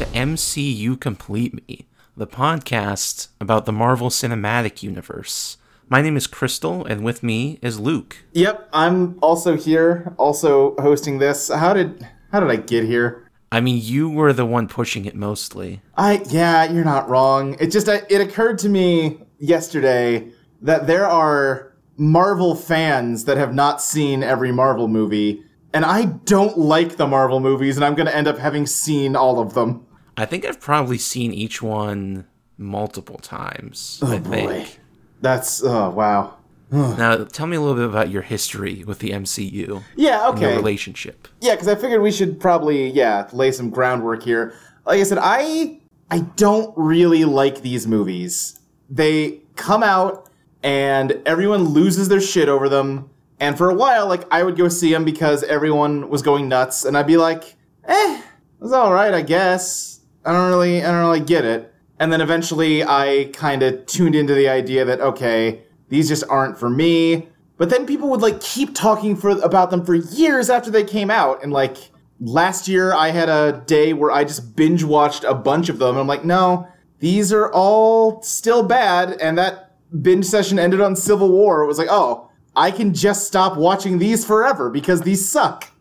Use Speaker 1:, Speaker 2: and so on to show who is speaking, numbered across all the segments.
Speaker 1: MCU Complete Me, the podcast about the Marvel Cinematic Universe. My name is Crystal, and with me is Luke.
Speaker 2: Yep, I'm also here, also hosting this. How did how did I get here?
Speaker 1: I mean, you were the one pushing it mostly.
Speaker 2: I yeah, you're not wrong. It just I- it occurred to me yesterday that there are Marvel fans that have not seen every Marvel movie, and I don't like the Marvel movies, and I'm going to end up having seen all of them.
Speaker 1: I think I've probably seen each one multiple times. I think.
Speaker 2: Oh, Boy, that's oh wow.
Speaker 1: Now, tell me a little bit about your history with the MCU,
Speaker 2: Yeah,
Speaker 1: the
Speaker 2: okay.
Speaker 1: relationship.
Speaker 2: Yeah, because I figured we should probably yeah lay some groundwork here. Like I said, I I don't really like these movies. They come out and everyone loses their shit over them. And for a while, like I would go see them because everyone was going nuts, and I'd be like, eh, it's all right, I guess. I don't really, I don't really get it. And then eventually, I kind of tuned into the idea that okay, these just aren't for me. But then people would like keep talking for about them for years after they came out, and like last year, I had a day where I just binge watched a bunch of them, and I'm like, no, these are all still bad, and that binge session ended on Civil War. It was like, oh, I can just stop watching these forever because these suck.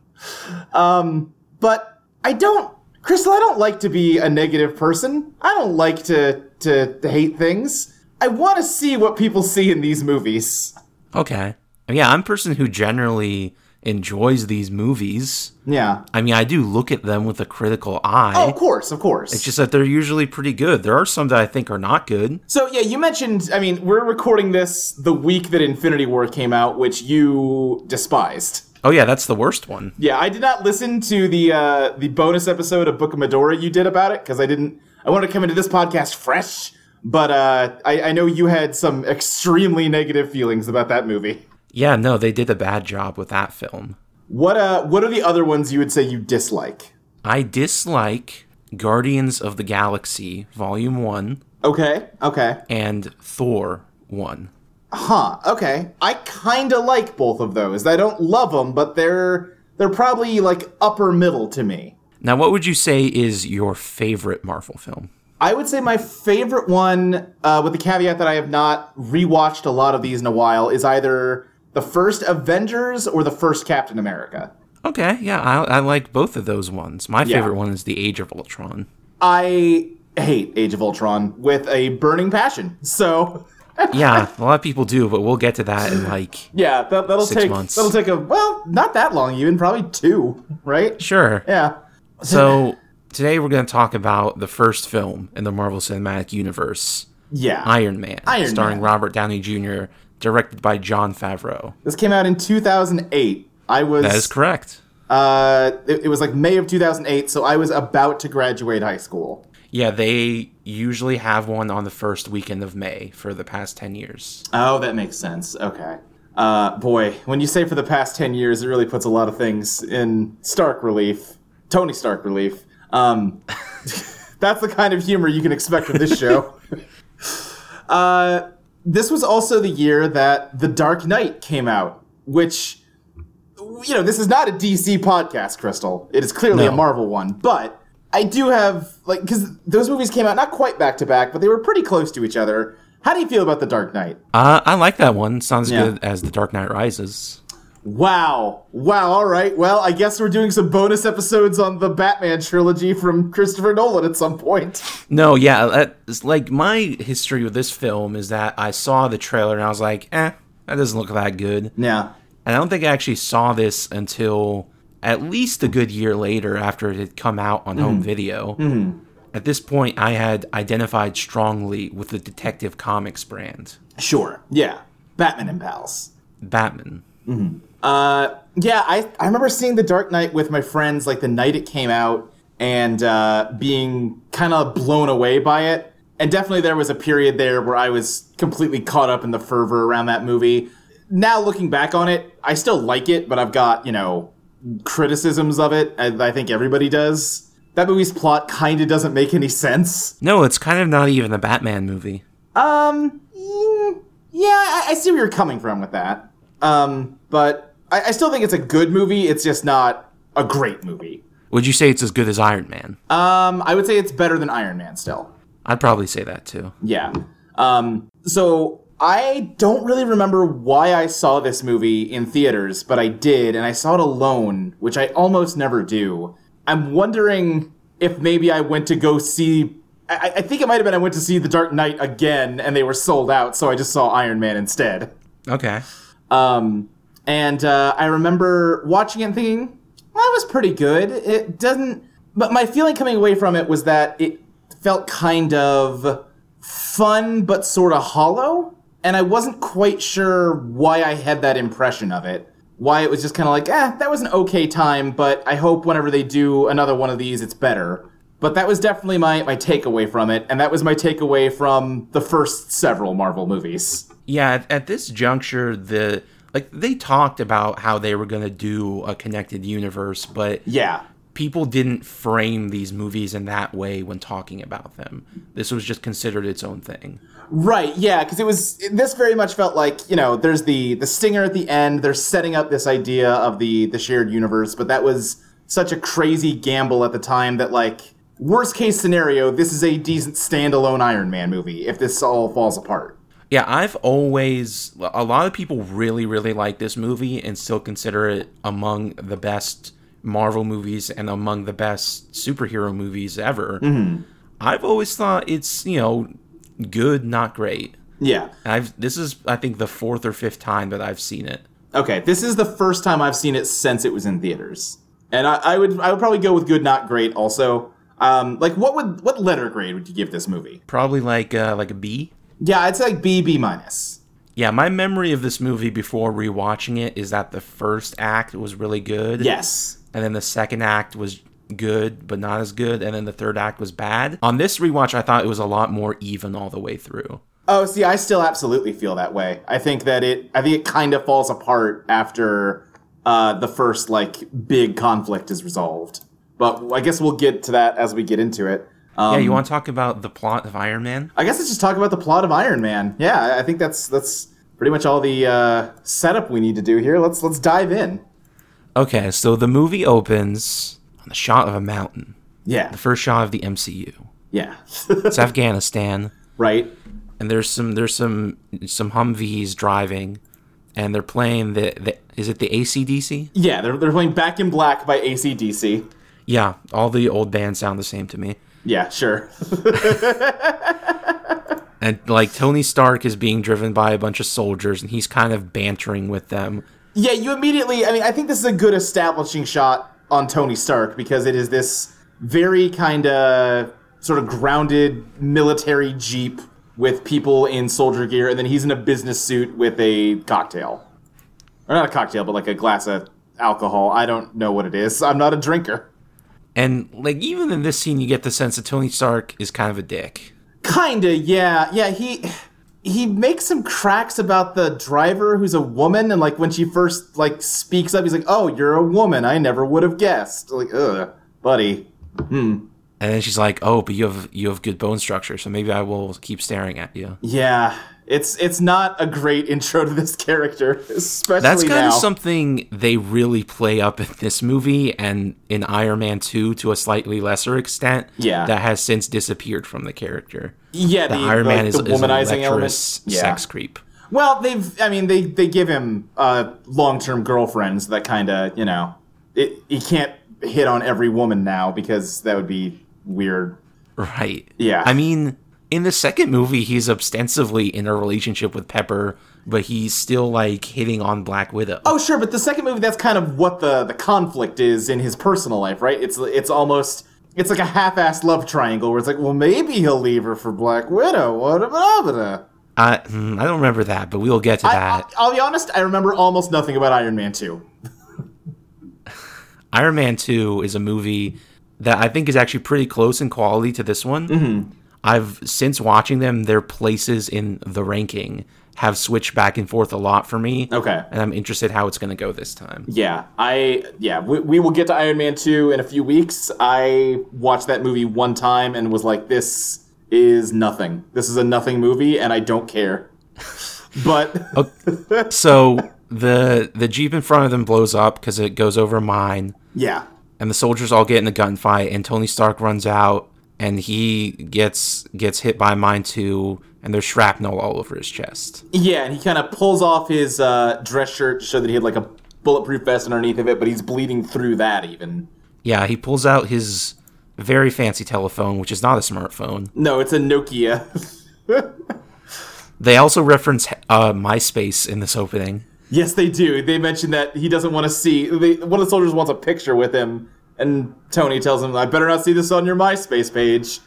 Speaker 2: Um, but I don't, Crystal. I don't like to be a negative person. I don't like to to, to hate things. I want to see what people see in these movies.
Speaker 1: Okay. Yeah, I'm a person who generally enjoys these movies.
Speaker 2: Yeah.
Speaker 1: I mean, I do look at them with a critical eye.
Speaker 2: Oh, of course, of course.
Speaker 1: It's just that they're usually pretty good. There are some that I think are not good.
Speaker 2: so yeah, you mentioned. I mean, we're recording this the week that Infinity War came out, which you despised.
Speaker 1: Oh yeah, that's the worst one.
Speaker 2: Yeah, I did not listen to the uh, the bonus episode of Book of Medora you did about it because I didn't. I wanted to come into this podcast fresh, but uh, I, I know you had some extremely negative feelings about that movie.
Speaker 1: Yeah, no, they did a bad job with that film.
Speaker 2: What uh, what are the other ones you would say you dislike?
Speaker 1: I dislike Guardians of the Galaxy Volume 1
Speaker 2: Okay, okay,
Speaker 1: and Thor 1.
Speaker 2: huh? Okay, I kind of like both of those. I don't love them, but they're they're probably like upper middle to me.
Speaker 1: Now, what would you say is your favorite Marvel film?
Speaker 2: I would say my favorite one, uh, with the caveat that I have not rewatched a lot of these in a while, is either the first Avengers or the first Captain America.
Speaker 1: Okay, yeah, I, I like both of those ones. My favorite one is The Age of Ultron.
Speaker 2: I hate Age of Ultron with a burning passion. So
Speaker 1: Yeah, a lot of people do, but we'll get to that in like.
Speaker 2: yeah, that, that'll
Speaker 1: Six
Speaker 2: take
Speaker 1: months.
Speaker 2: that'll take a well, not that long even, probably two, right?
Speaker 1: Sure.
Speaker 2: Yeah.
Speaker 1: So, today we're going to talk about the first film in the Marvel Cinematic Universe.
Speaker 2: Yeah.
Speaker 1: Iron Man,
Speaker 2: Iron
Speaker 1: starring
Speaker 2: Man.
Speaker 1: Robert Downey Jr., directed by John Favreau.
Speaker 2: this came out in 2008. I was
Speaker 1: That is correct.
Speaker 2: uh it, it was like May of 2008, so I was about to graduate high school.
Speaker 1: Yeah, they usually have one on the first weekend of May for the past 10 years.
Speaker 2: Oh, that makes sense. Okay. Uh, boy, when you say for the past 10 years, it really puts a lot of things in stark relief. Tony Stark relief. Um, that's the kind of humor you can expect from this show. uh, this was also the year that The Dark Knight came out, which, you know, this is not a DC podcast, Crystal. It is clearly
Speaker 1: No.
Speaker 2: a Marvel one, but I do have, like, because those movies came out not quite back to back, but they were pretty close to each other. How do you feel about The Dark Knight?
Speaker 1: Uh, I like that one. Sounds
Speaker 2: Yeah.
Speaker 1: good as The Dark Knight Rises.
Speaker 2: Wow. Wow. All right. Well, I guess we're doing some bonus episodes on the Batman trilogy from Christopher Nolan at some point.
Speaker 1: No, yeah, that- it's like my history with this film is that I saw the trailer and I was like, eh, that doesn't look that good.
Speaker 2: Yeah.
Speaker 1: And I don't think I actually saw this until at least a good year later after it had come out on home video. At this point, I had identified strongly with the Detective Comics brand,
Speaker 2: Sure. Yeah. Batman and pals.
Speaker 1: Batman.
Speaker 2: Uh, yeah, I, I remember seeing The Dark Knight with my friends like the night it came out and uh, being kind of blown away by it. And definitely there was a period there where I was completely caught up in the fervor around that movie. Now looking back on it, I still like it, but I've got, you know, criticisms of it. I, I think everybody does. That movie's plot kind of doesn't make any sense.
Speaker 1: No, it's kind of not even a Batman movie.
Speaker 2: Um, mm, yeah, I, I see where you're coming from with that. Um, but I, I still think it's a good movie. It's just not a great movie.
Speaker 1: Would you say it's as good as Iron Man?
Speaker 2: Um, I would say it's better than Iron Man still.
Speaker 1: I'd probably say that too.
Speaker 2: Yeah. Um, so I don't really remember why I saw this movie in theaters, but I did, and I saw it alone, which I almost never do. I'm wondering if maybe I went to go see. I, I think it might have been I went to see The Dark Knight again, and they were sold out, so I just saw Iron Man instead.
Speaker 1: Okay.
Speaker 2: Um, and uh, I remember watching it and thinking, well, that was pretty good. It doesn't. But my feeling coming away from it was that it felt kind of fun, but sort of hollow. And I wasn't quite sure why I had that impression of it. Why it was just kind of like, eh, that was an okay time, but I hope whenever they do another one of these, it's better. But that was definitely my, my takeaway from it, and that was my takeaway from the first several Marvel movies.
Speaker 1: Yeah, at, at this juncture, the like they talked about how they were going to do a connected universe, but
Speaker 2: Yeah.
Speaker 1: people didn't frame these movies in that way when talking about them. This was just considered its own thing.
Speaker 2: Right, yeah, because it was this very much felt like you know there's the the stinger at the end. They're setting up this idea of the the shared universe, but that was such a crazy gamble at the time that like worst case scenario, this is a decent standalone Iron Man movie if this all falls apart.
Speaker 1: Yeah, I've always a lot of people really really like this movie and still consider it among the best Marvel movies and among the best superhero movies ever. I've always thought it's, you know, good, not great.
Speaker 2: Yeah.
Speaker 1: I've this is I think the fourth or fifth time that I've seen it.
Speaker 2: Okay, this is the first time I've seen it since it was in theaters, and I, I would I would probably go with good, not great. Also, um, like what would what letter grade would you give this movie?
Speaker 1: Probably like uh, like a B.
Speaker 2: Yeah, it's like B B minus.
Speaker 1: Yeah, my memory of this movie before rewatching it is that the first act was really good.
Speaker 2: Yes.
Speaker 1: and then the second act was good but not as good and then the third act was bad on this rewatch i thought it was a lot more even all the way through
Speaker 2: Oh, see, I still absolutely feel that way. I think that it, I think it kind of falls apart after uh, the first like big conflict is resolved. But I guess we'll get to that as we get into it. Um,
Speaker 1: yeah you want to talk about the plot of iron man
Speaker 2: I guess let's just talk about the plot of Iron Man. Yeah, I- I think that's that's pretty much all the uh, setup we need to do here. Let's let's dive in.
Speaker 1: okay so the movie opens on the shot of a mountain
Speaker 2: Yeah,
Speaker 1: the first shot of the mcu
Speaker 2: yeah,
Speaker 1: it's afghanistan
Speaker 2: right.
Speaker 1: and there's some there's some some humvees driving and they're playing the, the is it the acdc
Speaker 2: Yeah, they're they're playing Back in Black by ACDC.
Speaker 1: yeah all the old bands sound the same to me
Speaker 2: Yeah, sure.
Speaker 1: and like Tony Stark is being driven by a bunch of soldiers, and he's kind of bantering with them.
Speaker 2: Yeah, you immediately. I mean, I think this is a good establishing shot on Tony Stark because it is this very kind of sort of grounded military jeep with people in soldier gear, and then he's in a business suit with a cocktail, or not a cocktail, but like a glass of alcohol. I don't know what it is. I'm not a drinker.
Speaker 1: And like even in this scene, you get the sense that Tony Stark is kind of a dick.
Speaker 2: Kinda, yeah, yeah. He he makes some cracks about the driver who's a woman, and like when she first like speaks up, he's like, "Oh, you're a woman. I never would have guessed." Like, ugh, buddy.
Speaker 1: And then she's like, "Oh, but you have you have good bone structure, so maybe I will keep staring at you."
Speaker 2: Yeah, it's it's not a great intro to this character, especially
Speaker 1: That's kind
Speaker 2: now.
Speaker 1: of something they really play up in this movie and in Iron Man 2 to a slightly lesser extent.
Speaker 2: Yeah.
Speaker 1: That has since disappeared from the character.
Speaker 2: yeah, the,
Speaker 1: Iron
Speaker 2: like,
Speaker 1: Man is,
Speaker 2: the
Speaker 1: is a
Speaker 2: womanizing element.
Speaker 1: lecherous
Speaker 2: Yeah.
Speaker 1: sex creep.
Speaker 2: Well, they've I mean they they give him uh, long term girlfriends that kind of you know it he can't hit on every woman now because that would be weird.
Speaker 1: Right.
Speaker 2: Yeah.
Speaker 1: I mean, in the second movie, he's ostensibly in a relationship with Pepper, but he's still like hitting on Black Widow.
Speaker 2: Oh, sure, but the second movie, that's kind of what the, the conflict is in his personal life, right? It's it's almost it's like a half-assed love triangle where it's like, well, maybe he'll leave her for Black Widow. What about
Speaker 1: I, hmm, I don't remember that, but we'll get to
Speaker 2: I,
Speaker 1: that.
Speaker 2: I'll be honest, I remember almost nothing about Iron Man 2.
Speaker 1: Iron Man 2 is a movie that I think is actually pretty close in quality to this one.
Speaker 2: Mm-hmm.
Speaker 1: I've since watching them, their places in the ranking have switched back and forth a lot for me.
Speaker 2: Okay.
Speaker 1: And I'm interested how it's going to go this time.
Speaker 2: Yeah, I yeah, we, we will get to Iron Man 2 in a few weeks. I watched that movie one time and was like this is nothing. This is a nothing movie and I don't care. But
Speaker 1: so the the jeep in front of them blows up because it goes over a mine.
Speaker 2: yeah.
Speaker 1: and the soldiers all get in a gunfight and Tony Stark runs out and he gets gets hit by mine too and there's shrapnel all over his chest.
Speaker 2: Yeah, and he kind of pulls off his uh, dress shirt to show that he had like a bulletproof vest underneath of it, but he's bleeding through that even.
Speaker 1: Yeah, he pulls out his very fancy telephone, which is not a smartphone.
Speaker 2: No, it's a Nokia.
Speaker 1: They also reference uh, MySpace in this opening.
Speaker 2: yes, they do. They mention that he doesn't want to see. They, one of the soldiers wants a picture with him, and Tony tells him, "I better not see this on your MySpace page."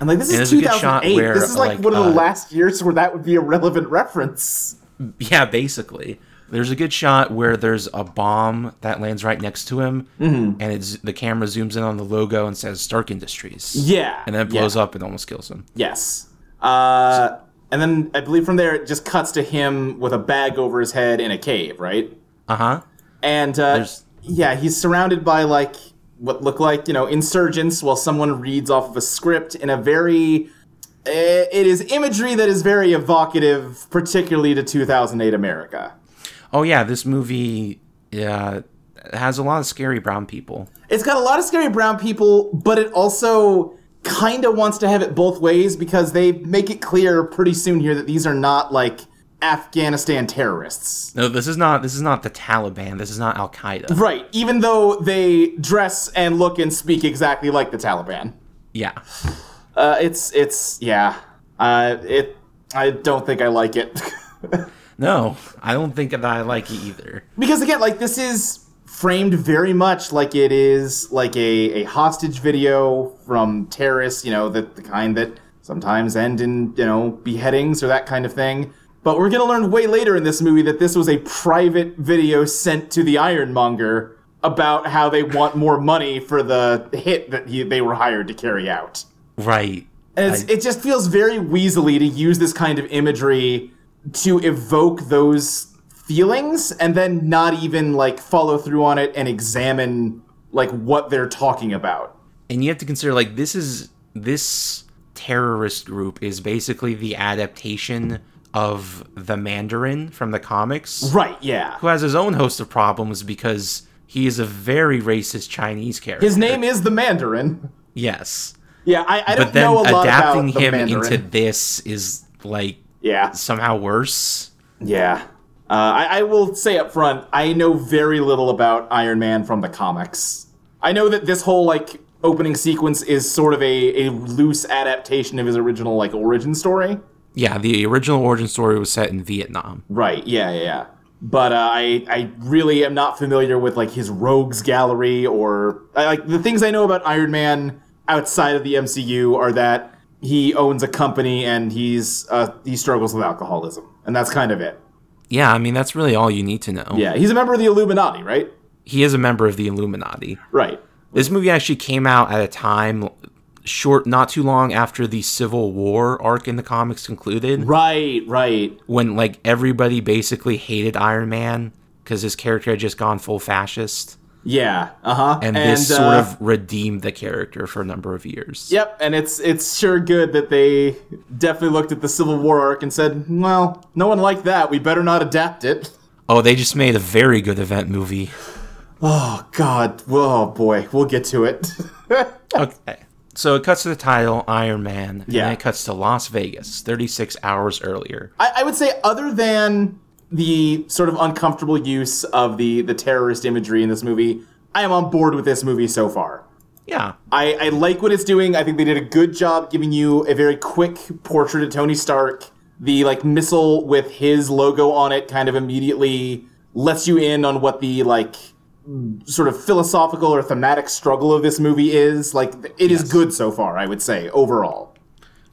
Speaker 2: And like, this
Speaker 1: And
Speaker 2: is
Speaker 1: there's a good shot
Speaker 2: 2008.
Speaker 1: where,
Speaker 2: this is like,
Speaker 1: like,
Speaker 2: one of the
Speaker 1: uh,
Speaker 2: last years where that would be a relevant reference.
Speaker 1: Yeah, basically. There's a good shot where there's a bomb that lands right next to him,
Speaker 2: Mm-hmm.
Speaker 1: and it's the camera zooms in on the logo and says Stark Industries.
Speaker 2: Yeah,
Speaker 1: and then it blows
Speaker 2: yeah.
Speaker 1: up and almost kills him.
Speaker 2: Yes. Uh, and then I believe from there it just cuts to him with a bag over his head in a cave, right?
Speaker 1: Uh huh.
Speaker 2: And uh,
Speaker 1: There's-
Speaker 2: yeah, he's surrounded by like what look like you know insurgents while someone reads off of a script in a very eh, it is imagery that is very evocative, particularly to 2008 America.
Speaker 1: Oh yeah, this movie yeah has a lot of scary brown people.
Speaker 2: It's got a lot of scary brown people, but it also kind of wants to have it both ways because they make it clear pretty soon here that these are not like Afghanistan terrorists.
Speaker 1: No, this is not this is not the Taliban. This is not Al Qaeda.
Speaker 2: Right, even though they dress and look and speak exactly like the Taliban.
Speaker 1: Yeah,
Speaker 2: Uh, it's it's yeah. Uh, it I don't think I like it.
Speaker 1: no, I don't think that I like it either.
Speaker 2: because again, like this is framed very much like it is like a, a hostage video from terrorists, you know, the, the kind that sometimes end in, you know, beheadings or that kind of thing. But we're gonna learn way later in this movie that this was a private video sent to the Ironmonger about how they want more money for the hit that he, they were hired to carry out.
Speaker 1: Right.
Speaker 2: And it's,
Speaker 1: I-
Speaker 2: it just feels very weaselly to use this kind of imagery to evoke those feelings and then not even like follow through on it and examine like what they're talking about.
Speaker 1: and you have to consider like this is this terrorist group is basically the adaptation of the Mandarin from the comics,
Speaker 2: Right, yeah.
Speaker 1: who has his own host of problems because he is a very racist Chinese character.
Speaker 2: His name is the Mandarin.
Speaker 1: yes,
Speaker 2: Yeah, I,
Speaker 1: but
Speaker 2: I don't
Speaker 1: then
Speaker 2: know a lot
Speaker 1: adapting
Speaker 2: about the
Speaker 1: him
Speaker 2: Mandarin.
Speaker 1: into this is like
Speaker 2: yeah,
Speaker 1: somehow worse.
Speaker 2: yeah. Uh, I, I will say up front, I know very little about Iron Man from the comics. I know that this whole like opening sequence is sort of a, a loose adaptation of his original like origin story.
Speaker 1: Yeah, the original origin story was set in Vietnam.
Speaker 2: Right. Yeah. Yeah. yeah. But uh, I I really am not familiar with like his rogues gallery or I, like the things I know about Iron Man outside of the MCU are that he owns a company and he's uh, he struggles with alcoholism and that's kind of it.
Speaker 1: Yeah, I mean that's really all you need to know.
Speaker 2: Yeah, he's a member of the Illuminati, right?
Speaker 1: He is a member of the Illuminati.
Speaker 2: Right.
Speaker 1: This movie actually came out at a time short not too long after the Civil War arc in the comics concluded
Speaker 2: Right. Right.
Speaker 1: when like everybody basically hated Iron Man cuz his character had just gone full fascist
Speaker 2: Yeah. Uh-huh.
Speaker 1: and, this sort
Speaker 2: uh,
Speaker 1: of redeemed the character for a number of years.
Speaker 2: Yep, and it's it's sure good that they definitely looked at the Civil War arc and said, "Well, no one liked that. We better not adapt it."
Speaker 1: Oh, they just made a very good event movie.
Speaker 2: Oh God! Oh boy, we'll get to it.
Speaker 1: Okay. So it cuts to the title Iron Man, and
Speaker 2: Yeah.
Speaker 1: then it cuts to Las Vegas 36 hours earlier.
Speaker 2: I, I would say, other than the sort of uncomfortable use of the the terrorist imagery in this movie, I am on board with this movie so far.
Speaker 1: Yeah.
Speaker 2: I, I like what it's doing. I think they did a good job giving you a very quick portrait of Tony Stark. The like missile with his logo on it kind of immediately lets you in on what the like sort of philosophical or thematic struggle of this movie is. Like it is good so far, I would say, overall.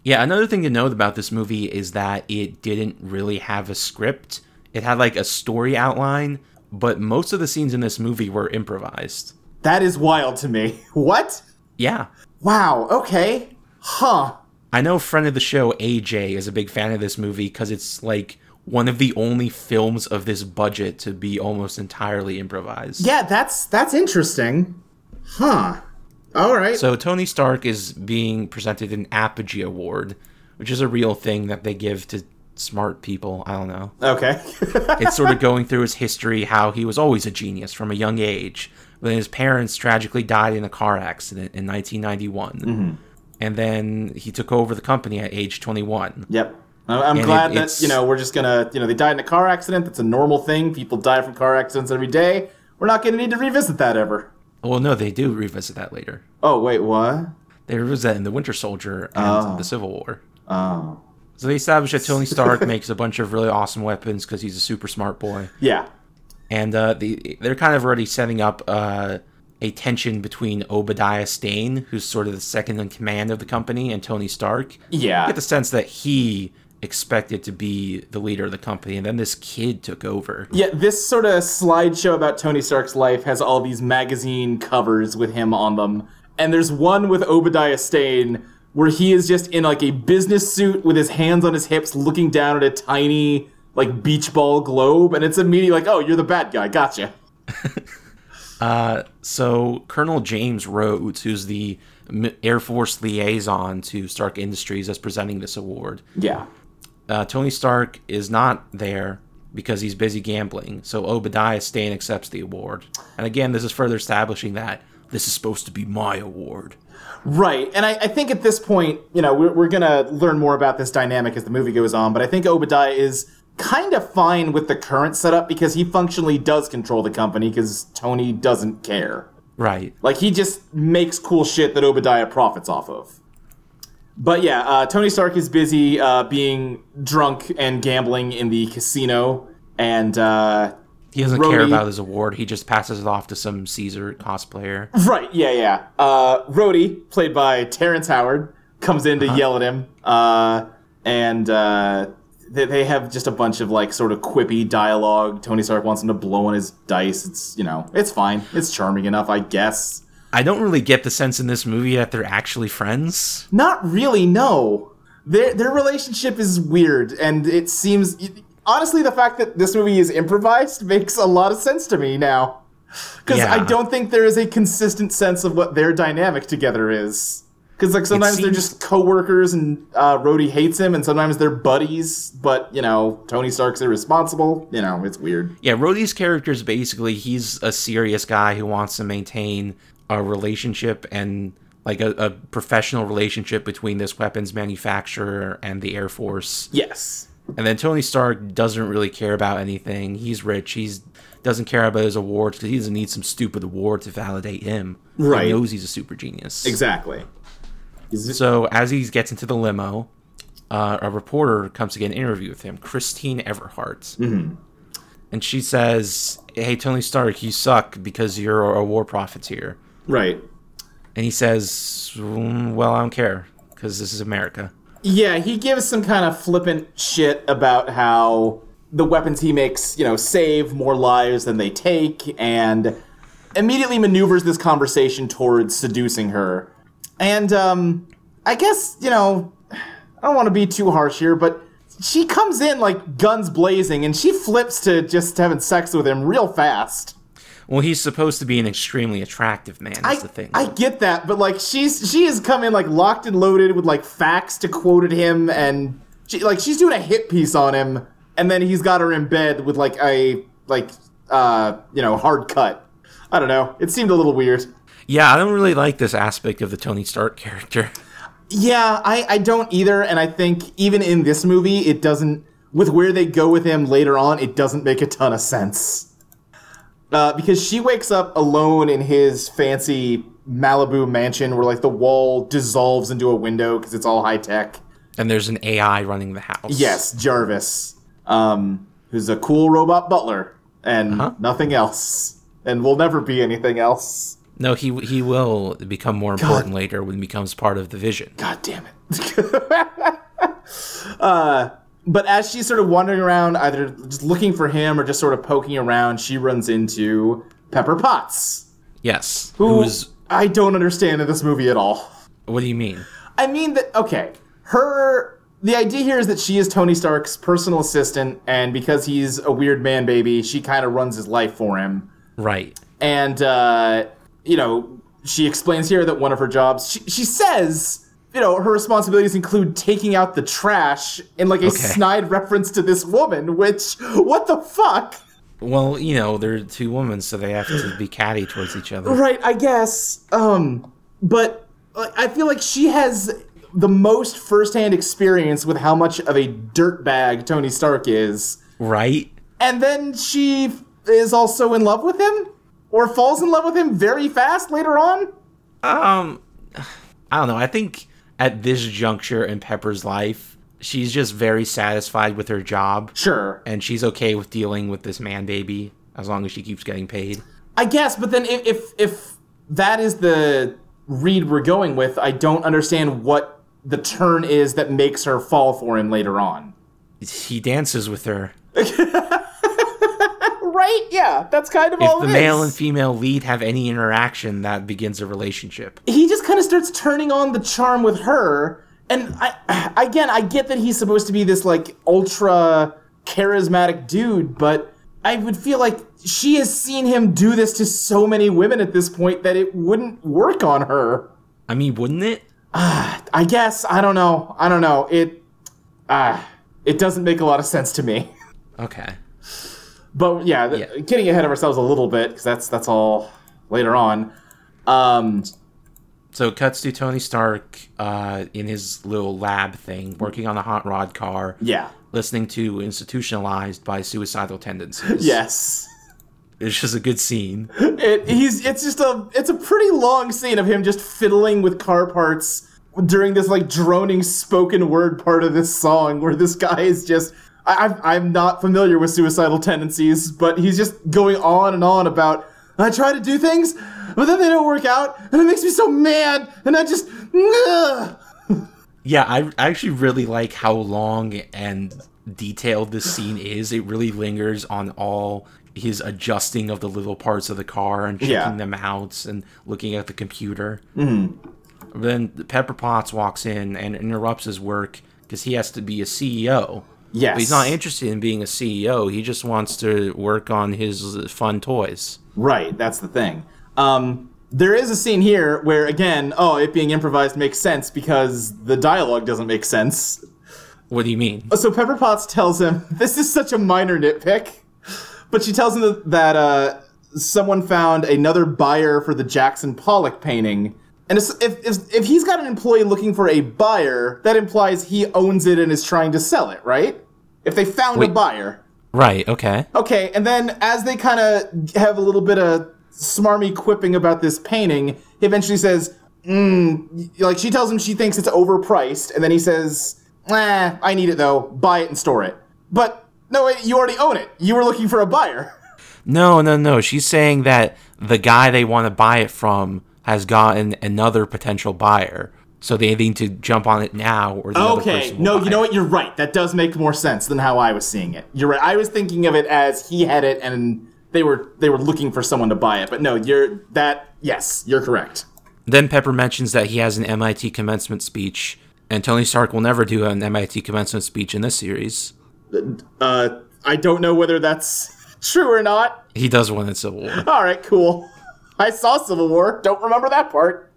Speaker 1: Yeah, another thing to note about this movie is that it didn't really have a script. It had like a story outline, but most of the scenes in this movie were improvised.
Speaker 2: That is wild to me. What?
Speaker 1: Yeah.
Speaker 2: Wow, okay. Huh.
Speaker 1: I know friend of the show AJ is a big fan of this movie cuz it's like one of the only films of this budget to be almost entirely improvised.
Speaker 2: Yeah, that's that's interesting. Huh. All right.
Speaker 1: So Tony Stark is being presented an Apogee Award, which is a real thing that they give to smart people. I don't know.
Speaker 2: okay.
Speaker 1: It's sort of going through his history, how he was always a genius from a young age, But his parents tragically died in a car accident in 1991. And then he took over the company at age 21.
Speaker 2: Yep. I- I'm
Speaker 1: And
Speaker 2: glad
Speaker 1: it-
Speaker 2: that
Speaker 1: it's-
Speaker 2: you know we're just gonna you know they died in a car accident. That's a normal thing. People die from car accidents every day. We're not gonna need to revisit that ever.
Speaker 1: Well, no, they do revisit that later.
Speaker 2: Oh wait, what?
Speaker 1: They revisit that in The Winter Soldier and The Civil War.
Speaker 2: Oh
Speaker 1: So they establish that Tony Stark makes a bunch of really awesome weapons because he's a super smart boy.
Speaker 2: yeah.
Speaker 1: and uh, the, they're kind of already setting up uh, a tension between Obadiah Stane, who's sort of the second in command of the company, and Tony Stark. You
Speaker 2: Yeah.
Speaker 1: get the sense that he expected to be the leader of the company, and then this kid took over.
Speaker 2: Yeah, this sort of slideshow about Tony Stark's life has all these magazine covers with him on them. And there's one with Obadiah Stane where he is just in like a business suit with his hands on his hips looking down at a tiny like beach ball globe and it's immediately like, "Oh, you're the bad guy. Gotcha."
Speaker 1: So Colonel James Rhodes, who's the M- Air Force liaison to Stark Industries, is presenting this award.
Speaker 2: Yeah.
Speaker 1: uh, Tony Stark is not there because he's busy gambling. So Obadiah Stane accepts the award. And again, this is further establishing that this is supposed to be my award.
Speaker 2: Right. And I, I think at this point, you know, we're, we're going to learn more about this dynamic as the movie goes on, but I think Obadiah is kind of fine with the current setup because he functionally does control the company because Tony doesn't care.
Speaker 1: Right.
Speaker 2: Like he just makes cool shit that Obadiah profits off of. But yeah, uh, Tony Stark is busy uh, being drunk and gambling in the casino, and uh,
Speaker 1: He doesn't care
Speaker 2: Rhodey-
Speaker 1: about his award. He just passes it off to some Caesar cosplayer.
Speaker 2: right, yeah, yeah. Uh, Rhodey, played by Terrence Howard, comes in to yell at him, uh, and uh, they, they have just a bunch of like sort of quippy dialogue. Tony Stark wants him to blow on his dice. It's you know, it's fine. It's charming enough, I guess.
Speaker 1: I don't really get the sense in this movie that they're actually friends.
Speaker 2: Not really, no. Their their relationship is weird, and it seems honestly the fact that this movie is improvised makes a lot of sense to me now. Because I
Speaker 1: Yeah.
Speaker 2: don't think there is a consistent sense of what their dynamic together is. Because like sometimes they're
Speaker 1: seems-
Speaker 2: just coworkers, and uh, Rhodey hates him, and sometimes they're buddies. But you know, Tony Stark's irresponsible. You know, it's weird.
Speaker 1: Yeah, Rhodey's character is basically he's a serious guy who wants to maintain a relationship and like a, a professional relationship between this weapons manufacturer and the Air Force.
Speaker 2: Yes.
Speaker 1: And then Tony Stark doesn't really care about anything. He's rich. He's doesn't care about his awards because he doesn't need some stupid award to validate him.
Speaker 2: Right.
Speaker 1: He knows he's a super genius.
Speaker 2: Exactly. Is it-
Speaker 1: So as he gets into the limo, uh, a reporter comes to get an interview with him, Christine Everhart,
Speaker 2: Mm-hmm.
Speaker 1: and she says, "Hey, Tony Stark, you suck because you're a war profiteer."
Speaker 2: right.
Speaker 1: And he says, "Mm, "Well, I don't care because this is America."
Speaker 2: Yeah, he gives some kind of flippant shit about how the weapons he makes, you know, save more lives than they take, and immediately maneuvers this conversation towards seducing her. And, um, I guess, you know, I don't want to be too harsh here, but she comes in like guns blazing and she flips to just having sex with him real fast.
Speaker 1: Well, he's supposed to be an extremely attractive man. Is
Speaker 2: I,
Speaker 1: the thing.
Speaker 2: I get that, but like she's she has come in like locked and loaded with like facts to quote at him, and she, like she's doing a hit piece on him, and then he's got her in bed with like a like uh you know hard cut. I don't know. It seemed a little weird.
Speaker 1: Yeah, I don't really like this aspect of the Tony Stark character.
Speaker 2: Yeah, I I don't either, and I think even in this movie, it doesn't with where they go with him later on, it doesn't make a ton of sense. Uh, because she wakes up alone in his fancy Malibu mansion where like the wall dissolves into a window because it's all high tech.
Speaker 1: And there's an AI running the house.
Speaker 2: Yes, Jarvis, um, who's a cool robot butler and nothing else, and will never be anything else.
Speaker 1: No, he he will become more important later when he becomes part of the Vision.
Speaker 2: God damn it. uh, but as she's sort of wandering around, either just looking for him or just sort of poking around, she runs into Pepper Potts,
Speaker 1: Yes.
Speaker 2: who
Speaker 1: Who's
Speaker 2: I don't understand in this movie at all.
Speaker 1: what do you mean?
Speaker 2: I mean that okay. Her the idea here is that she is Tony Stark's personal assistant, and because he's a weird man baby, she kind of runs his life for him.
Speaker 1: Right.
Speaker 2: And uh, you know, she explains here that one of her jobs, she, she says, you know, her responsibilities include taking out the trash in like a
Speaker 1: Okay.
Speaker 2: snide reference to this woman. Which what the fuck?
Speaker 1: Well, you know, they're two women, so they have to be catty towards each other.
Speaker 2: Right, I guess. Um, but like, I feel like she has the most firsthand experience with how much of a dirtbag Tony Stark is,
Speaker 1: Right?
Speaker 2: and then she is also in love with him, or falls in love with him very fast later on.
Speaker 1: Um, I don't know. I think at this juncture in Pepper's life, she's just very satisfied with her job,
Speaker 2: Sure,
Speaker 1: and she's okay with dealing with this man baby as long as she keeps getting paid.
Speaker 2: I guess. But then if if, if that is the read we're going with, I don't understand what the turn is that makes her fall for him later on.
Speaker 1: He dances with her.
Speaker 2: Right? Yeah, that's kind of
Speaker 1: If
Speaker 2: all
Speaker 1: the
Speaker 2: it
Speaker 1: male
Speaker 2: is.
Speaker 1: and female lead have any interaction, that begins a relationship.
Speaker 2: he just kind of starts turning on the charm with her and i again i get that he's supposed to be this like ultra charismatic dude but i would feel like she has seen him do this to so many women at this point that it wouldn't work on her
Speaker 1: I mean, wouldn't it?
Speaker 2: i guess i don't know i don't know it ah it doesn't make a lot of sense to me
Speaker 1: Okay.
Speaker 2: but yeah, th-
Speaker 1: Yeah.
Speaker 2: getting ahead of ourselves a little bit because that's that's all later on um
Speaker 1: So it cuts to Tony Stark uh, in his little lab thing, working on a hot rod car,
Speaker 2: yeah
Speaker 1: listening to Institutionalized by Suicidal Tendencies.
Speaker 2: yes
Speaker 1: It's just a good scene.
Speaker 2: It, he's it's just a it's a pretty long scene of him just fiddling with car parts during this like droning spoken word part of this song where this guy is just I, I'm I'm not familiar with suicidal tendencies, but he's just going on and on about I try to do things, but then they don't work out, and it makes me so mad, and I just ugh."
Speaker 1: Yeah, I, I actually really like how long and detailed this scene is. It really lingers on all his adjusting of the little parts of the car and checking
Speaker 2: Yeah.
Speaker 1: them out and looking at the computer.
Speaker 2: Mm-hmm.
Speaker 1: Then Pepper Potts walks in and interrupts his work because he has to be a CEO.
Speaker 2: yes.
Speaker 1: But he's not interested in being a CEO. He just wants to work on his fun toys.
Speaker 2: Right, that's the thing. Um, there is a scene here where, again, oh, it being improvised makes sense because the dialogue doesn't make sense.
Speaker 1: What do you mean?
Speaker 2: So Pepper Potts tells him, this is such a minor nitpick, but she tells him that, that uh, someone found another buyer for the Jackson Pollock painting. And it's- if, if, if he's got an employee looking for a buyer, that implies he owns it and is trying to sell it, right? If they found a
Speaker 1: Wait.
Speaker 2: buyer.
Speaker 1: Right, okay.
Speaker 2: Okay, and then as they kind of have a little bit of smarmy quipping about this painting, he eventually says, mm, like she tells him she thinks it's overpriced, and then he says, nah, I need it though, buy it and store it. But no, wait, you already own it. You were looking for a buyer.
Speaker 1: No, no, no. She's saying that the guy they want to buy it from has gotten another potential buyer. So they need to jump on it now or the other person will
Speaker 2: no,
Speaker 1: buy
Speaker 2: you know
Speaker 1: it.
Speaker 2: what? You're right. That does make more sense than how I was seeing it. You're right. I was thinking of it as he had it and they were they were looking for someone to buy it. But no, you're that. Yes, you're correct.
Speaker 1: Then Pepper mentions that he has an MIT commencement speech, and Tony Stark will never do an MIT commencement speech in this series.
Speaker 2: Uh, I don't know whether that's true or not.
Speaker 1: He does one in Civil War.
Speaker 2: All right, cool. I saw Civil War. Don't remember that part.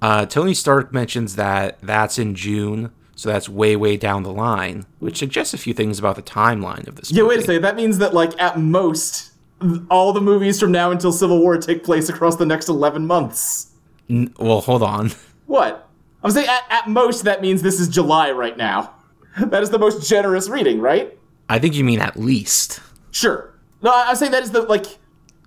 Speaker 1: Uh, Tony Stark mentions that that's in June, so that's way, way down the line, which suggests a few things about the timeline of this.
Speaker 2: Yeah,
Speaker 1: movie.
Speaker 2: wait a second. That means that, like, at most, th- all the movies from now until Civil War take place across the next 11 months.
Speaker 1: N- well, hold on.
Speaker 2: What? I'm saying at, at most, that means this is July right now. That is the most generous reading, right?
Speaker 1: I think you mean at least.
Speaker 2: Sure. No, I- I'm saying that is the, like,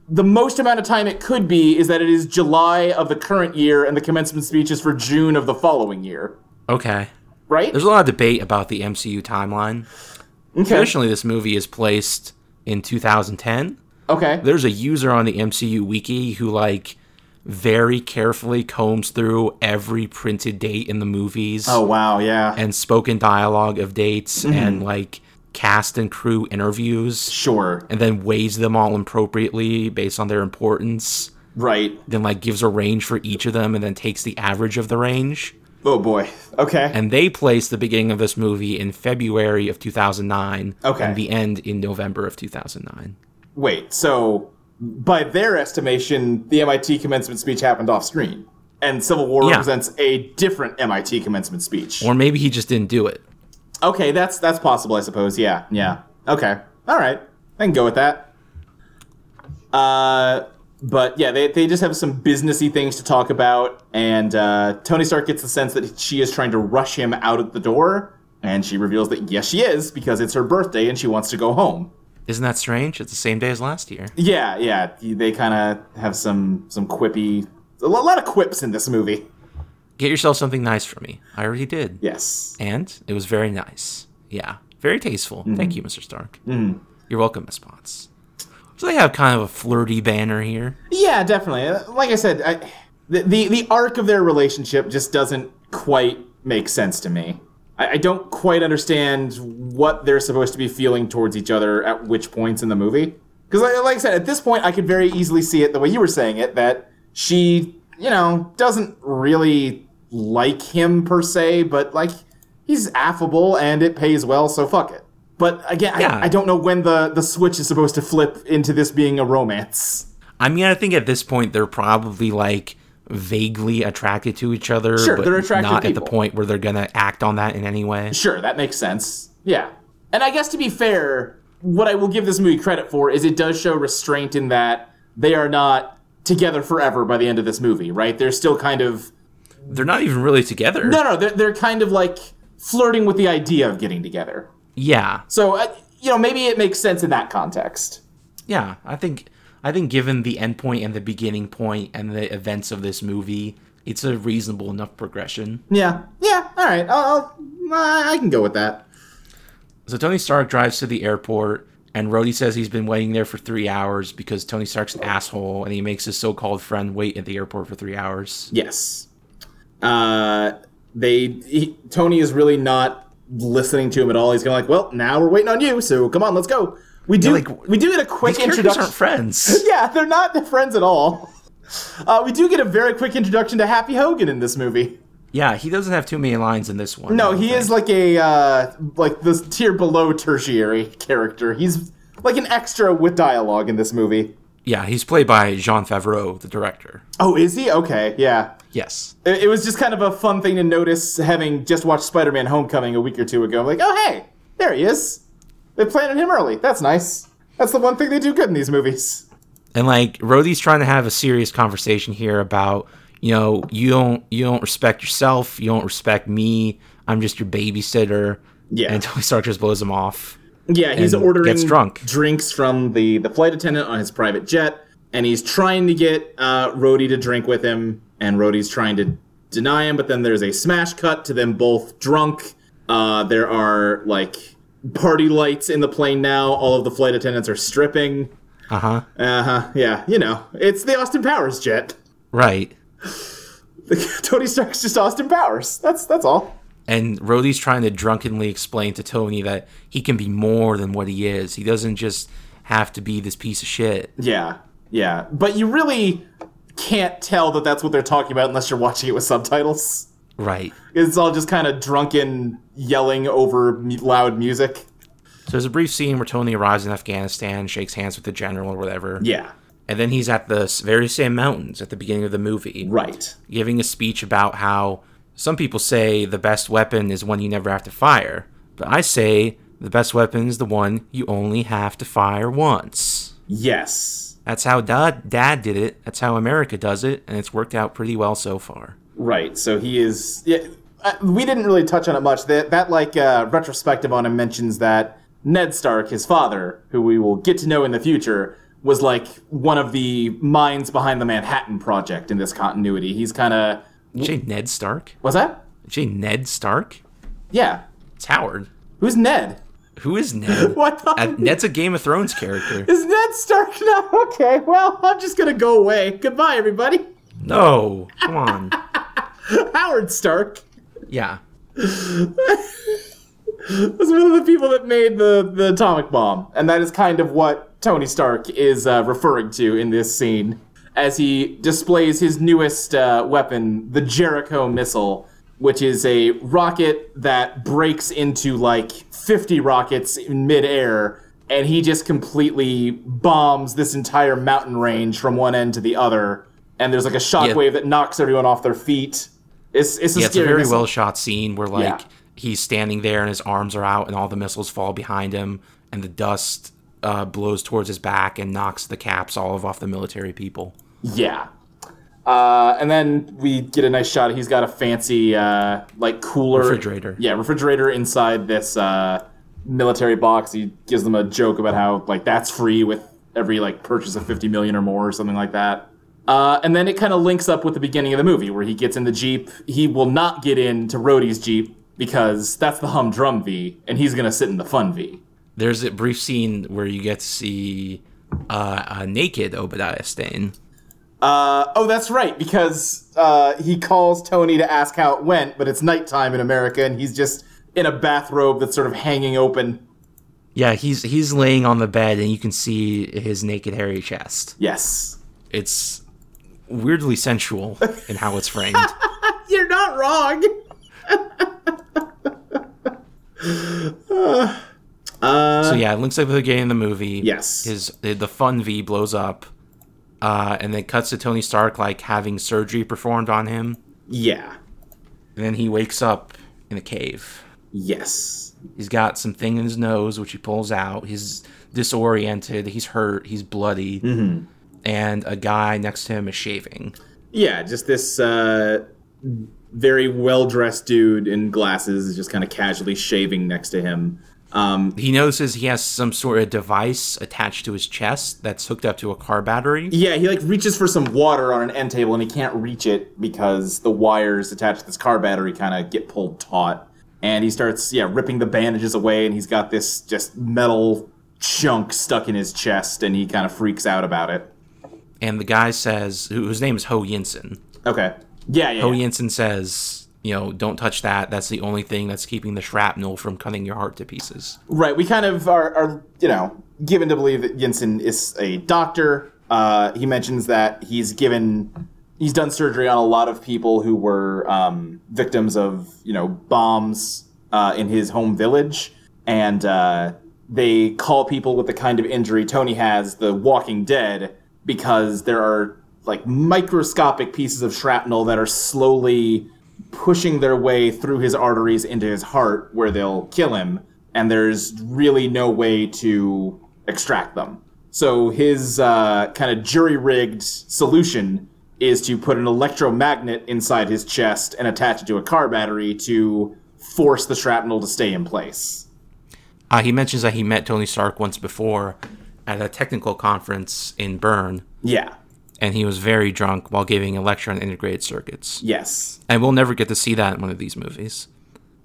Speaker 2: the most amount of time it could be is that it is July of the current year and the commencement speech is for June of the following year,
Speaker 1: Okay.
Speaker 2: right?
Speaker 1: There's a lot of debate about the MCU timeline.
Speaker 2: Okay.
Speaker 1: Traditionally, this movie is placed in 2010.
Speaker 2: Okay.
Speaker 1: There's a user on the MCU wiki who, like, very carefully combs through every printed date in the movies
Speaker 2: Oh wow, yeah.
Speaker 1: and spoken dialogue of dates and, like, cast and crew interviews
Speaker 2: sure.
Speaker 1: and then weighs them all appropriately based on their importance.
Speaker 2: Right.
Speaker 1: Then, like, gives a range for each of them and then takes the average of the range.
Speaker 2: Oh boy. Okay.
Speaker 1: and they placed the beginning of this movie in February of 2009
Speaker 2: Okay.
Speaker 1: and the end in November of 2009.
Speaker 2: Wait, so by their estimation, the MIT commencement speech happened off screen. And Civil War
Speaker 1: Yeah.
Speaker 2: represents a different MIT commencement speech.
Speaker 1: Or maybe he just didn't do it.
Speaker 2: Okay, that's that's possible, I suppose. Yeah, yeah. Okay. All right. I can go with that. Uh, but yeah, they, they just have some businessy things to talk about, and uh, Tony Stark gets the sense that she is trying to rush him out at the door, and she reveals that yes, she is because it's her birthday and she wants to go home.
Speaker 1: Isn't that strange? It's the same day as last year.
Speaker 2: Yeah, yeah, they kind of have some some quippy, a lo- lot of quips in this movie.
Speaker 1: Get yourself something nice for me. I already did.
Speaker 2: Yes,
Speaker 1: And it was very nice. Yeah. Very tasteful.
Speaker 2: Mm-hmm.
Speaker 1: Thank you, Mr. Stark. You're welcome, Miss Potts. So they have kind of a flirty banner here.
Speaker 2: yeah, definitely. Uh, Like I said, I, the, the the arc of their relationship just doesn't quite make sense to me. I, I don't quite understand what they're supposed to be feeling towards each other at which points in the movie. Because, like, like I said, at this point, I could very easily see it the way you were saying it that she, you know, doesn't really like him per se, but like he's affable and it pays well, so fuck it. But again,
Speaker 1: Yeah.
Speaker 2: I, I don't know when the, the switch is supposed to flip into this being a romance.
Speaker 1: I mean, I think at this point they're probably like vaguely attracted to each other,
Speaker 2: Sure,
Speaker 1: but
Speaker 2: they're attractive
Speaker 1: not at
Speaker 2: people.
Speaker 1: the point where they're gonna act on that in any way.
Speaker 2: Sure, that makes sense. Yeah. And I guess to be fair, what I will give this movie credit for is it does show restraint in that they are not together forever by the end of this movie, right? They're still kind of.
Speaker 1: They're not even really together.
Speaker 2: No, no, they're, they're kind of like flirting with the idea of getting together.
Speaker 1: Yeah,
Speaker 2: So, uh, you know, maybe it makes sense in that context.
Speaker 1: yeah. I think I think given the end point and the beginning point and the events of this movie, it's a reasonable enough progression.
Speaker 2: Yeah. Yeah. All right. I'll, I'll, I I can go with that.
Speaker 1: So Tony Stark drives to the airport, and Rhodey says he's been waiting there for three hours because Tony Stark's an asshole, and he makes his so-called friend wait at the airport for three hours.
Speaker 2: Yes. Uh, they he, Tony is really not listening to him at all. He's kind of like, well, now we're waiting on you, so come on, let's go. We do
Speaker 1: like,
Speaker 2: we do get a quick
Speaker 1: These characters
Speaker 2: introduction.
Speaker 1: aren't friends.
Speaker 2: yeah, they're not friends at all. Uh, we do get a very quick introduction to Happy Hogan in this movie.
Speaker 1: Yeah, he doesn't have too many lines in this one. I
Speaker 2: No,
Speaker 1: don't
Speaker 2: he
Speaker 1: think.
Speaker 2: is like a uh, like this tier below tertiary character. He's like an extra with dialogue in this movie.
Speaker 1: Yeah, he's played by Jean Favreau, the director.
Speaker 2: Oh, is he? Okay, yeah.
Speaker 1: Yes.
Speaker 2: It, it was just kind of a fun thing to notice, having just watched Spider-Man: Homecoming a week or two ago. I'm like, oh hey, there he is. They planted him early. That's nice. That's the one thing they do good in these movies.
Speaker 1: And like Rhodey's trying to have a serious conversation here about, you know, you don't you don't respect yourself, you don't respect me, I'm just your babysitter.
Speaker 2: Yeah.
Speaker 1: And Tony Stark just blows him off.
Speaker 2: Yeah, he's
Speaker 1: And
Speaker 2: ordering
Speaker 1: gets drunk.
Speaker 2: drinks from the the flight attendant on his private jet, and he's trying to get uh, Rhodey to drink with him, and Rhodey's trying to deny him. But then there's a smash cut to them both drunk. Uh, there are like party lights in the plane now. All of the flight attendants are stripping.
Speaker 1: Uh-huh.
Speaker 2: Uh huh. Yeah, you know, it's the Austin Powers jet.
Speaker 1: Right.
Speaker 2: Tony Stark's just Austin Powers. That's that's all.
Speaker 1: And Rhodey's trying to drunkenly explain to Tony that he can be more than what he is. He doesn't just have to be this piece of shit.
Speaker 2: Yeah, yeah. But you really can't tell that that's what they're talking about unless you're watching it with subtitles.
Speaker 1: Right.
Speaker 2: It's all just kind of drunken yelling over m- loud music.
Speaker 1: So there's a brief scene where Tony arrives in Afghanistan, shakes hands with the general or whatever.
Speaker 2: Yeah,
Speaker 1: And then he's at the s- very same mountains at the beginning of the movie,
Speaker 2: right.
Speaker 1: giving a speech about how some people say the best weapon is one you never have to fire. But I say the best weapon is the one you only have to fire once.
Speaker 2: Yes,
Speaker 1: That's how dad, dad did it. That's how America does it. And it's worked out pretty well so far.
Speaker 2: right. So he is. Yeah, uh, we didn't really touch on it much. That that like uh, retrospective on him mentions that Ned Stark, his father, who we will get to know in the future, was like one of the minds behind the Manhattan Project in this continuity. He's kind of
Speaker 1: Did you say Ned Stark?
Speaker 2: what's that?
Speaker 1: Did you say Ned Stark?
Speaker 2: Yeah,
Speaker 1: It's Howard.
Speaker 2: who's Ned?
Speaker 1: Who is Ned?
Speaker 2: What the?
Speaker 1: Uh, Ned's a Game of Thrones character.
Speaker 2: Is Ned Stark not okay? Well, I'm just gonna go away. Goodbye, everybody.
Speaker 1: No, come on.
Speaker 2: Howard Stark
Speaker 1: Yeah.
Speaker 2: was one of the people that made the, the atomic bomb, and that is kind of what Tony Stark is uh, referring to in this scene as he displays his newest uh, weapon, the Jericho missile, which is a rocket that breaks into like 50 rockets in midair. And he just completely bombs this entire mountain range from one end to the other. And there's like a shockwave that knocks everyone off their feet. It's, it's a
Speaker 1: Yeah, it's a
Speaker 2: scary
Speaker 1: very
Speaker 2: missile.
Speaker 1: well shot scene where like
Speaker 2: Yeah.
Speaker 1: he's standing there and his arms are out and all the missiles fall behind him and the dust uh, blows towards his back and knocks the caps all of off the military people.
Speaker 2: Yeah. Uh, and then we get a nice shot. He's got a fancy, uh, like, cooler.
Speaker 1: Refrigerator.
Speaker 2: Yeah, refrigerator inside this uh, military box. He gives them a joke about how, like, that's free with every, like, purchase of 50 million or more or something like that. Uh, and then it kind of links up with the beginning of the movie where he gets in the Jeep. He will not get into Rhodey's Jeep because that's the humdrum V, and he's going to sit in the fun V.
Speaker 1: There's a brief scene where you get to see uh, a naked Obadiah Stane.
Speaker 2: Uh, oh, that's right, because uh, he calls Tony to ask how it went, but it's nighttime in America, and he's just in a bathrobe that's sort of hanging open.
Speaker 1: Yeah, he's he's laying on the bed and you can see his naked hairy chest.
Speaker 2: Yes.
Speaker 1: It's weirdly sensual in how it's framed.
Speaker 2: You're not wrong.
Speaker 1: so yeah, it links up with the game in the movie.
Speaker 2: Yes.
Speaker 1: His the fun V blows up. Uh, and then cuts to Tony Stark like having surgery performed on him.
Speaker 2: yeah.
Speaker 1: And then he wakes up in a cave.
Speaker 2: Yes.
Speaker 1: He's got some thing in his nose, which he pulls out. He's disoriented. He's hurt. He's bloody. And a guy next to him is shaving.
Speaker 2: Yeah, just this uh, very well dressed dude in glasses is just kind of casually shaving next to him. Um,
Speaker 1: He notices he has some sort of device attached to his chest that's hooked up to a car battery.
Speaker 2: yeah, he like reaches for some water on an end table and he can't reach it because the wires attached to this car battery kind of get pulled taut. And he starts, yeah, ripping the bandages away and he's got this just metal chunk stuck in his chest and he kind of freaks out about it.
Speaker 1: And the guy says, who- whose name is Ho Yinsen.
Speaker 2: Okay. Yeah, yeah.
Speaker 1: Ho
Speaker 2: yeah.
Speaker 1: Yinsen says, you know, don't touch that. That's the only thing that's keeping the shrapnel from cutting your heart to pieces.
Speaker 2: Right. We kind of are, are you know, given to believe that Jensen is a doctor. Uh, he mentions that he's given, he's done surgery on a lot of people who were um, victims of, you know, bombs uh, in his home village. And uh, they call people with the kind of injury Tony has the walking dead because there are like microscopic pieces of shrapnel that are slowly pushing their way through his arteries into his heart where they'll kill him and there's really no way to extract them so his uh, kind of jury-rigged solution is to put an electromagnet inside his chest and attach it to a car battery to force the shrapnel to stay in place
Speaker 1: Uh, he mentions that he met Tony Stark once before at a technical conference in Bern,
Speaker 2: yeah
Speaker 1: and he was very drunk while giving a lecture on integrated circuits.
Speaker 2: yes
Speaker 1: And we'll never get to see that in one of these movies.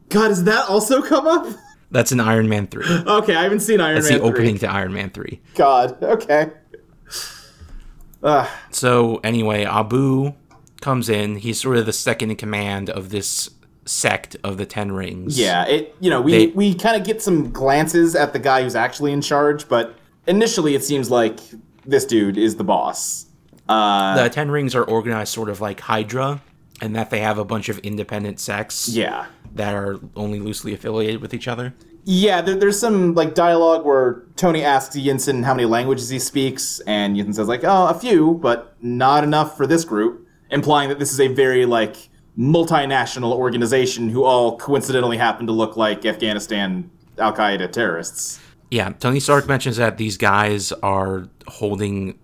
Speaker 2: god does that also come up
Speaker 1: That's in Iron Man 3. That's
Speaker 2: okay i haven't seen iron man
Speaker 1: the
Speaker 2: 3.
Speaker 1: opening to Iron Man 3.
Speaker 2: god okay Ugh.
Speaker 1: So, anyway, Abu comes in. He's sort of the second in command of this sect of the Ten Rings.
Speaker 2: Yeah, it you know, we
Speaker 1: They-
Speaker 2: we kind of get some glances at the guy who's actually in charge, but initially it seems like this dude is the boss. Uh
Speaker 1: The Ten Rings are organized sort of like Hydra, and that they have a bunch of independent sects
Speaker 2: yeah.
Speaker 1: that are only loosely affiliated with each other.
Speaker 2: Yeah, there, there's some like dialogue where Tony asks Yinsen how many languages he speaks, and Yinsen says like, "Oh, a few, but not enough for this group," implying that this is a very like multinational organization who all coincidentally happen to look like Afghanistan Al Qaeda terrorists.
Speaker 1: Yeah, Tony Stark mentions that these guys are holding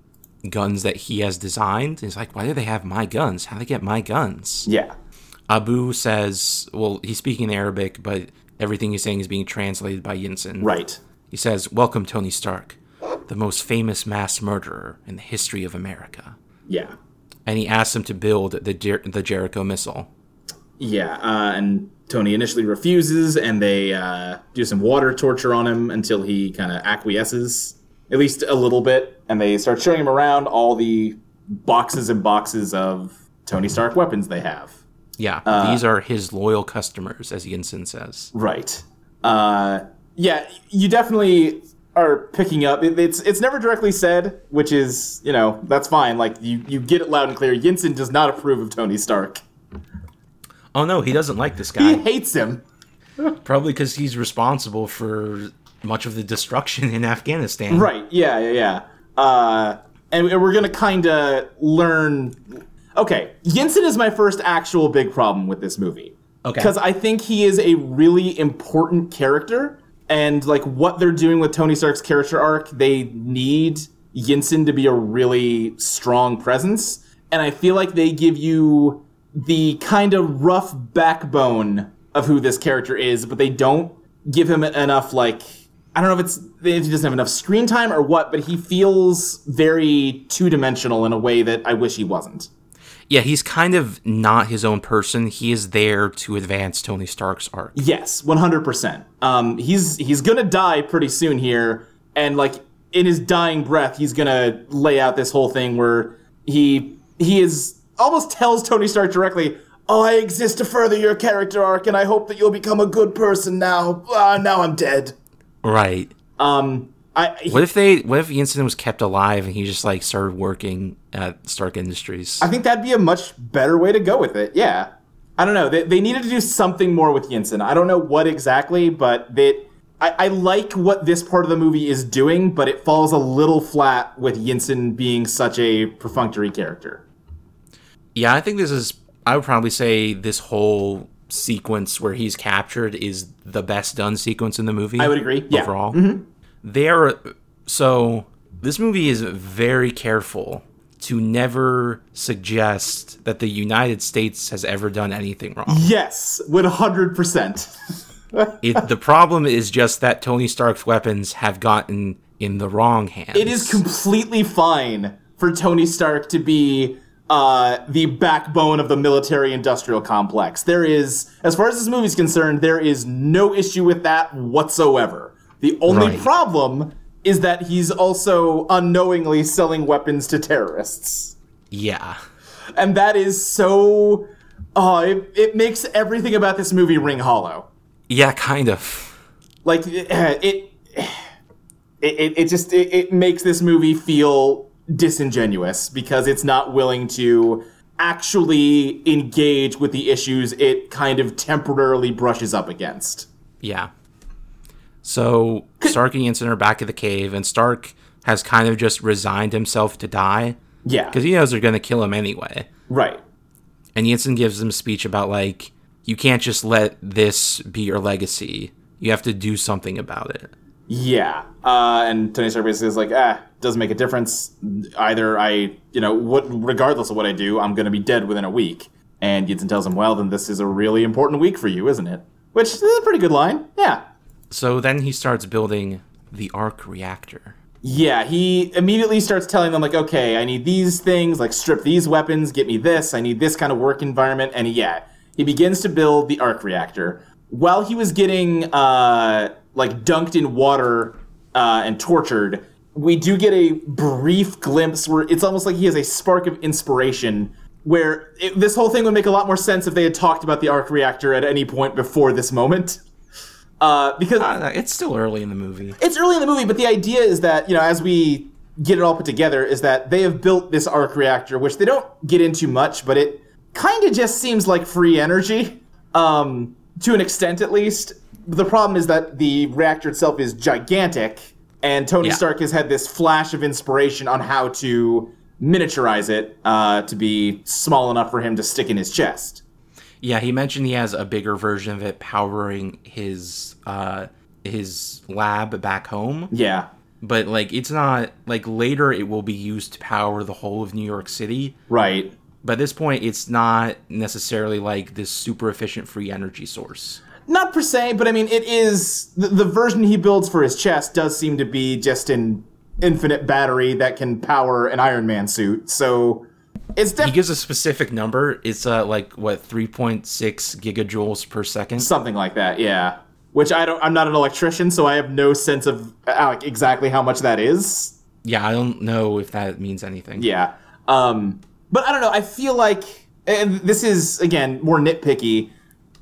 Speaker 1: guns that he has designed. He's like, why do they have my guns? How do they get my guns?
Speaker 2: Yeah.
Speaker 1: Abu says, well, he's speaking in Arabic, but everything he's saying is being translated by Yinsen.
Speaker 2: Right.
Speaker 1: He says, Welcome, Tony Stark, the most famous mass murderer in the history of America.
Speaker 2: Yeah.
Speaker 1: And he asks him to build the, Jer- the Jericho missile.
Speaker 2: Yeah, uh, and Tony initially refuses, and they uh, do some water torture on him until he kind of acquiesces, at least a little bit. And they start showing him around all the boxes and boxes of Tony Stark weapons they have.
Speaker 1: Yeah,
Speaker 2: Uh,
Speaker 1: these are his loyal customers, as Yinsen says.
Speaker 2: Right. Uh, yeah, you definitely are picking up. It, it's it's never directly said, which is you know that's fine. Like you you get it loud and clear. Yinsen does not approve of Tony Stark.
Speaker 1: Oh no, he doesn't like this
Speaker 2: He
Speaker 1: guy.
Speaker 2: hates him.
Speaker 1: Probably because he's responsible for much of the destruction in Afghanistan.
Speaker 2: Right. Yeah. Yeah. Yeah. Uh, and and we're gonna kind of learn. Okay, Yinsen is my first actual big problem with this movie
Speaker 1: Okay.
Speaker 2: because I think he is a really important character, and like what they're doing with Tony Stark's character arc, they need Yinsen to be a really strong presence. And I feel like they give you the kind of rough backbone of who this character is, but they don't give him enough like I don't know if it's if he doesn't have enough screen time or what, but he feels very two dimensional in a way that I wish he wasn't.
Speaker 1: Yeah, he's kind of not his own person. He is there to advance Tony Stark's arc.
Speaker 2: Yes, one hundred percent. Um, he's he's gonna die pretty soon here, and like in his dying breath, he's gonna lay out this whole thing where he he is almost tells Tony Stark directly, "Oh, I exist to further your character arc, and I hope that you'll become a good person now. Ah, now I'm dead."
Speaker 1: Right.
Speaker 2: Um, I he-
Speaker 1: What if they? What if Jensen was kept alive and he just like started working at Stark Industries?
Speaker 2: I think that'd be a much better way to go with it. Yeah. I don't know. They, they needed to do something more with Yinsen. I don't know what exactly, but that I, I like what this part of the movie is doing, but it falls a little flat with Yinsen being such a perfunctory character.
Speaker 1: Yeah, I think this is. I would probably say this whole sequence where he's captured is the best done sequence in the movie.
Speaker 2: I would agree, yeah. Mm-hmm.
Speaker 1: Overall, they are so. This movie is very careful to never suggest that the United States has ever done anything wrong.
Speaker 2: Yes, 100%.
Speaker 1: It, the problem is just that Tony Stark's weapons have gotten in the wrong hands.
Speaker 2: it is completely fine for Tony Stark to be uh, the backbone of the military industrial complex. There is, as far as this movie's concerned, there is no issue with that whatsoever. The only
Speaker 1: Right.
Speaker 2: problem is that he's also unknowingly selling weapons to terrorists.
Speaker 1: yeah.
Speaker 2: And that is so. Oh, it, it makes everything about this movie ring hollow.
Speaker 1: Yeah, kind of.
Speaker 2: like it it it, it just it, it makes this movie feel disingenuous because it's not willing to actually engage with the issues it kind of temporarily brushes up against
Speaker 1: Yeah. So Stark and Jensen are back at the cave, and Stark has kind of just resigned himself to die
Speaker 2: yeah
Speaker 1: because he knows they're going to kill him anyway.
Speaker 2: right
Speaker 1: And Jensen gives them a speech about, like, you can't just let this be your legacy. You have to do something about it.
Speaker 2: yeah uh, and tony stark basically is like ah doesn't make a difference either i you know what regardless of what i do i'm going to be dead within a week and Yinsen tells him well then this is a really important week for you isn't it which is a pretty good line yeah
Speaker 1: So then he starts building the arc reactor.
Speaker 2: Yeah, he immediately starts telling them, like, okay, I need these things, like, strip these weapons, get me this, I need this kind of work environment, and yeah, he begins to build the arc reactor. While he was getting, uh, like, dunked in water uh, and tortured, we do get a brief glimpse where it's almost like he has a spark of inspiration. Where it, this whole thing would make a lot more sense if they had talked about the arc reactor at any point before this moment. Uh, because
Speaker 1: Uh, It's still early in the movie.
Speaker 2: it's early in the movie, but the idea is that you know, as we get it all put together, is that they have built this arc reactor, which they don't get into much, but it kind of just seems like free energy, um, to an extent at least. The problem is that the reactor itself is gigantic, and Tony
Speaker 1: Yeah.
Speaker 2: Stark has had this flash of inspiration on how to miniaturize it uh, to be small enough for him to stick in his chest.
Speaker 1: Yeah, he mentioned he has a bigger version of it powering his uh, his lab back home.
Speaker 2: Yeah,
Speaker 1: but like it's not like later it will be used to power the whole of New York City.
Speaker 2: right.
Speaker 1: But at this point, it's not necessarily like this super efficient free energy source.
Speaker 2: not per se, but I mean, it is the, the version he builds for his chest does seem to be just an infinite battery that can power an Iron Man suit. So it's
Speaker 1: He
Speaker 2: definitely
Speaker 1: gives a specific number. It's uh, like what three point six gigajoules per second.
Speaker 2: something like that. Yeah, which I don't. I'm not an electrician, so I have no sense of uh, like, exactly how much that is.
Speaker 1: Yeah, I don't know if that means anything.
Speaker 2: Yeah. Um, but I don't know. I feel like, and this is again more nitpicky.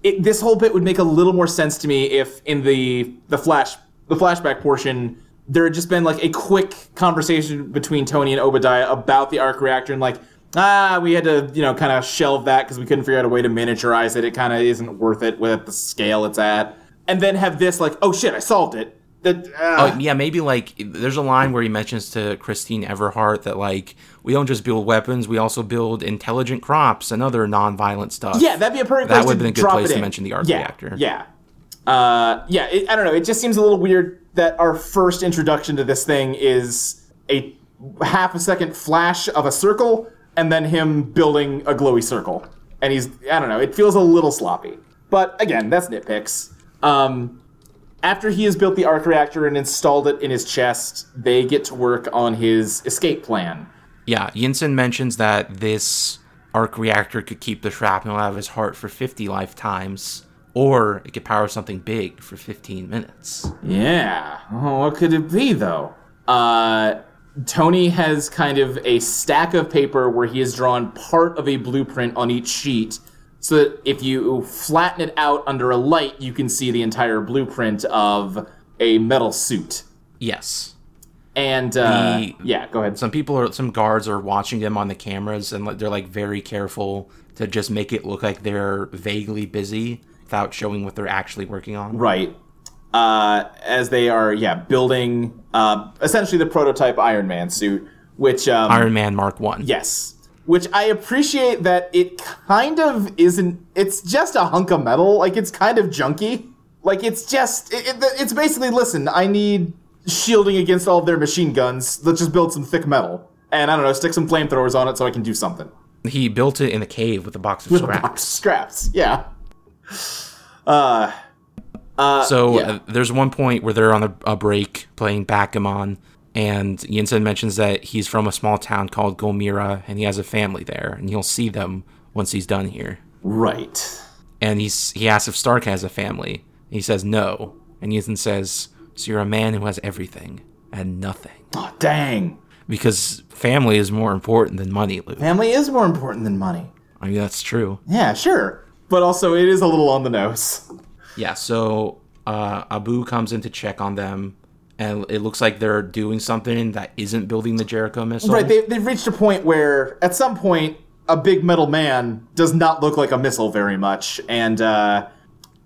Speaker 2: It, this whole bit would make a little more sense to me if in the the flash the flashback portion there had just been like a quick conversation between Tony and Obadiah about the arc reactor and like ah we had to you know kind of shelve that because we couldn't figure out a way to miniaturize it. It kind of isn't worth it with the scale it's at. And then have this like oh shit I solved it. That
Speaker 1: Oh,
Speaker 2: uh,
Speaker 1: yeah, maybe like there's a line where he mentions to Christine Everhart that like we don't just build weapons, we also build intelligent crops and other non-violent stuff.
Speaker 2: Yeah, that'd be a perfect
Speaker 1: That
Speaker 2: place
Speaker 1: would've
Speaker 2: to
Speaker 1: been a good
Speaker 2: drop
Speaker 1: place
Speaker 2: it
Speaker 1: to
Speaker 2: in.
Speaker 1: mention the arc
Speaker 2: yeah,
Speaker 1: reactor.
Speaker 2: Yeah. uh, yeah, it, I don't know. It just seems a little weird that our first introduction to this thing is a half a second flash of a circle and then him building a glowy circle. And he's, I don't know, it feels a little sloppy. But again, that's nitpicks. Um, after he has built the arc reactor and installed it in his chest, they get to work on his escape plan.
Speaker 1: Yeah, Yinsen mentions that this arc reactor could keep the shrapnel out of his heart for 50 lifetimes, or it could power something big for 15 minutes.
Speaker 2: Yeah. Oh, what could it be, though? Uh, Tony has kind of a stack of paper where he has drawn part of a blueprint on each sheet so that if you flatten it out under a light, you can see the entire blueprint of a metal suit.
Speaker 1: Yes.
Speaker 2: And uh,
Speaker 1: The-
Speaker 2: yeah, go ahead.
Speaker 1: Some people are, some guards are watching them on the cameras, and like, they're like very careful to just make it look like they're vaguely busy without showing what they're actually working on.
Speaker 2: Right. Uh, as they are, yeah, building uh, essentially the prototype Iron Man suit, which um,
Speaker 1: Iron Man Mark 1.
Speaker 2: Yes. Which I appreciate that it kind of isn't. It's just a hunk of metal. Like, it's kind of junky. Like, it's just. It, it, it's basically listen, I need shielding against all of their machine guns. Let's just build some thick metal. And I don't know, stick some flamethrowers on it so I can do something.
Speaker 1: He built it in a cave with a box of scraps.
Speaker 2: Scraps, yeah.
Speaker 1: So
Speaker 2: yeah.
Speaker 1: uh, there's one point where they're on a, a break playing Backgammon, and Yinsen mentions that he's from a small town called Golmira, and he has a family there, and he'll see them once he's done here.
Speaker 2: Right.
Speaker 1: And he's he asks if Stark has a family. and He says no, and Yinsen says, "So you're a man who has everything and nothing,
Speaker 2: Oh, dang.
Speaker 1: because family is more important than money, Luke.
Speaker 2: Family is more important than money.
Speaker 1: I mean that's true."
Speaker 2: Yeah, sure. But also, it is a little on the nose.
Speaker 1: Yeah, so uh, Abu comes in to check on them, and it looks like they're doing something that isn't building the Jericho missile.
Speaker 2: Right, they, they've reached a point where, at some point, a big metal man does not look like a missile very much. And uh,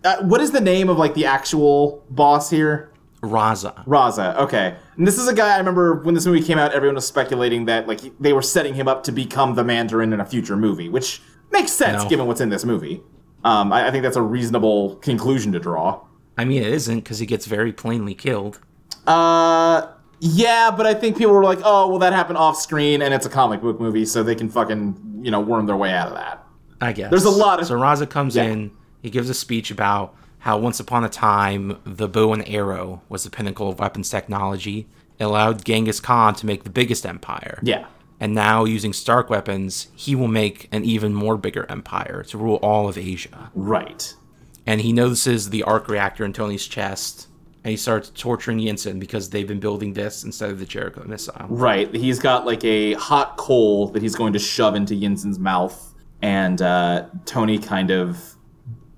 Speaker 2: uh, what is the name of like the actual boss here?
Speaker 1: Raza.
Speaker 2: Raza. Okay, and this is a guy I remember when this movie came out. Everyone was speculating that like he- they were setting him up to become the Mandarin in a future movie, which makes sense
Speaker 1: No.
Speaker 2: given what's in this movie. Um, I, I think that's a reasonable conclusion to draw.
Speaker 1: I mean, it isn't because he gets very plainly killed.
Speaker 2: Uh, yeah, but I think people were like, "Oh, well, that happened off screen, and it's a comic book movie, so they can fucking you know worm their way out of that."
Speaker 1: I guess
Speaker 2: There's a lot of-
Speaker 1: So Raza comes in. He gives a speech about how once upon a time the bow and arrow was the pinnacle of weapons technology. It allowed Genghis Khan to make the biggest empire.
Speaker 2: Yeah.
Speaker 1: And now, using Stark weapons, he will make an even more bigger empire to rule all of Asia.
Speaker 2: Right.
Speaker 1: and he notices the arc reactor in Tony's chest, and he starts torturing Yinsen because they've been building this instead of the Jericho missile.
Speaker 2: Right. He's got like a hot coal that he's going to shove into Yinsen's mouth, and uh, Tony kind of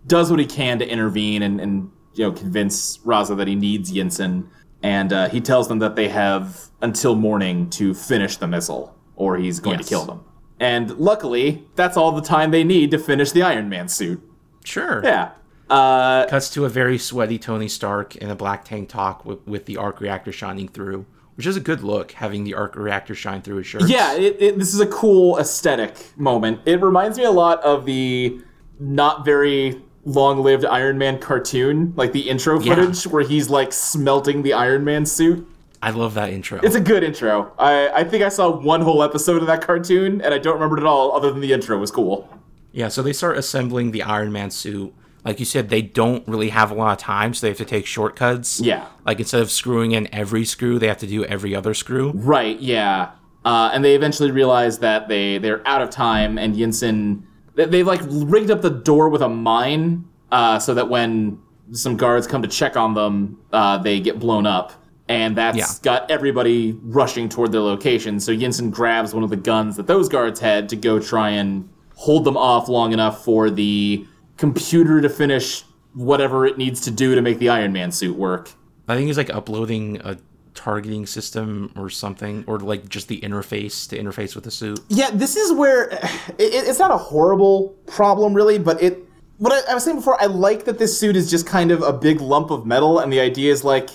Speaker 2: does what he can to intervene and, and you know convince Raza that he needs Yinsen, and uh, he tells them that they have until morning to finish the missile, or he's going
Speaker 1: Yes.
Speaker 2: to kill them. And luckily, that's all the time they need to finish the Iron Man suit.
Speaker 1: Sure.
Speaker 2: Yeah. Uh,
Speaker 1: Cuts to a very sweaty Tony Stark in a black tank top with, with the arc reactor shining through, which is a good look, having the arc reactor shine through his shirt.
Speaker 2: yeah, it, it, this is a cool aesthetic moment. It reminds me a lot of the not very long lived Iron Man cartoon, like the intro
Speaker 1: Yeah.
Speaker 2: footage where he's like smelting the Iron Man suit.
Speaker 1: I love that intro.
Speaker 2: It's a good intro. I, I think I saw one whole episode of that cartoon and I don't remember it at all, other than the intro was cool.
Speaker 1: yeah, so they start assembling the Iron Man suit. Like you said, they don't really have a lot of time, so they have to take shortcuts.
Speaker 2: Yeah.
Speaker 1: Like instead of screwing in every screw, they have to do every other screw.
Speaker 2: Right, yeah. Uh, and they eventually realize that they, they're out of time, and Yinsen. They, they've like rigged up the door with a mine uh, so that when some guards come to check on them, uh, they get blown up. And that's
Speaker 1: Yeah.
Speaker 2: got everybody rushing toward their location. So Yinsen grabs one of the guns that those guards had to go try and hold them off long enough for the computer to finish whatever it needs to do to make the Iron Man suit work.
Speaker 1: I think it's like uploading a targeting system or something, or like just the interface to interface with the suit.
Speaker 2: Yeah, this is where it, it- it's not a horrible problem, really, but it. What I, I was saying before, I like that this suit is just kind of a big lump of metal, and the idea is like,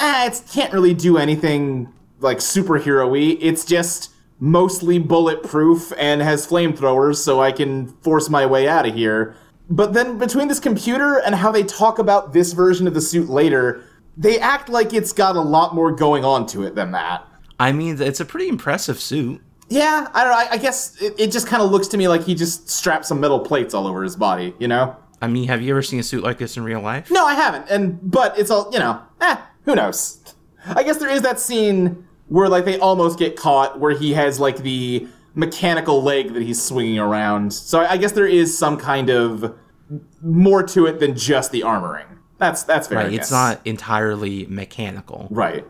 Speaker 2: ah, it can't really do anything like superhero y. It's just mostly bulletproof and has flamethrowers, so I can force my way out of here. But then between this computer and how they talk about this version of the suit later, they act like it's got a lot more going on to it than that.
Speaker 1: I mean, it's a pretty impressive suit.
Speaker 2: Yeah, I don't know. I, I guess it, it just kind of looks to me like he just strapped some metal plates all over his body, you know?
Speaker 1: I mean, have you ever seen a suit like this in real life?
Speaker 2: No, I haven't. And but it's all you know. Eh, who knows? I guess there is that scene where like they almost get caught, where he has like the mechanical leg that he's swinging around. So I I guess there is some kind of more to it than just the armoring. That's that's fair. I
Speaker 1: Right, it's
Speaker 2: guess.
Speaker 1: not entirely mechanical.
Speaker 2: right.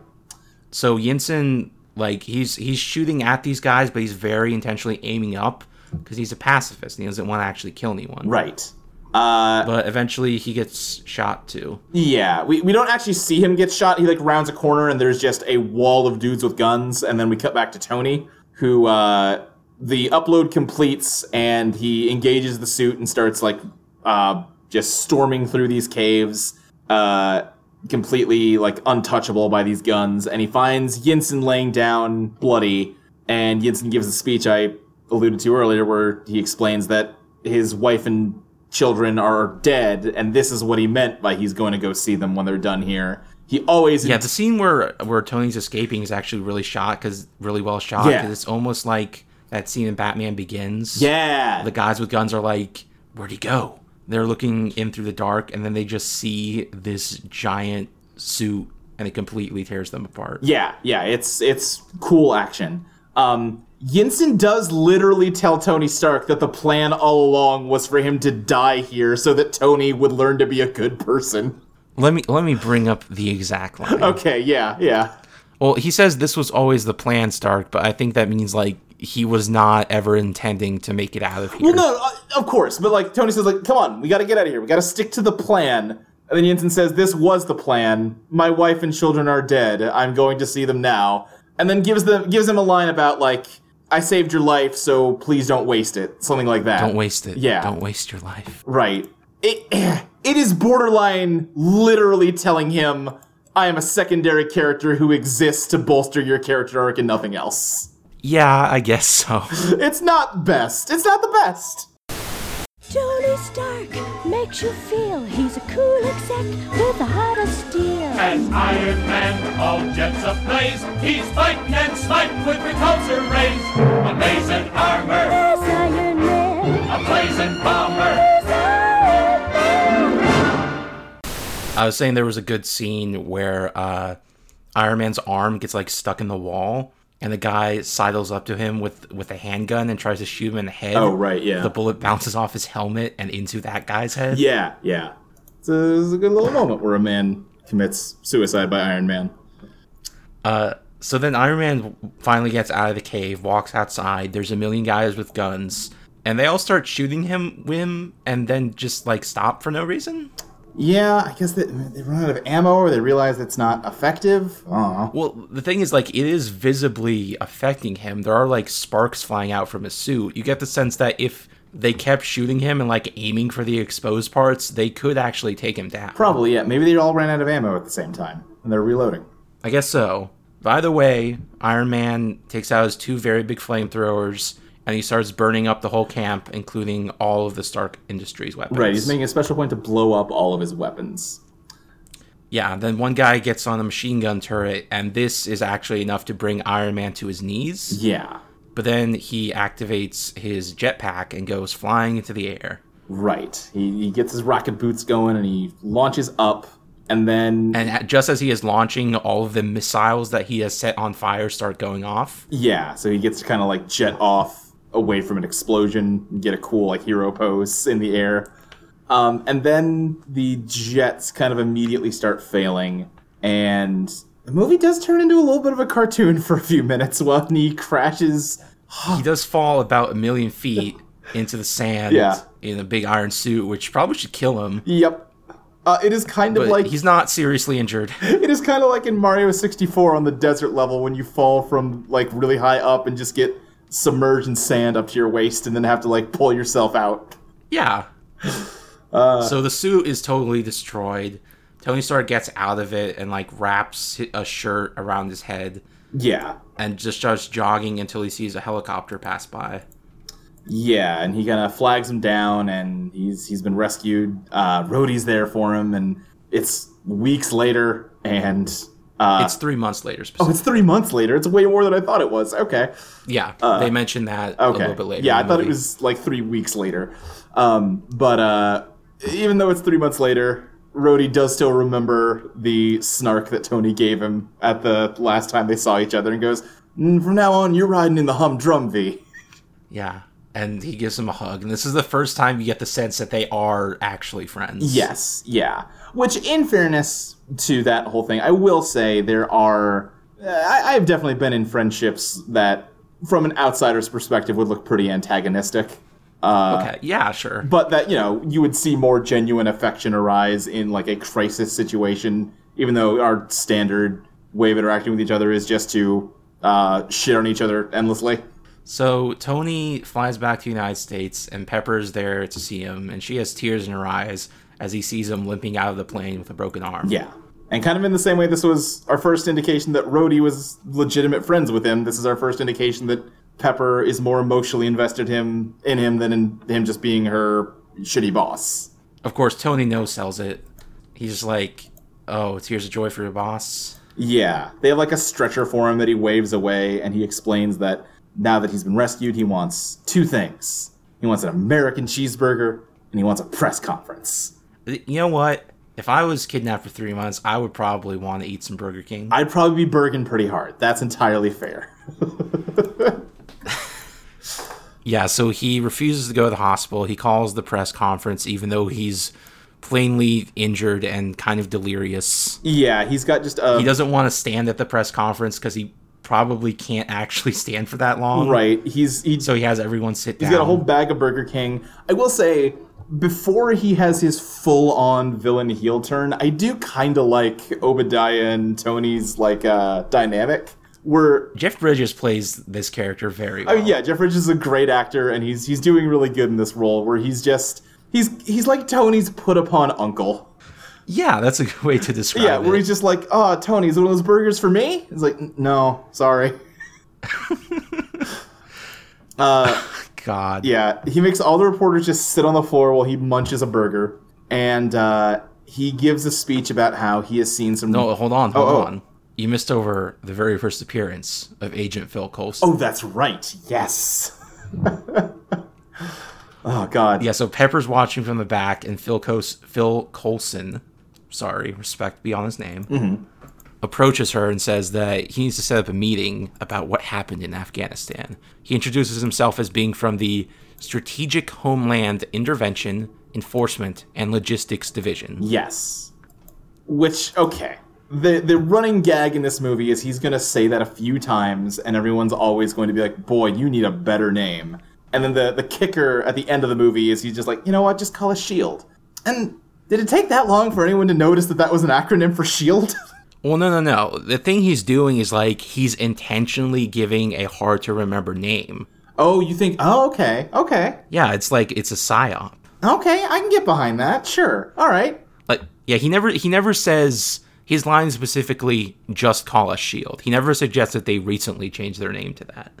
Speaker 1: So Yinsen, like he's he's shooting at these guys, but he's very intentionally aiming up because he's a pacifist and he doesn't want to actually kill anyone.
Speaker 2: Right. Uh,
Speaker 1: But eventually he gets shot too.
Speaker 2: yeah, we, we don't actually see him get shot. He like rounds a corner and there's just a wall of dudes with guns, and then we cut back to Tony, who uh, the upload completes and he engages the suit and starts like uh, just storming through these caves, uh, completely like untouchable by these guns, and he finds Yinsen laying down bloody, and Yinsen gives a speech I alluded to earlier where he explains that his wife and children are dead, and this is what he meant by he's going to go see them when they're done here. He always
Speaker 1: Yeah, the scene where where Tony's escaping is actually really shot because really well shot
Speaker 2: Yeah.
Speaker 1: because it's almost like that scene in Batman Begins.
Speaker 2: yeah
Speaker 1: the guys with guns are like, "Where'd he go?" They're looking in through the dark, and then they just see this giant suit, and it completely tears them apart.
Speaker 2: Yeah, yeah, it's it's cool action. Um, Yinsen does literally tell Tony Stark that the plan all along was for him to die here so that Tony would learn to be a good person.
Speaker 1: Let me let me bring up the exact line.
Speaker 2: Okay, yeah, yeah.
Speaker 1: Well, he says this was always the plan, Stark, but I think that means like he was not ever intending to make it out of here.
Speaker 2: Well, no, uh, of course, but like Tony says, like, come on, we got to get out of here. We got to stick to the plan. And then Yinsen says, "This was the plan. My wife and children are dead. I'm going to see them now." And then gives them gives him a line about like, "I saved your life, so please don't waste it." Something like that.
Speaker 1: Don't waste it.
Speaker 2: Yeah.
Speaker 1: Don't waste your life.
Speaker 2: Right. It it is borderline literally telling him I am a secondary character who exists to bolster your character arc and nothing else.
Speaker 1: Yeah, I guess so.
Speaker 2: It's not best. It's not the best.
Speaker 3: Tony Stark makes you feel he's a cool exec with a heart of steel.
Speaker 4: As Iron Man, all jets ablaze, he's fighting and smiting with repulsor rays. A blazing armor,
Speaker 3: There's Iron Man.
Speaker 4: a blazing bomber.
Speaker 3: There's Iron Man.
Speaker 1: I was saying there was a good scene where uh, Iron Man's arm gets like stuck in the wall, and the guy sidles up to him with with a handgun and tries to shoot him in the head.
Speaker 2: Oh, right, yeah.
Speaker 1: The bullet bounces off his helmet and into that guy's head.
Speaker 2: Yeah, yeah. It's a, it's a good little moment where a man commits suicide by Iron Man.
Speaker 1: So then Iron Man finally gets out of the cave, walks outside. There's a million guys with guns, and they all start shooting him, Wim, and then just like stop for no reason.
Speaker 2: Yeah, I guess they, they run out of ammo or they realize it's not effective. I don't know.
Speaker 1: Well, the thing is, like, it is visibly affecting him. There are like sparks flying out from his suit. You get the sense that if they kept shooting him and like aiming for the exposed parts, they could actually take him down.
Speaker 2: Probably, yeah. Maybe they all ran out of ammo at the same time and they're reloading.
Speaker 1: I guess so. By the way, Iron Man takes out his two very big flamethrowers and he starts burning up the whole camp, including all of the Stark Industries weapons.
Speaker 2: Right, he's making a special point to blow up all of his weapons.
Speaker 1: Yeah, then one guy gets on a machine gun turret, and this is actually enough to bring Iron Man to his knees.
Speaker 2: Yeah.
Speaker 1: But then he activates his jetpack and goes flying into the air.
Speaker 2: Right. He, he gets his rocket boots going and he launches up and then
Speaker 1: And at- just as he is launching, all of the missiles that he has set on fire start going off.
Speaker 2: yeah, so he gets to kind of like jet off away from an explosion and get a cool like hero pose in the air. Um, and then the jets kind of immediately start failing and the movie does turn into a little bit of a cartoon for a few minutes when he crashes
Speaker 1: He does fall about a million feet into the sand
Speaker 2: Yeah.
Speaker 1: in a big iron suit, which probably should kill him.
Speaker 2: yep uh, it is kind of
Speaker 1: But
Speaker 2: like
Speaker 1: he's not seriously injured.
Speaker 2: It is kind of like in Mario 64 on the desert level when you fall from like really high up and just get submerged in sand up to your waist and then have to like pull yourself out.
Speaker 1: Yeah.
Speaker 2: Uh,
Speaker 1: so the suit is totally destroyed. Tony Stark gets out of it and like wraps hi- a shirt around his head
Speaker 2: Yeah.
Speaker 1: and just starts jogging until he sees a helicopter pass by.
Speaker 2: Yeah, and he kind of flags him down, and he's he's been rescued. Uh, Rhodey's there for him, and it's weeks later, and uh,
Speaker 1: it's three months later.
Speaker 2: oh,
Speaker 1: Specifically.
Speaker 2: it's three months later. It's way more than I thought it was. Okay,
Speaker 1: yeah, they mentioned that a
Speaker 2: uh, okay,
Speaker 1: little bit later.
Speaker 2: yeah, I
Speaker 1: in the
Speaker 2: thought it
Speaker 1: movie.
Speaker 2: was like three weeks later. Um, but uh, even though it's three months later, Rhodey does still remember the snark that Tony gave him at the last time they saw each other, and goes, "Mm, "From now on, you're riding in the humdrum V."
Speaker 1: Yeah. And he gives him a hug. And this is the first time you get the sense that they are actually friends.
Speaker 2: Yes, yeah. Which, in fairness to that whole thing, I will say there are. uh, I, I've definitely been in friendships that, from an outsider's perspective, would look pretty antagonistic. Uh,
Speaker 1: Okay. Yeah, sure.
Speaker 2: But that, you know, you would see more genuine affection arise in like a crisis situation, even though our standard way of interacting with each other is just to uh, shit on each other endlessly.
Speaker 1: So Tony flies back to the United States, and Pepper's there to see him, and she has tears in her eyes as he sees him limping out of the plane with a broken arm.
Speaker 2: Yeah. And kind of in the same way, this was our first indication that Rhodey was legitimate friends with him. This is our first indication that Pepper is more emotionally invested him in him than in him just being her shitty boss.
Speaker 1: Of course, Tony no sells it. He's just like, "Oh, tears of joy for your boss."
Speaker 2: Yeah. They have like a stretcher for him that he waves away, and he explains that now that he's been rescued, he wants two things he wants an American cheeseburger, and he wants a press conference.
Speaker 1: You know what? If I was kidnapped for three months, I would probably want to eat some Burger King.
Speaker 2: I'd probably be Bergen pretty hard. That's entirely fair.
Speaker 1: Yeah, so he refuses to go to the hospital. He calls the press conference, even though he's plainly injured and kind of delirious.
Speaker 2: Yeah, he's got just a.
Speaker 1: He doesn't want to stand at the press conference because he probably can't actually stand for that long.
Speaker 2: Right. He's he
Speaker 1: So he has everyone sit down.
Speaker 2: He's got a whole bag of Burger King. I will say, before he has his full on villain heel turn, I do kind of like Obadiah and Tony's like uh, dynamic. Where
Speaker 1: Jeff Bridges plays this character very
Speaker 2: I
Speaker 1: well.
Speaker 2: mean, Oh, yeah, Jeff Bridges is a great actor, and he's he's doing really good in this role. Where he's just he's he's like Tony's put upon uncle.
Speaker 1: Yeah, that's a good way to describe
Speaker 2: Yeah, where
Speaker 1: it.
Speaker 2: he's just like, oh, Tony, is one of those burgers for me? He's like, "N- no, sorry.
Speaker 1: God.
Speaker 2: Yeah, he makes all the reporters just sit on the floor while he munches a burger, and uh, he gives a speech about how he has seen some.
Speaker 1: No, hold on, hold
Speaker 2: Oh, oh.
Speaker 1: on. You missed over the very first appearance of Agent Phil Coulson.
Speaker 2: Oh, that's right. Yes. oh God.
Speaker 1: Yeah, so Pepper's watching from the back, and Phil, Cos- Phil Coulson, sorry, respect be on his name, approaches her and says that he needs to set up a meeting about what happened in Afghanistan. He introduces himself as being from the Strategic Homeland Intervention, Enforcement, and Logistics Division.
Speaker 2: Yes. Which okay. The the running gag in this movie is he's gonna say that a few times, and everyone's always going to be like, "Boy, you need a better name." And then the the kicker at the end of the movie is he's just like, "You know what? Just call us Shield." E And did it take that long for anyone to notice that that was an acronym for Shield?
Speaker 1: Well, no, no, no. The thing he's doing is like he's intentionally giving a hard to remember name.
Speaker 2: oh, you think? Oh, okay, okay,
Speaker 1: Yeah, it's like it's a psyop.
Speaker 2: okay. I can get behind that. Sure. All right.
Speaker 1: Like, yeah, he never he never says his line specifically. Just call us Shield. He never suggests that they recently changed their name to that.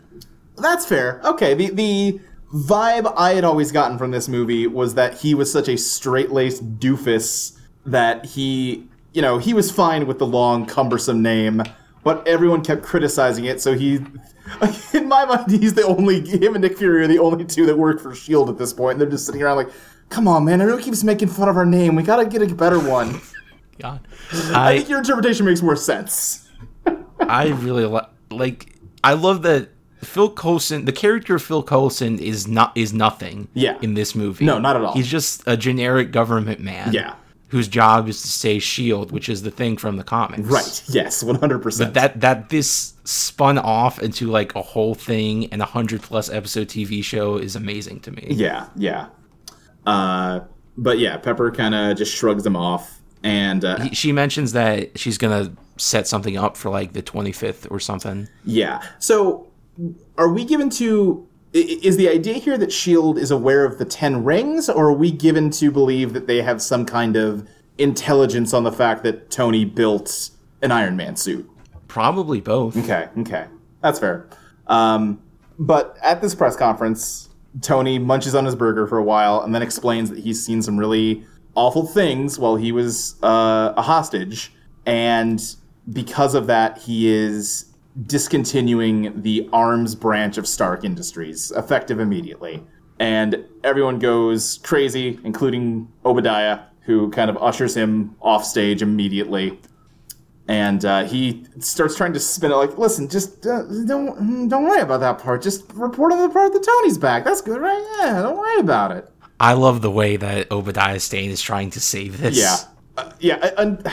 Speaker 2: That's fair. Okay. The the vibe I had always gotten from this movie was that he was such a straight laced doofus that he you know, he was fine with the long, cumbersome name, but everyone kept criticizing it, so he in my mind he's the only him and Nick Fury are the only two that work for Shield E at this point, and they're just sitting around like Come on, man! Everyone keeps making fun of our name. We gotta get a better one.
Speaker 1: God,
Speaker 2: I
Speaker 1: I
Speaker 2: think your interpretation makes more sense.
Speaker 1: I really li- like. I love that Phil Coulson. The character of Phil Coulson is not is nothing.
Speaker 2: Yeah.
Speaker 1: In this movie,
Speaker 2: No, not at all.
Speaker 1: He's just a generic government man.
Speaker 2: Yeah.
Speaker 1: Whose job is to say Shield, which is the thing from the comics.
Speaker 2: Right. Yes, 100%.
Speaker 1: that that this spun off into like a whole thing and a hundred plus episode TV show is amazing to me.
Speaker 2: Yeah, yeah. Uh, but yeah, Pepper kind of just shrugs them off, and uh,
Speaker 1: She mentions that she's gonna set something up for like the 25th or something.
Speaker 2: yeah. So, are we given to? i- i- Is the idea here that Shield E is aware of the Ten Rings, or are we given to believe that they have some kind of intelligence on the fact that Tony built an Iron Man suit?
Speaker 1: Probably both.
Speaker 2: Okay, okay, that's fair. Um, but at this press conference, Tony munches on his burger for a while and then explains that he's seen some really awful things while he was uh, a hostage. And because of that, he is discontinuing the arms branch of Stark Industries, effective immediately. And everyone goes crazy, including Obadiah, who kind of ushers him off stage immediately and uh, he starts trying to spin it like, listen, just uh, don't mm, don't worry about that part. Just report on the part that Tony's back. That's good, right? Yeah, don't worry about it.
Speaker 1: I love the way that Obadiah Stane is trying to save this.
Speaker 2: Yeah, Uh, yeah. I- And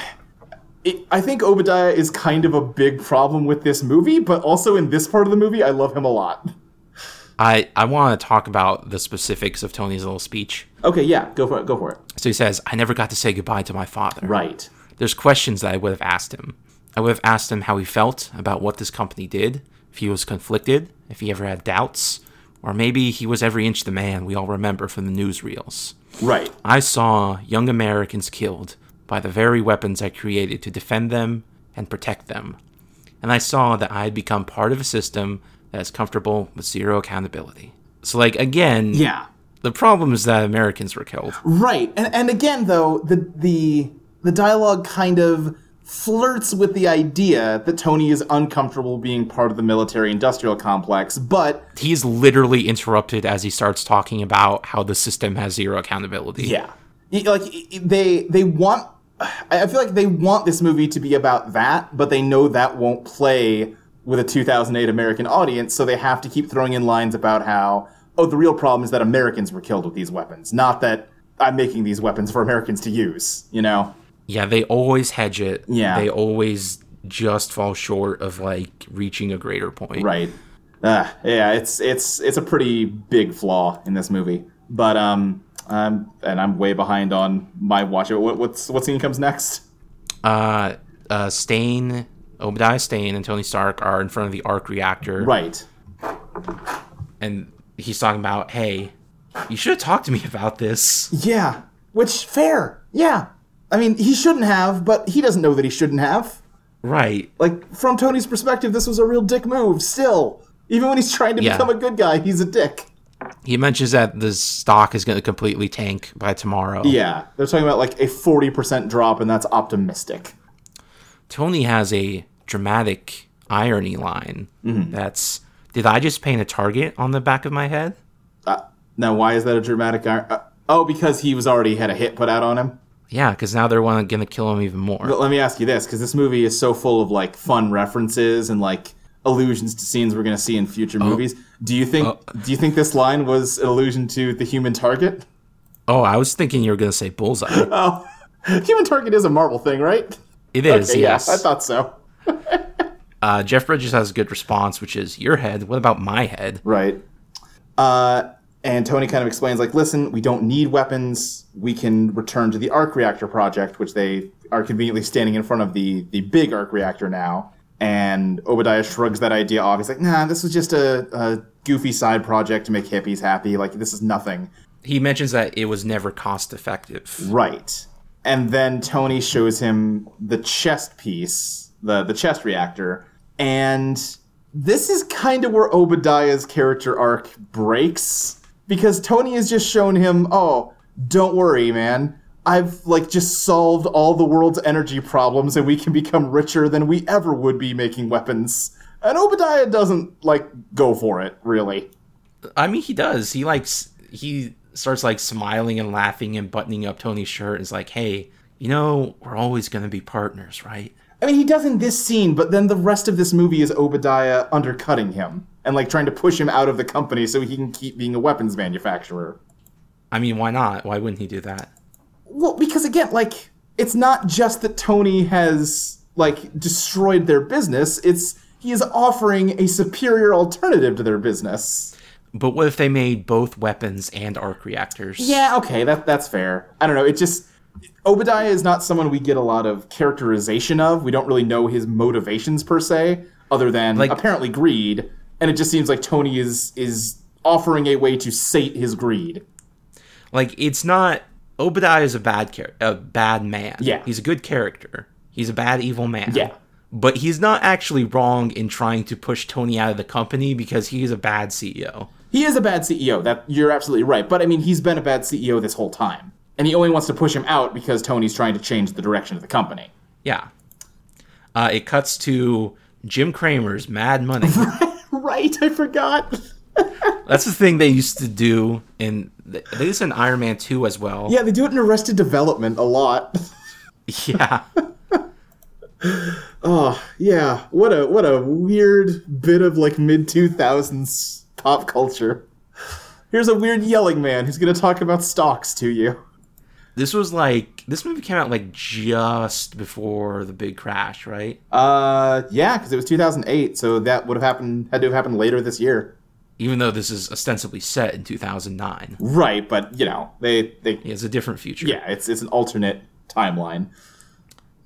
Speaker 2: it, I think Obadiah is kind of a big problem with this movie, but also in this part of the movie, I love him a lot.
Speaker 1: I, I want to talk about the specifics of Tony's little speech.
Speaker 2: Okay, yeah, go for it. Go for it.
Speaker 1: So he says, I never got to say goodbye to my father.
Speaker 2: Right.
Speaker 1: There's questions that I would have asked him. I would have asked him how he felt about what this company did, if he was conflicted, if he ever had doubts, or maybe he was every inch the man we all remember from the newsreels.
Speaker 2: Right.
Speaker 1: I saw young Americans killed by the very weapons I created to defend them and protect them. And I saw that I had become part of a system that is comfortable with zero accountability. So, like, again,
Speaker 2: Yeah.
Speaker 1: the problem is that Americans were killed.
Speaker 2: Right, and and again though the the the dialogue kind of flirts with the idea that Tony is uncomfortable being part of the military industrial complex, but
Speaker 1: He's literally interrupted as he starts talking about how the system has zero accountability.
Speaker 2: yeah, Y- like y- y- they they want. I I feel like they want this movie to be about that, but they know that won't play with a 2008 American audience, so they have to keep throwing in lines about how oh the real problem is that Americans were killed with these weapons, not that I'm making these weapons for Americans to use, you know.
Speaker 1: Yeah, they always hedge it.
Speaker 2: Yeah.
Speaker 1: They always just fall short of like reaching a greater point.
Speaker 2: Right. Uh, yeah, it's it's it's a pretty big flaw in this movie. But um, I'm and I'm way behind on my watch. What, what's what scene comes next?
Speaker 1: Uh, uh, Stain, Obadiah Stain, and Tony Stark are in front of the arc reactor.
Speaker 2: Right.
Speaker 1: And he's talking about, hey, you should have talked to me about this.
Speaker 2: Yeah. Which fair. Yeah. I mean, he shouldn't have, but he doesn't know that he shouldn't have.
Speaker 1: Right.
Speaker 2: Like from Tony's perspective, this was a real dick move. Still, even when he's trying to
Speaker 1: Yeah.
Speaker 2: become a good guy, he's a dick.
Speaker 1: He mentions that the stock is going to completely tank by tomorrow.
Speaker 2: Yeah, they're talking about like a forty percent drop, and that's optimistic.
Speaker 1: Tony has a dramatic irony line
Speaker 2: Mm-hmm.
Speaker 1: that's Did I just paint a target on the back of my head?
Speaker 2: Now, why is that a dramatic? ir- Uh, oh, because he was already had a hit put out on him.
Speaker 1: Yeah, because now they're going to kill him even more.
Speaker 2: But let me ask you this, because this movie is so full of like fun references and like allusions to scenes we're going to see in future movies. Do you think? Do you think this line was an allusion to the Human Target?
Speaker 1: Oh, I was thinking you were going to say bullseye.
Speaker 2: Oh, Human Target is a Marvel thing, right?
Speaker 1: It is,
Speaker 2: Okay,
Speaker 1: yes.
Speaker 2: Yeah, I thought so.
Speaker 1: uh, Jeff Bridges has a good response, which is your head. What about my head?
Speaker 2: Right. Uh, and Tony kind of explains, like, listen, we don't need weapons. We can return to the arc reactor project, which they are conveniently standing in front of the the big arc reactor now. And Obadiah shrugs that idea off. He's like, nah, this was just a, a goofy side project to make hippies happy. Like, this is nothing.
Speaker 1: He mentions that it was never cost effective.
Speaker 2: Right. And then Tony shows him the chest piece, the, the chest reactor. And this is kind of where Obadiah's character arc breaks because Tony has just shown him, oh, don't worry, man. I've like just solved all the world's energy problems and we can become richer than we ever would be making weapons. And Obadiah doesn't like go for it, really.
Speaker 1: I mean, he does. He likes he starts like smiling and laughing and buttoning up Tony's shirt. And is like, hey, you know, we're always going to be partners, right?
Speaker 2: I mean, he does in this scene, but then the rest of this movie is Obadiah undercutting him and like trying to push him out of the company so he can keep being a weapons manufacturer.
Speaker 1: I mean, why not? Why wouldn't he do that?
Speaker 2: Well, because again, like it's not just that Tony has like destroyed their business; it's he is offering a superior alternative to their business.
Speaker 1: But what if they made both weapons and arc reactors?
Speaker 2: Yeah, okay, that that's fair. I don't know. It just Obadiah is not someone we get a lot of characterization of. We don't really know his motivations per se, other than
Speaker 1: Like-
Speaker 2: apparently greed. And it just seems like Tony is is offering a way to sate his greed.
Speaker 1: Like it's not Obadiah is a bad char- a bad man.
Speaker 2: Yeah.
Speaker 1: He's a good character. He's a bad evil man.
Speaker 2: Yeah.
Speaker 1: But he's not actually wrong in trying to push Tony out of the company because he is a bad E CEO.
Speaker 2: He is a bad CEO. That you're absolutely right. But I mean, he's been a bad CEO this whole time, and he only wants to push him out because Tony's trying to change the direction of the company.
Speaker 1: Yeah. Uh, it cuts to Jim Cramer's Mad Money.
Speaker 2: Right? I forgot.
Speaker 1: That's the thing they used to do in they did this in Iron Man 2 as well.
Speaker 2: Yeah, they do it in Arrested Development a lot.
Speaker 1: Yeah.
Speaker 2: yeah, what a what a weird bit of like mid two thousands pop culture. Here's a weird yelling man who's going to talk about stocks to you.
Speaker 1: This was like this movie came out like just before the big crash, right?
Speaker 2: Uh, yeah, because it was 2008, so that would have happened had to have happened later this year.
Speaker 1: Even though this is ostensibly set in 2009.
Speaker 2: Right, but you know they they
Speaker 1: It's a different future.
Speaker 2: Mm-hmm. yeah, it's it's an alternate timeline.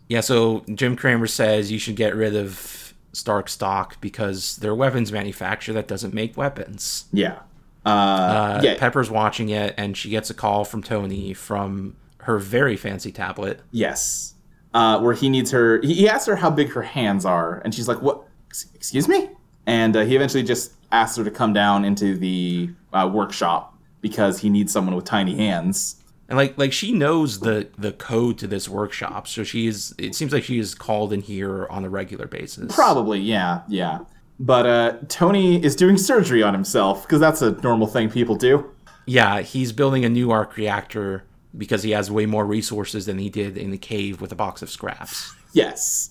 Speaker 1: Yeah, so Jim Cramer says you should get rid of Stark stock because they're a weapons manufacturer that doesn't make weapons.
Speaker 2: Yeah, uh, yeah,
Speaker 1: Pepper's watching it and she gets a call from Tony from her very fancy tablet.
Speaker 2: yes. Uh, where he needs her, he he asks her how big her hands are, and she's like, "What? Ex- Excuse me?" And uh, he eventually just asks her to come down into the uh, workshop because he needs someone with tiny hands.
Speaker 1: And like like she knows the the code to this workshop, so she is it seems like she is called in here on a regular basis.
Speaker 2: Probably, yeah, yeah. But uh, Tony is doing surgery on himself because that's a normal thing people do.
Speaker 1: Yeah, he's building a new arc reactor because he has way more resources than he did in the cave with a box of scraps.
Speaker 2: Yes.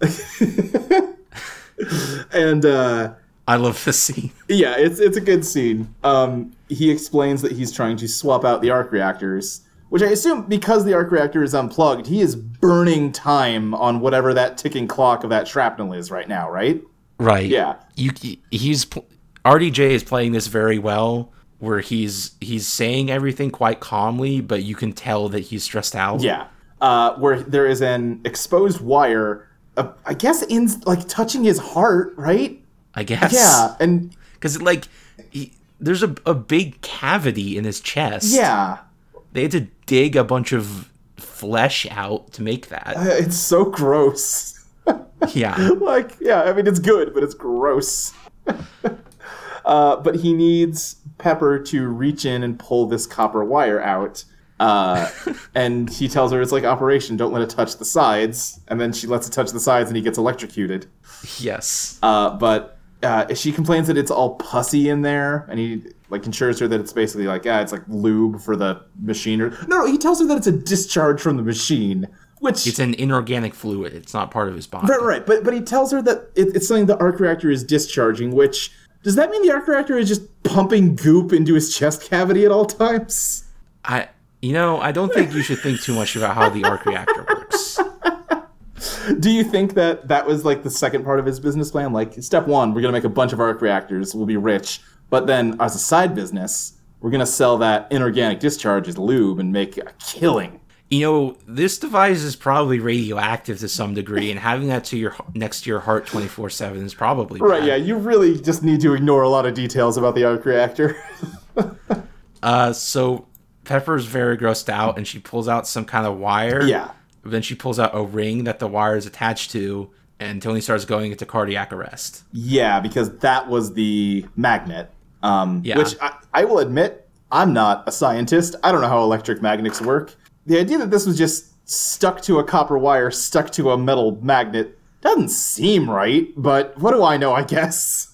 Speaker 2: and uh,
Speaker 1: I love this scene.
Speaker 2: Yeah, it's it's a good scene. Um, he explains that he's trying to swap out the arc reactors, which I assume because the arc reactor is unplugged, he is burning time on whatever that ticking clock of that shrapnel is right now, right?
Speaker 1: Right.
Speaker 2: Yeah.
Speaker 1: You he's pl- RDJ is playing this very well where he's he's saying everything quite calmly, but you can tell that he's stressed out.
Speaker 2: Yeah, uh, where there is an exposed wire, uh, I guess in like touching his heart, right?
Speaker 1: I guess.
Speaker 2: Yeah, and
Speaker 1: Cuz like he, there's a, a big cavity in his chest.
Speaker 2: yeah,
Speaker 1: They had to dig a bunch of flesh out to make that.
Speaker 2: it's so gross.
Speaker 1: Yeah.
Speaker 2: like yeah i mean it's good but it's gross uh, but he needs pepper to reach in and pull this copper wire out uh, and he tells her it's like operation don't let it touch the sides and then she lets it touch the sides and he gets electrocuted
Speaker 1: yes.
Speaker 2: uh, but uh, she complains that it's all pussy in there and he like ensures her that it's basically like yeah it's like lube for the machine or no no he tells her that it's a discharge from the machine which
Speaker 1: it's an inorganic fluid. It's not part of his body.
Speaker 2: Right, right. But but he tells her that it, it's something the arc reactor is discharging. Which does that mean the arc reactor is just pumping goop into his chest cavity at all times?
Speaker 1: I you know, I don't think you should think too much about how the arc reactor works.
Speaker 2: Do you think that that was like the second part of his business plan? Like step one, we're gonna make a bunch of arc reactors. We'll be rich. But then as a side business, we're gonna sell that inorganic discharge as lube and make a killing.
Speaker 1: you know this device is probably radioactive to some degree and having that to your next to your heart 24-7 is probably
Speaker 2: Right?
Speaker 1: bad.
Speaker 2: Yeah. You really just need to ignore a lot of details about the arc reactor.
Speaker 1: uh, so pepper's very grossed out and she pulls out some kind of wire
Speaker 2: yeah.
Speaker 1: then she pulls out a ring that the wire is attached to and tony starts going into cardiac arrest
Speaker 2: Yeah, because that was the magnet. Um,
Speaker 1: Yeah.
Speaker 2: Which I, I will admit, I'm not a scientist. I don't know how electric magnets work. The idea that this was just stuck to a copper wire, stuck to a metal magnet, doesn't seem right, but what do I know, I guess?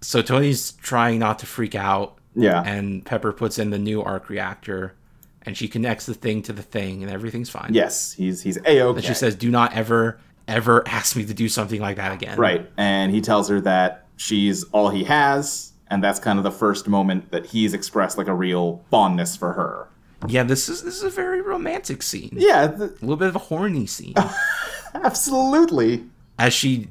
Speaker 1: so tony's trying not to freak out
Speaker 2: Yeah.
Speaker 1: and pepper puts in the new arc reactor and she connects the thing to the thing and everything's fine
Speaker 2: yes, he's he's A
Speaker 1: and
Speaker 2: okay.
Speaker 1: she says do not ever ever ask me to do something like that again
Speaker 2: Right. And he tells her that she's all he has, and that's kind of the first moment that he's expressed like a real fondness for her.
Speaker 1: Yeah, this is this is a very romantic scene.
Speaker 2: Yeah, th-
Speaker 1: A little bit of a horny scene
Speaker 2: absolutely.
Speaker 1: as she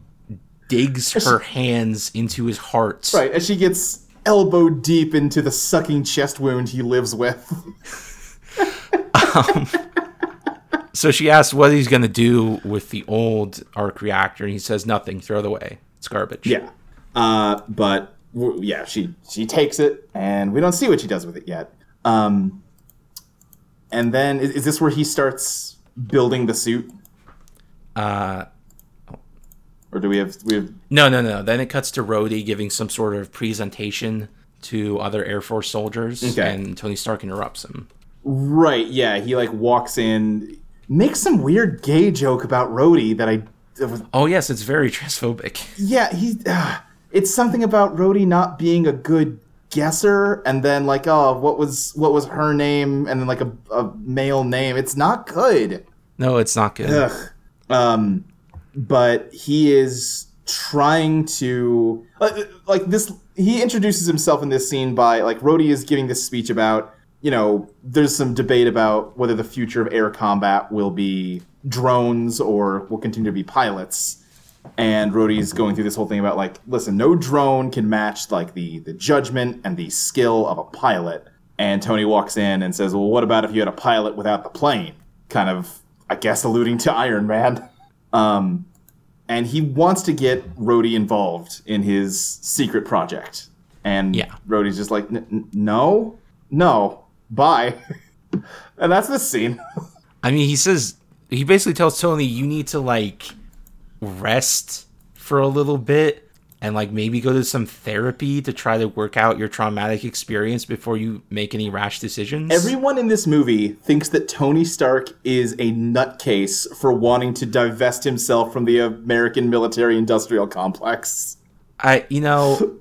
Speaker 1: digs her hands into his heart.
Speaker 2: Right, as she gets elbow deep into the sucking chest wound he lives with.
Speaker 1: So she asks what he's going to do with the old arc reactor and he says nothing, throw it away. It's garbage.
Speaker 2: Yeah. Uh, but w- yeah, she she takes it, and we don't see what she does with it yet. Um, and then is, is Uh, this where he starts building the suit? Or do we have we have
Speaker 1: No, no, no. Then it cuts to Rhodey giving some sort of presentation to other Air Force soldiers,
Speaker 2: Okay.
Speaker 1: and Tony Stark interrupts him.
Speaker 2: Right, yeah. He like walks in, makes some weird gay joke about Rhodey that I that was-
Speaker 1: Oh, yes, it's very transphobic.
Speaker 2: yeah, he uh, it's something about Rhodey not being a good guesser and then like oh what was what was her name and then like a, a male name. It's not good.
Speaker 1: No, it's not good.
Speaker 2: Ugh. Um, but he is trying to uh, like this. He introduces himself in this scene by like Rhodey is giving this speech about you know there's some debate about whether the future of air combat will be drones or will continue to be pilots. And Rhodey's going through this whole thing about like, listen, no drone can match like the the judgment and the skill of a pilot. And Tony walks in and says, "Well, what about if you had a pilot without the plane?" Kind of, I guess, alluding to Iron Man. Um, and he wants to get Rhodey involved in his secret project. And
Speaker 1: Yeah.
Speaker 2: Rhodey's just like, "N- n- "No, no, bye." and that's the scene.
Speaker 1: I mean, he says he basically tells Tony you need to like rest for a little bit and like maybe go to some therapy to try to work out your traumatic experience before you make any rash decisions.
Speaker 2: Everyone in this movie thinks that Tony Stark is a nutcase for wanting to divest himself from the American military industrial complex.
Speaker 1: I you know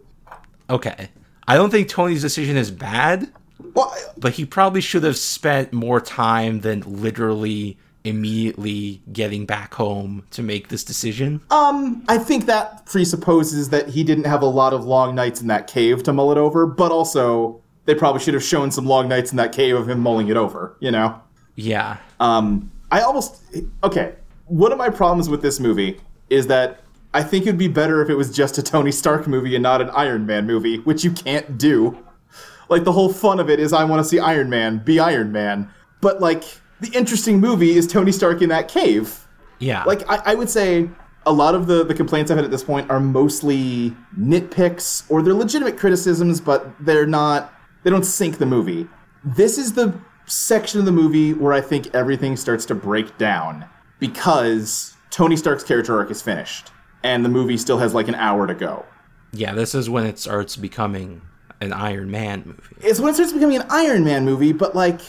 Speaker 1: okay. I don't think Tony's decision is bad,
Speaker 2: Well,
Speaker 1: but he probably should have spent more time than literally immediately getting back home to make this decision.
Speaker 2: um, I think that presupposes that he didn't have a lot of long nights in that cave to mull it over, but also they probably should have shown some long nights in that cave of him mulling it over, you know?
Speaker 1: yeah.
Speaker 2: Um, I almost okay. One of my problems with this movie is that I think it'd be better if it was just a Tony Stark movie and not an Iron Man movie, which you can't do. Like the whole fun of it is I want to see Iron Man be Iron Man, but like the interesting movie is Tony Stark in that cave.
Speaker 1: yeah.
Speaker 2: Like I, I would say a lot of the, the complaints I've had at this point are mostly nitpicks or they're legitimate criticisms, but they're not they don't sink the movie. This is the section of the movie where I think everything starts to break down because Tony Stark's character arc is finished and the movie still has like an hour to go.
Speaker 1: yeah, this is when it starts becoming an Iron Man movie.
Speaker 2: it's when it starts becoming an Iron Man movie, but like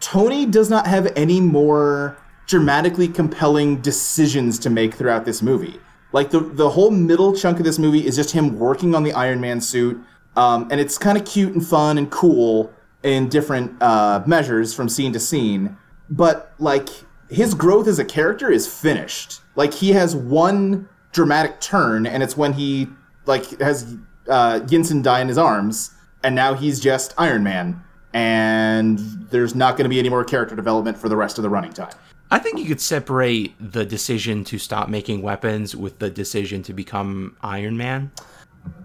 Speaker 2: Tony does not have any more dramatically compelling decisions to make throughout this movie. Like the the whole middle chunk of this movie is just him working on the Iron Man suit, um, and it's kind of cute and fun and cool in different uh, measures from scene to scene. But like his growth as a character is finished. Like he has one dramatic turn, and it's when he like has uh, Yinsen die in his arms, and now he's just Iron Man. And there's not going to be any more character development for the rest of the running time.
Speaker 1: I think you could separate the decision to stop making weapons with the decision to become Iron Man.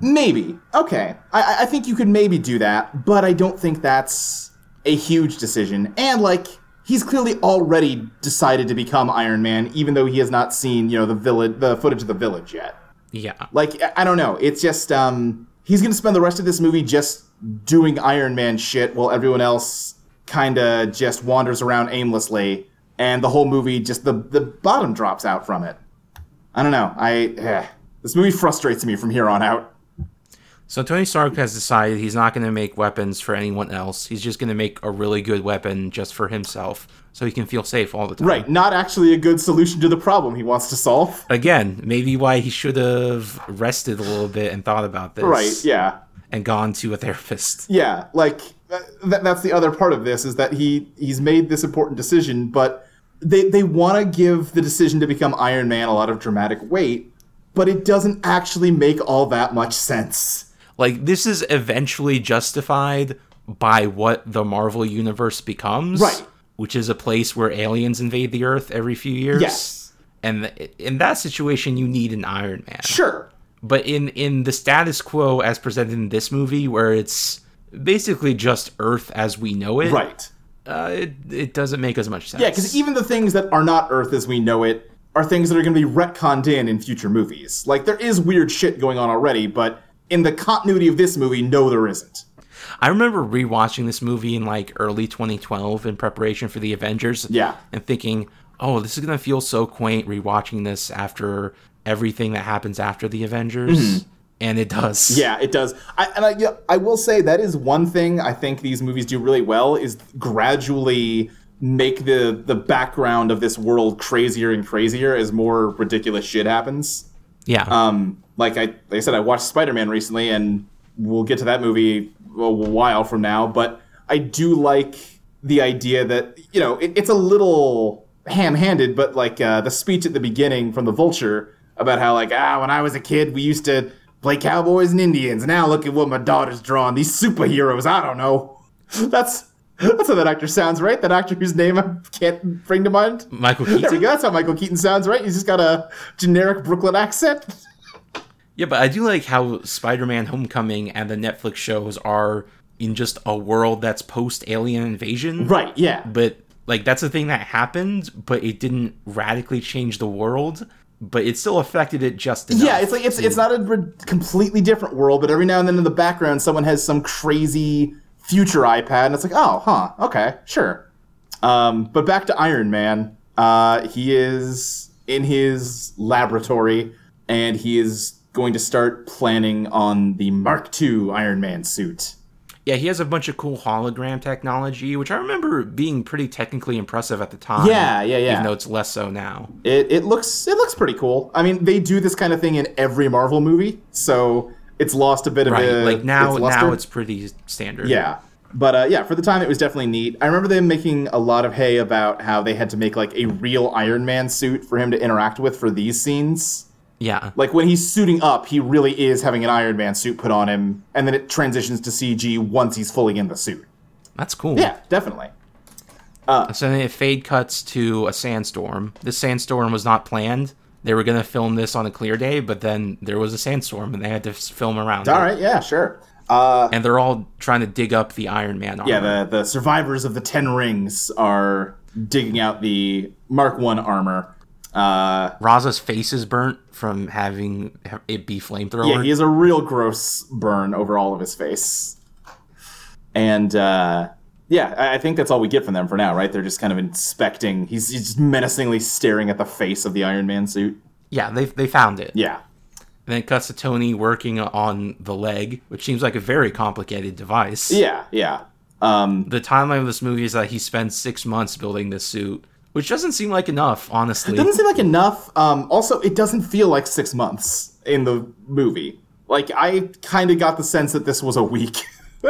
Speaker 2: Maybe. Okay. I, I- I think you could maybe do that, but I don't think that's a huge decision. And, like, he's clearly already decided to become Iron Man, even though he has not seen, you know, the village, the footage of the village yet.
Speaker 1: Yeah.
Speaker 2: Like, I- I don't know. It's just, um, he's going to spend the rest of this movie just doing Iron Man shit while everyone else kind of just wanders around aimlessly. And the whole movie, just the, the bottom drops out from it. I don't know. I, eh. this movie frustrates me from here on out.
Speaker 1: So Tony Stark has decided he's not going to make weapons for anyone else. He's just going to make a really good weapon just for himself so he can feel safe all the time.
Speaker 2: Right, not actually a good solution to the problem he wants to solve.
Speaker 1: Again, maybe why he should have rested a little bit and thought about this.
Speaker 2: Right, yeah.
Speaker 1: And gone to a therapist.
Speaker 2: Yeah, like th- th- that's the other part of this is that he he's made this important decision, but they they want to give the decision to become Iron Man a lot of dramatic weight, but it doesn't actually make all that much sense.
Speaker 1: Like, this is eventually justified by what the Marvel Universe becomes.
Speaker 2: Right.
Speaker 1: Which is a place where aliens invade the Earth every few years.
Speaker 2: Yes.
Speaker 1: and th- in that situation you need an iron man
Speaker 2: Sure.
Speaker 1: but in in the status quo as presented in this movie where it's basically just earth as we know it
Speaker 2: Right.
Speaker 1: uh, it, it doesn't make as much sense
Speaker 2: Yeah, e- because even the things that are not Earth as we know it are things that are going to be retconned in in future movies. Like there is weird shit going on already, but in the continuity of this movie, no, there isn't.
Speaker 1: i remember rewatching this movie in like early 2012 in preparation for the avengers
Speaker 2: Yeah.
Speaker 1: and thinking oh this is gonna feel so quaint rewatching this after everything that happens after the Avengers, and it does.
Speaker 2: Mm-hmm. Yeah, it does. I, and I, yeah, I will say that is one thing I think these movies do really well is gradually make the the background of this world crazier and crazier as more ridiculous shit happens.
Speaker 1: yeah,
Speaker 2: Um, like I, like I said, I watched Spider Man recently, and we'll get to that movie a while from now. But I do like the idea that you know it, it's a little ham handed, but like uh, the speech at the beginning from the Vulture about how like ah, when I was a kid, we used to play cowboys and Indians. Now look at what my daughter's drawn. These superheroes, I don't know. That's that's how that actor sounds, right? That actor whose name I can't bring to mind.
Speaker 1: Michael
Speaker 2: There we
Speaker 1: Keaton.
Speaker 2: go. That's how Michael Keaton sounds, right? He's just got a generic Brooklyn accent.
Speaker 1: Yeah, but I do like how Spider-Man: Homecoming and the Netflix shows are in just a world that's post-alien invasion.
Speaker 2: Right, yeah.
Speaker 1: But like that's a thing that happened, but it didn't radically change the world, but it still affected it just enough.
Speaker 2: yeah, it's like it's it's not a re- completely different world, but every now and then in the background someone has some crazy future iPad and it's like, "Oh, huh. Okay, sure." Um, but back to Iron Man. Uh, he is in his laboratory and he is going to start planning on the Mark II Iron Man suit.
Speaker 1: yeah, he has a bunch of cool hologram technology, which I remember being pretty technically impressive at the time.
Speaker 2: Yeah, yeah, yeah.
Speaker 1: Even though it's less so now.
Speaker 2: It it looks it looks pretty cool. I mean, they do this kind of thing in every Marvel movie, so it's lost a bit of
Speaker 1: Right.
Speaker 2: a
Speaker 1: like now now
Speaker 2: Uh, luster.
Speaker 1: it's pretty standard.
Speaker 2: Yeah. But uh, yeah, for the time, it was definitely neat. I remember them making a lot of hay about how they had to make like a real Iron Man suit for him to interact with for these scenes.
Speaker 1: Yeah.
Speaker 2: Like when he's suiting up, he really is having an Iron Man suit put on him, and then it transitions to CG once he's fully in the suit.
Speaker 1: That's cool.
Speaker 2: Yeah, definitely.
Speaker 1: So then it fade cuts to a sandstorm. This sandstorm was not planned. They were going to film this on a clear day, but then there was a sandstorm and they had to s- film around
Speaker 2: All
Speaker 1: it.
Speaker 2: right, yeah, sure. Uh,
Speaker 1: And they're all trying to dig up the Iron Man armor.
Speaker 2: yeah, the, the survivors of the Ten Rings are digging out the Mark One armor. Uh,
Speaker 1: Raza's face is burnt from having it be flamethrower.
Speaker 2: Yeah, he has a real gross burn over all of his face. And uh, yeah, I I think that's all we get from them for now, right? They're just kind of inspecting. He's, he's just menacingly staring at the face of the Iron Man suit.
Speaker 1: Yeah, they, they found it.
Speaker 2: Yeah.
Speaker 1: And then it cuts to Tony working on the leg, which seems like a very complicated device.
Speaker 2: Yeah, yeah. Um,
Speaker 1: The timeline of this movie is that he spends six months building this suit, which doesn't seem like enough, honestly.
Speaker 2: doesn't seem like enough. Um, also, it doesn't feel like six months in the movie. Like, I kind of got the sense that this was a week.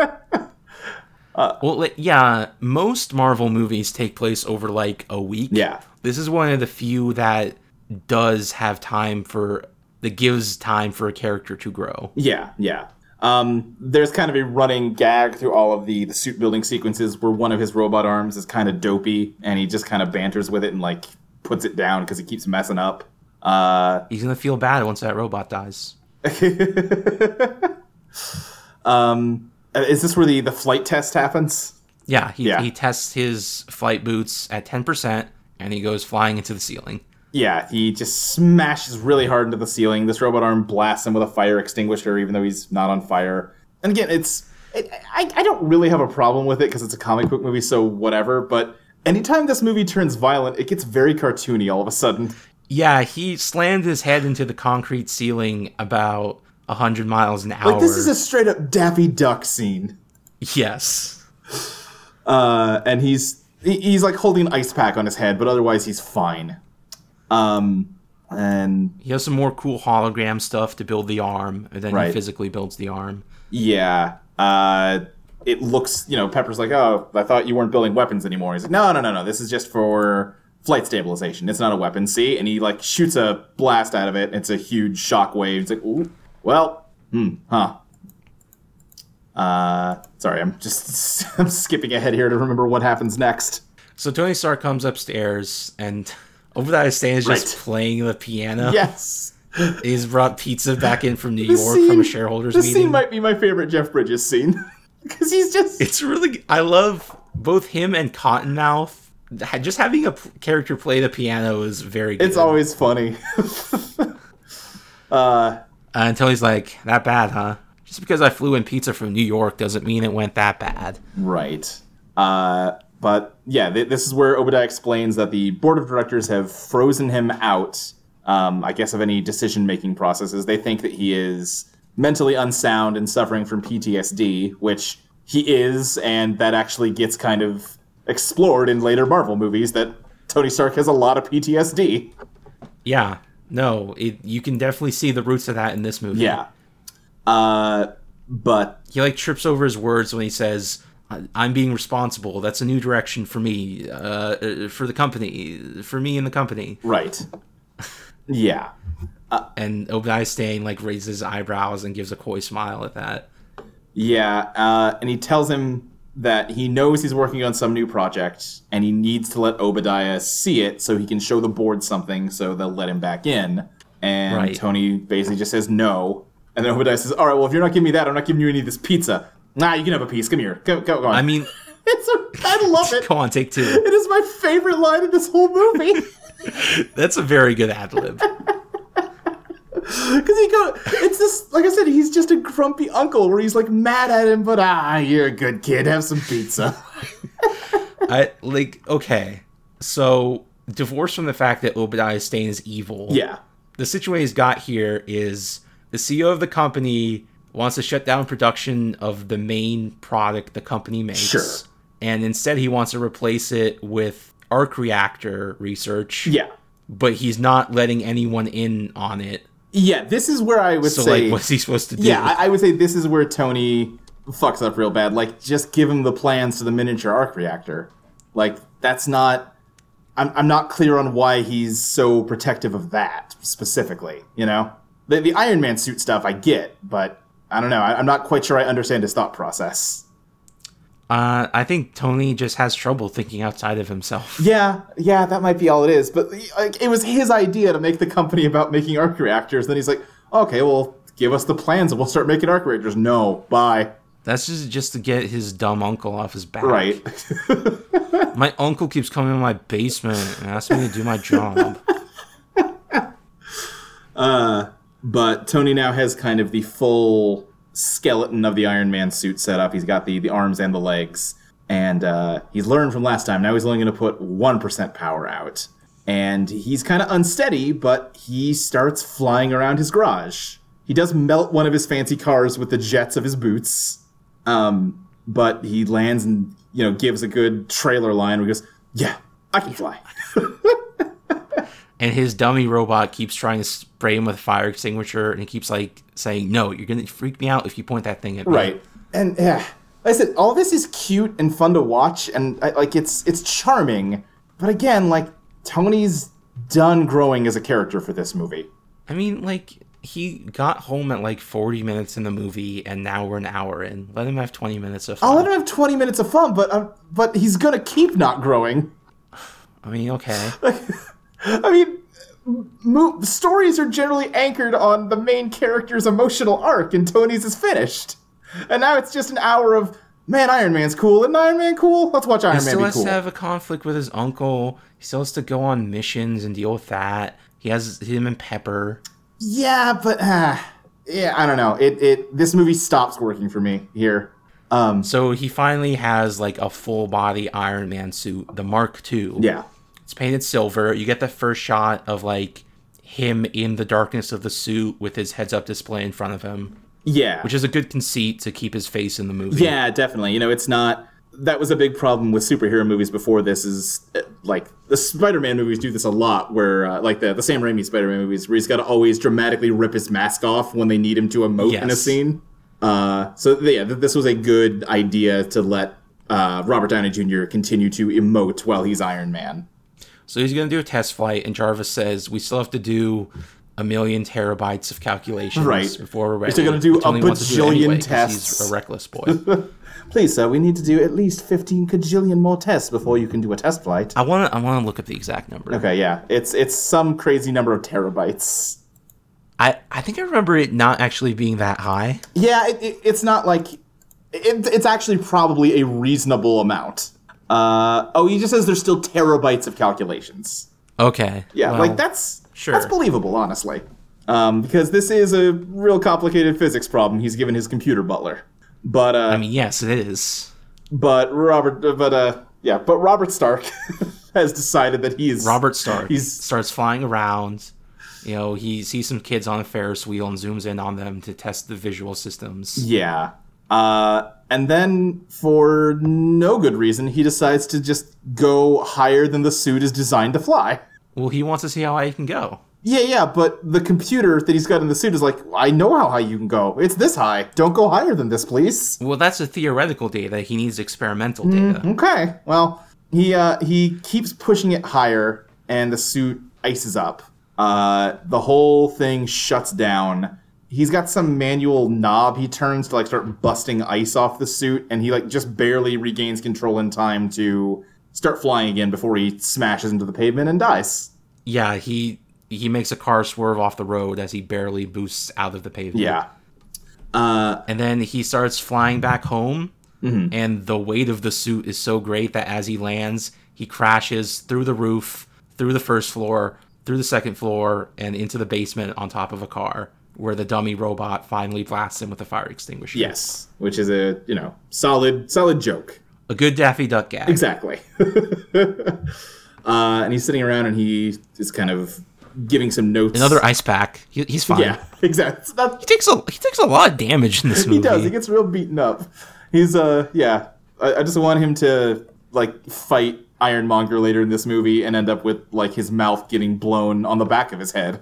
Speaker 1: Well, like, yeah, most Marvel movies take place over like a week.
Speaker 2: Yeah.
Speaker 1: This is one of the few that does have time for that gives time for a character to grow.
Speaker 2: Yeah, yeah. Um, there's kind of a running gag through all of the, the suit building sequences where one of his robot arms is kind of dopey and he just kind of banters with it and like puts it down because he keeps messing up. Uh,
Speaker 1: He's going to feel bad once that robot dies.
Speaker 2: um, is this where the, the flight test happens?
Speaker 1: Yeah, he
Speaker 2: Yeah.
Speaker 1: he tests his flight boots at 10% and he goes flying into the ceiling.
Speaker 2: Yeah, he just smashes really hard into the ceiling. This robot arm blasts him with a fire extinguisher, even though he's not on fire. And again, it's it, I, I don't really have a problem with it because it's a comic book movie, so whatever. But anytime this movie turns violent, it gets very cartoony all of a sudden.
Speaker 1: Yeah, he slammed his head into the concrete ceiling about 100 miles an hour.
Speaker 2: Like this is a straight up Daffy Duck scene.
Speaker 1: yes.
Speaker 2: Uh, and he's he, he's like holding an ice pack on his head, but otherwise he's fine. Um, and
Speaker 1: He has some more cool hologram stuff to build the arm, and then
Speaker 2: Right.
Speaker 1: he physically builds the arm.
Speaker 2: Yeah. Uh, it looks, you know, Pepper's like, oh, I thought you weren't building weapons anymore. He's like, no, no, no, no. This is just for flight stabilization. It's not a weapon, see? And he, like, shoots a blast out of it. It's a huge shockwave. It's like, ooh, well, hmm, huh. Uh, sorry, I'm just I'm skipping ahead here to remember what happens next.
Speaker 1: So Tony Stark comes upstairs, and over that stand is just
Speaker 2: Right.
Speaker 1: playing the piano.
Speaker 2: Yes.
Speaker 1: He's brought pizza back in from New
Speaker 2: The
Speaker 1: York from a shareholders
Speaker 2: this
Speaker 1: meeting.
Speaker 2: scene might be my favorite Jeff Bridges scene. Because he's just
Speaker 1: it's really I love both him and Cottonmouth. Ha- Just having a p- character play the piano is very good.
Speaker 2: it's always funny.
Speaker 1: uh, until he's like that bad, huh? Just because I flew in pizza from New York doesn't mean it went that bad.
Speaker 2: Right. Uh, but yeah, th- this is where Obadiah explains that the board of directors have frozen him out um, I guess, of any decision making processes. They think that he is mentally unsound and suffering from PTSD, which he is, and that actually gets kind of explored in later Marvel movies that Tony Stark has a lot of PTSD.
Speaker 1: Yeah. No, it, you can definitely see the roots of that in this movie.
Speaker 2: Yeah. Uh, but
Speaker 1: He like trips over his words when he says, "I- "I'm being responsible. That's a new direction for me, uh, uh, for the company, for me and the company."
Speaker 2: right. Yeah.
Speaker 1: And Obadiah Stane like raises his eyebrows and gives a coy smile at that.
Speaker 2: Yeah, uh, and he tells him that he knows he's working on some new project, and he needs to let Obadiah see it so he can show the board something, so they'll let him back in. And
Speaker 1: Right.
Speaker 2: Tony basically just says no, and then Obadiah says, "All right, well, if you're not giving me that, I'm not giving you any of this pizza. Nah, you can have a piece. Come here, go, go, go on."
Speaker 1: I mean,
Speaker 2: it's a, I love it.
Speaker 1: come on, take two.
Speaker 2: It is my favorite line in this whole movie.
Speaker 1: That's a very good ad lib.
Speaker 2: Because he go, it's this. Like I said, he's just a grumpy uncle where he's like mad at him, but ah, you're a good kid. Have some pizza.
Speaker 1: I like okay. So divorced from the fact that Obadiah Stane is evil.
Speaker 2: yeah,
Speaker 1: The situation he's got here is the CEO of the company wants to shut down production of the main product the company makes.
Speaker 2: Sure.
Speaker 1: And instead he wants to replace it with arc reactor research.
Speaker 2: yeah.
Speaker 1: But he's not letting anyone in on it.
Speaker 2: Yeah, this is where I would
Speaker 1: So
Speaker 2: say.
Speaker 1: like what's he supposed to do?
Speaker 2: yeah, I, I would say this is where Tony fucks up real bad. Like, just give him the plans to the miniature arc reactor. Like, that's not. I'm, I'm not clear on why he's so protective of that specifically. You know, the, the Iron Man suit stuff I get, but I don't know. I, I'm not quite sure I understand his thought process.
Speaker 1: uh, I think Tony just has trouble thinking outside of himself.
Speaker 2: Yeah, yeah, that might be all it is. But like, it was his idea to make the company about making arc reactors. Then he's like, okay, well, give us the plans and we'll start making arc reactors. No, bye.
Speaker 1: That's just just to get his dumb uncle off his back.
Speaker 2: Right.
Speaker 1: My uncle keeps coming in my basement and asking me to do my job.
Speaker 2: But Tony now has kind of the full skeleton of the Iron Man suit set up. He's got the, the arms and the legs. And uh, he's learned from last time. Now he's only going to put 1% power out. And he's kind of unsteady, but he starts flying around his garage. He does melt one of his fancy cars with the jets of his boots. Um, but he lands and, you know, gives a good trailer line where he goes, Yeah, I can fly.
Speaker 1: And his dummy robot keeps trying to spray him with fire extinguisher, and he keeps like saying, "No, you're gonna freak me out if you point that thing at me."
Speaker 2: Right. And yeah, like I said all this is cute and fun to watch, and I, like it's it's charming. But again, like Tony's done growing as a character for this movie.
Speaker 1: I mean, like he got home at like 40 minutes in the movie, and now we're an hour in. Let him have 20 minutes of.
Speaker 2: I'll let
Speaker 1: Fun.
Speaker 2: him have twenty minutes of fun, but uh, but he's gonna keep not growing.
Speaker 1: I mean, okay.
Speaker 2: I mean. Mo- stories are generally anchored on the main character's emotional arc, and Tony's is finished. And now it's just an hour of man, Iron Man's cool, and Iron Man cool. Let's watch Iron
Speaker 1: He
Speaker 2: Man
Speaker 1: still
Speaker 2: be
Speaker 1: has
Speaker 2: cool.
Speaker 1: to have a conflict with his uncle. He still has to go on missions and deal with that. He has him and Pepper.
Speaker 2: Yeah, but uh, yeah, I don't know. It it this movie stops working for me here. Um,
Speaker 1: So he finally has like a full body Iron Man suit, the Mark II.
Speaker 2: yeah,
Speaker 1: It's painted silver. You get the first shot of like him in the darkness of the suit with his heads up display in front of him,
Speaker 2: yeah,
Speaker 1: which is a good conceit to keep his face in the movie.
Speaker 2: yeah, definitely. You know, it's not. That was a big problem with superhero movies before this. Is uh, like the Spider-Man movies do this a lot, where uh, like the the Sam Raimi Spider-Man movies, where he's got to always dramatically rip his mask off when they need him to emote in a
Speaker 1: Yes.
Speaker 2: scene. Uh, so yeah, th- this was a good idea to let uh, Robert Downey Jr. continue to emote while he's Iron Man.
Speaker 1: So he's going to do a test flight, and Jarvis says, We still have to do a million terabytes of calculations
Speaker 2: Right.
Speaker 1: before we're ready.
Speaker 2: still gonna do
Speaker 1: But
Speaker 2: a
Speaker 1: Tony wants to do it
Speaker 2: bajillion
Speaker 1: 'cause
Speaker 2: tests.
Speaker 1: He's a reckless boy.
Speaker 2: Please, sir, we need to do at least 15 cajillion more tests before you can do a test flight.
Speaker 1: I want to I wanna look up the exact number.
Speaker 2: Okay, yeah. It's it's some crazy number of terabytes.
Speaker 1: I, I think I remember it not actually being that high.
Speaker 2: Yeah, it, it, it's not like. It, it's actually probably a reasonable amount. Uh, oh, he just says there's still terabytes of calculations.
Speaker 1: Okay.
Speaker 2: Yeah,
Speaker 1: well,
Speaker 2: like that's
Speaker 1: sure.
Speaker 2: that's believable, honestly. Um, because this is a real complicated physics problem he's given his computer butler. But uh,
Speaker 1: I mean, yes, it is.
Speaker 2: but Robert, but uh, yeah, but Robert Stark has decided that he's
Speaker 1: Robert Stark
Speaker 2: He's
Speaker 1: starts flying around. You know, he sees some kids on a Ferris wheel and zooms in on them to test the visual systems.
Speaker 2: Yeah. Uh, and then, for no good reason, he decides to just go higher than the suit is designed to fly.
Speaker 1: Well, he wants to see how high he can go.
Speaker 2: Yeah, yeah, but the computer that he's got in the suit is like, I know how high you can go. It's this high. Don't go higher than this, please.
Speaker 1: Well, that's the theoretical data. He needs experimental data.
Speaker 2: Mm-hmm. Okay. Well, he uh, he keeps pushing it higher, and the suit ices up. Uh, the whole thing shuts down. He's got some manual knob he turns to like start busting ice off the suit, and he like just barely regains control in time to start flying again before he smashes into the pavement and dies.
Speaker 1: Yeah, he he makes a car swerve off the road as he barely boosts out of the pavement.
Speaker 2: Yeah.
Speaker 1: And then he starts flying back home,
Speaker 2: Mm-hmm.
Speaker 1: and the weight of the suit is so great that as he lands, he crashes through the roof, through the first floor, through the second floor, and into the basement on top of a car, where the dummy robot finally blasts him with a fire extinguisher.
Speaker 2: Yes, which is a you know solid solid joke.
Speaker 1: A good Daffy Duck gag.
Speaker 2: Exactly. uh, and he's sitting around and he is kind of giving some notes.
Speaker 1: Another ice pack. He, he's fine.
Speaker 2: yeah, exactly. That,
Speaker 1: He takes a he takes a lot of damage in this movie.
Speaker 2: he does. He gets real beaten up. He's uh yeah. I, I just want him to like fight Ironmonger later in this movie and end up with like his mouth getting blown on the back of his head.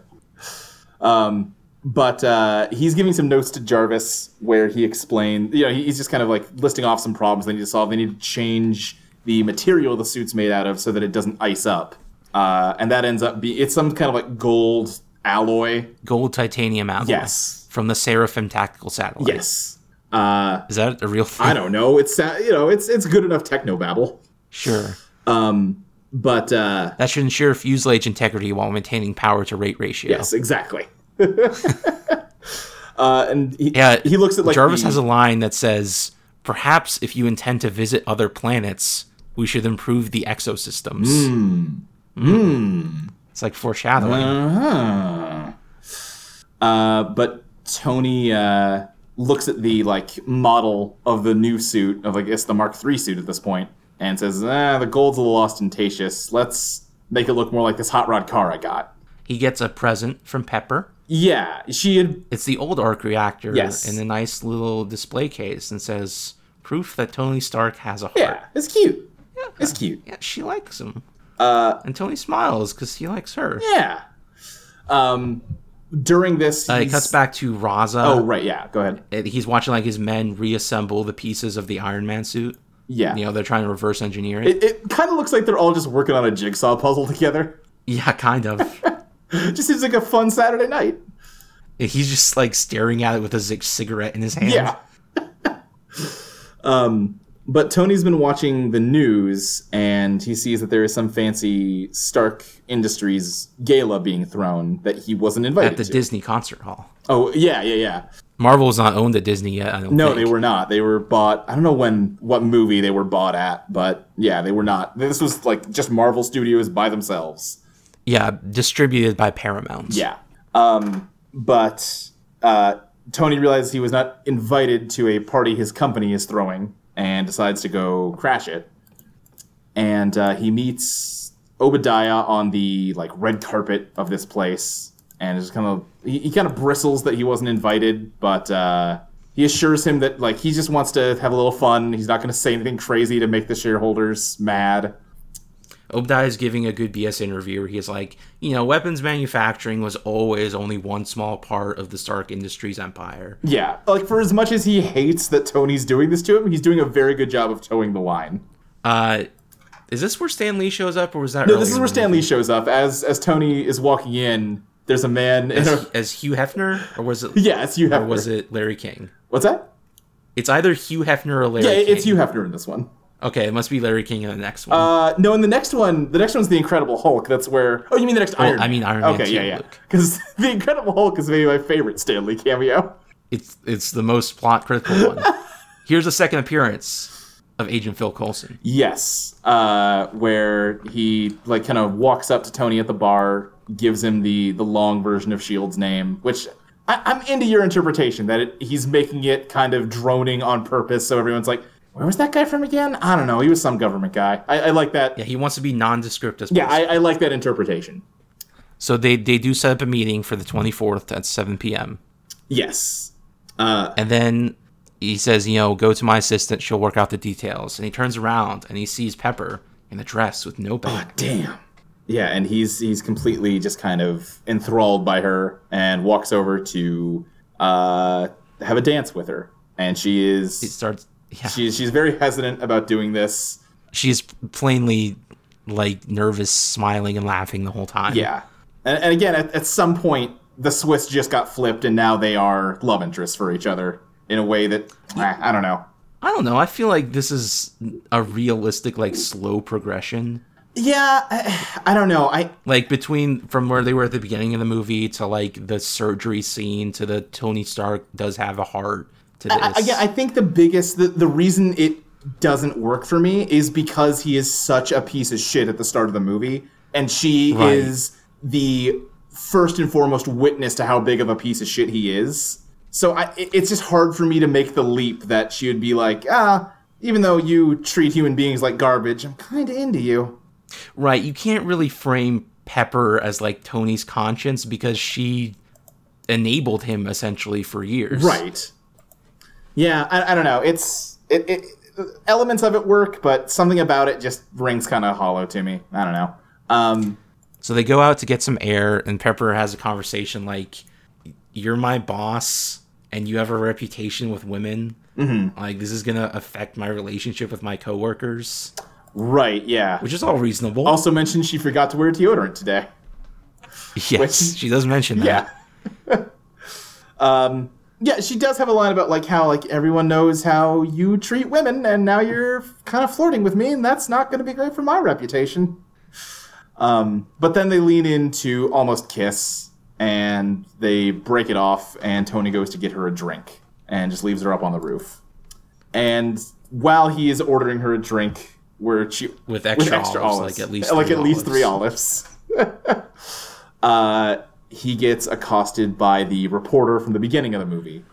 Speaker 2: Um, but uh, he's giving some notes to Jarvis where he explained, you know, he- he's just kind of like listing off some problems they need to solve. They need to change the material the suit's made out of so that it doesn't ice up. Uh, and that ends up be it's some kind of like gold alloy.
Speaker 1: Gold titanium alloy.
Speaker 2: Yes.
Speaker 1: From the Seraphim tactical satellite.
Speaker 2: Yes. Uh,
Speaker 1: Is that a real thing?
Speaker 2: I don't know. It's uh, you know, it's it's good enough techno babble.
Speaker 1: Sure.
Speaker 2: But uh,
Speaker 1: That should ensure fuselage integrity while maintaining power to rate ratio.
Speaker 2: yes, exactly. uh, and he,
Speaker 1: Yeah,
Speaker 2: he looks at like
Speaker 1: Jarvis
Speaker 2: the-
Speaker 1: has a line that says, "Perhaps if you intend to visit other planets, we should improve the exosystems."
Speaker 2: Hmm.
Speaker 1: Mm. It's like foreshadowing.
Speaker 2: Uh-huh. Uh, but Tony uh, looks at the like model of the new suit of I guess the Mark III suit at this point, and says, "Ah, the gold's a little ostentatious. Let's make it look more like this hot rod car I got."
Speaker 1: He gets a present from Pepper.
Speaker 2: Yeah, she had.
Speaker 1: It's the old arc reactor
Speaker 2: Yes.
Speaker 1: in a nice little display case and says, "Proof that Tony Stark has a heart."
Speaker 2: Yeah, it's cute. It's cute.
Speaker 1: Yeah, she likes him. and Tony smiles because he likes her.
Speaker 2: Uh, Yeah. Um, during this,
Speaker 1: Uh, it
Speaker 2: he's-
Speaker 1: cuts back to Raza.
Speaker 2: Oh right, yeah. Go ahead.
Speaker 1: and he's watching like his men reassemble the pieces of the Iron Man suit.
Speaker 2: Yeah.
Speaker 1: You know, they're trying to reverse engineer it.
Speaker 2: it it kind of looks like they're all just working on a jigsaw puzzle together.
Speaker 1: yeah, kind of.
Speaker 2: It just seems like a fun Saturday night.
Speaker 1: he's just like staring at it with a zig cigarette in his hand.
Speaker 2: Yeah. um, but Tony's been watching the news, and he sees that there is some fancy Stark Industries gala being thrown that he wasn't invited
Speaker 1: At the
Speaker 2: to.
Speaker 1: Disney concert hall.
Speaker 2: oh yeah, yeah, yeah.
Speaker 1: Marvel's not owned at Disney yet, I don't
Speaker 2: No,
Speaker 1: think.
Speaker 2: they were not. They were bought. I don't know when what movie they were bought at, but yeah, they were not. This was like just Marvel Studios by themselves.
Speaker 1: Yeah, distributed by Paramount.
Speaker 2: Yeah. Um, but uh, Tony realizes he was not invited to a party his company is throwing and decides to go crash it. And uh, he meets Obadiah on the like red carpet of this place, and is kind of he, he kind of bristles that he wasn't invited, but uh, he assures him that like he just wants to have a little fun. He's not going to say anything crazy to make the shareholders mad.
Speaker 1: Obadiah is giving a good BS interview where he's like, you know, weapons manufacturing was always only one small part of the Stark Industries empire.
Speaker 2: Yeah, like for as much as he hates that Tony's doing this to him, he's doing a very good job of towing the line.
Speaker 1: Uh, is this where Stan Lee shows up, or was that?
Speaker 2: No,
Speaker 1: earlier
Speaker 2: this is
Speaker 1: in
Speaker 2: where
Speaker 1: the
Speaker 2: Stan Lee shows up. As as Tony is walking in, there's a man. In a,
Speaker 1: movie? as Hugh Hefner, or was it?
Speaker 2: yeah, it's Hugh
Speaker 1: or
Speaker 2: Hefner.
Speaker 1: was it Larry King?
Speaker 2: What's that?
Speaker 1: It's either Hugh Hefner or Larry.
Speaker 2: Yeah,
Speaker 1: King.
Speaker 2: it's Hugh Hefner in this one.
Speaker 1: Okay, it must be Larry King in the next one.
Speaker 2: Uh, no, in the next one, the next one's the Incredible Hulk. That's where. Oh, you mean the next Iron?
Speaker 1: I mean Iron Man
Speaker 2: Okay,
Speaker 1: too,
Speaker 2: yeah, yeah.
Speaker 1: Luke.
Speaker 2: Because the Incredible Hulk is maybe my favorite Stanley cameo.
Speaker 1: it's it's the most plot critical one. Here's the second appearance of Agent Phil Coulson.
Speaker 2: Yes, uh, where he like kind of walks up to Tony at the bar, gives him the the long version of Shield's name, which I, I'm into your interpretation that it, he's making it kind of droning on purpose, so everyone's like, "Where was that guy from again?" I don't know. He was some government guy. I, I like that.
Speaker 1: Yeah,
Speaker 2: Yeah,
Speaker 1: he wants to be nondescript as
Speaker 2: I, I like that interpretation.
Speaker 1: So they they do set up a meeting for the 24th at 7 p.m.
Speaker 2: Yes.
Speaker 1: And then he says, you know, go to my assistant. She'll work out the details. And he turns around and he sees Pepper in a dress with no bag.
Speaker 2: Damn. Yeah, and he's he's completely just kind of enthralled by her and walks over to uh, have a dance with her. And she
Speaker 1: He
Speaker 2: is
Speaker 1: starts. Yeah,
Speaker 2: she's she's very hesitant about doing this.
Speaker 1: she's plainly like nervous, smiling and laughing the whole time.
Speaker 2: Yeah. And, and again, at, at some point, the Swiss just got flipped, and now they are love interests for each other in a way that eh, I don't know.
Speaker 1: I don't know. I feel like this is a realistic, like slow progression,
Speaker 2: Yeah, I, I don't know. I
Speaker 1: like between from where they were at the beginning of the movie to like the surgery scene to the Tony Stark does have a heart to this.
Speaker 2: I, again, Uh, I think the biggest the, the reason it doesn't work for me is because he is such a piece of shit at the start of the movie, and she
Speaker 1: Right.
Speaker 2: is the first and foremost witness to how big of a piece of shit he is. So I, it- it's just hard for me to make the leap that she would be like, ah, even though you treat human beings like garbage, I'm kind of into you.
Speaker 1: Right. You can't really frame Pepper as like Tony's conscience because she enabled him essentially for years.
Speaker 2: Right. Yeah, I, I don't know. It's it, it elements of it work, but something about it just rings kind of hollow to me. I don't know. Um,
Speaker 1: So they go out to get some air, and Pepper has a conversation like, "You're my boss, and you have a reputation with women.
Speaker 2: Mm-hmm.
Speaker 1: Like this is gonna affect my relationship with my coworkers,
Speaker 2: right. Yeah.
Speaker 1: which is all reasonable."
Speaker 2: also mentioned she forgot to wear deodorant today.
Speaker 1: yes,
Speaker 2: which-
Speaker 1: she does mention that.
Speaker 2: Yeah. um. Yeah, she does have a line about like how like everyone knows how you treat women, and now you're kind of flirting with me, and that's not going to be great for my reputation. Um, but then they lean into almost kiss, and they break it off, and Tony goes to get her a drink, and just leaves her up on the roof. And while he is ordering her a drink, where she
Speaker 1: With extra olives, like at least
Speaker 2: like
Speaker 1: three
Speaker 2: at least
Speaker 1: olives.
Speaker 2: three olives. uh, he gets accosted by the reporter from the beginning of the movie,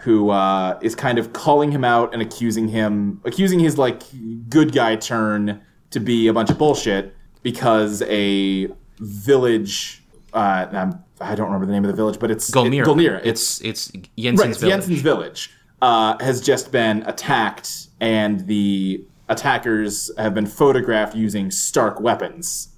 Speaker 2: who uh, is kind of calling him out and accusing him, accusing his like good guy turn to be a bunch of bullshit because a village. Uh, I'm, I don't remember the name of the village, but it's
Speaker 1: Golmira.
Speaker 2: It, Golmira. It's
Speaker 1: It's it's
Speaker 2: right.
Speaker 1: Jensen's
Speaker 2: It's
Speaker 1: village.
Speaker 2: Jensen's village uh, has just been attacked, and the attackers have been photographed using Stark weapons.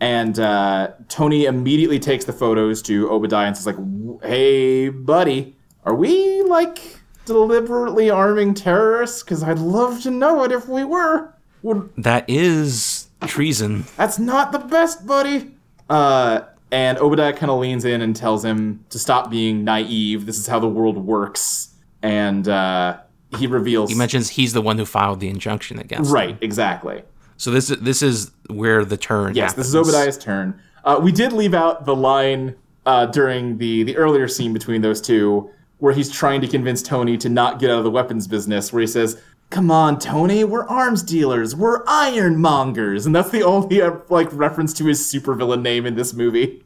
Speaker 2: And uh, Tony immediately takes the photos to Obadiah and says, "Like, "W- hey, buddy, are we like deliberately arming terrorists? Because I'd love to know it if we were. Would
Speaker 1: That is treason.
Speaker 2: that's not the best, buddy. Uh, and Obadiah kind of leans in and tells him to stop being naive. This is how the world works. And uh, he reveals.
Speaker 1: He mentions he's the one who filed the injunction against. them.
Speaker 2: right, exactly.
Speaker 1: So this this is where the turn.
Speaker 2: Yes,
Speaker 1: happens.
Speaker 2: this is Obadiah's turn. Uh, we did leave out the line uh, during the the earlier scene between those two, where he's trying to convince Tony to not get out of the weapons business. Where he says, "Come on, Tony, we're arms dealers, we're ironmongers," and that's the only uh, like reference to his supervillain name in this movie.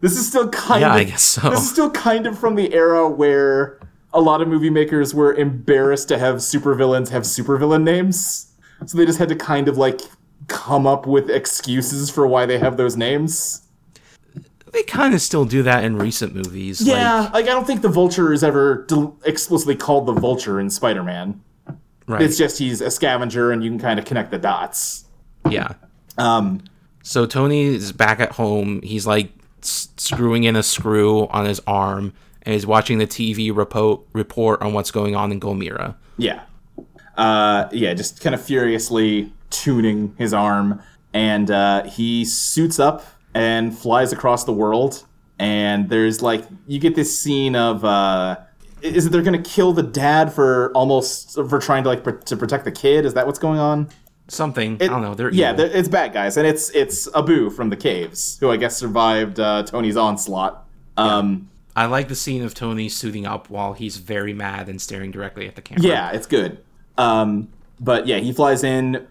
Speaker 2: This is still kind
Speaker 1: Yeah,
Speaker 2: of
Speaker 1: I guess so.
Speaker 2: this is still kind of from the era where a lot of movie makers were embarrassed to have supervillains have supervillain names. So they just had to kind of like come up with excuses for why they have those names.
Speaker 1: They kind of still do that in recent movies.
Speaker 2: like, I don't think the Vulture is ever del- explicitly called the Vulture in Spider-Man.
Speaker 1: like, right.
Speaker 2: It's just he's a scavenger and you can kind of connect the dots.
Speaker 1: yeah.
Speaker 2: Um,
Speaker 1: So Tony is back at home. He's like s- screwing in a screw on his arm and he's watching the TV repo- report on what's going on in Golmira.
Speaker 2: Yeah. Uh, yeah, just kind of furiously tuning his arm. And uh, he suits up and flies across the world. And there's like, you get this scene of. Uh, is it they're gonna kill the dad for almost for trying to like pr- to protect the kid? Is that what's going on?
Speaker 1: Something. I don't know. They're
Speaker 2: yeah,
Speaker 1: evil.
Speaker 2: they're- it's bad guys, and it's it's Abu from the caves who I guess survived uh, Tony's onslaught. Um,
Speaker 1: I like the scene of Tony suiting up while he's very mad and staring directly at the camera.
Speaker 2: yeah, it's good. Um, but yeah, he flies in,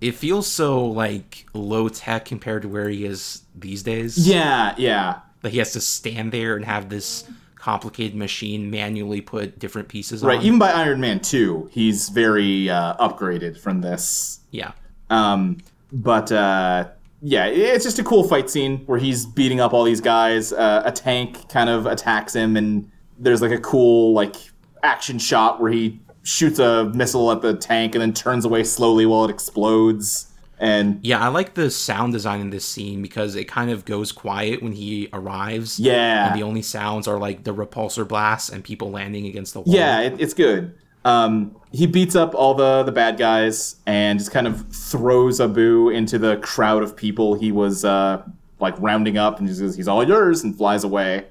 Speaker 1: It feels so like low tech compared to where he is these days.
Speaker 2: Yeah, yeah,
Speaker 1: That he has to stand there and have this complicated machine manually put different pieces
Speaker 2: right.
Speaker 1: on.
Speaker 2: Even by Iron Man two, he's very uh, upgraded from this.
Speaker 1: yeah.
Speaker 2: Um, but uh, yeah, it's just a cool fight scene where he's beating up all these guys. Uh, a tank kind of attacks him, and there's like a cool like action shot where he shoots a missile at the tank and then turns away slowly while it explodes. And
Speaker 1: Yeah, I like the sound design in this scene because it kind of goes quiet when he arrives.
Speaker 2: Yeah.
Speaker 1: And the only sounds are like the repulsor blasts and people landing against the wall.
Speaker 2: yeah, it, it's good. Um, he beats up all the the bad guys and just kind of throws Abu into the crowd of people he was uh, like rounding up, and he says, "He's all yours," and flies away.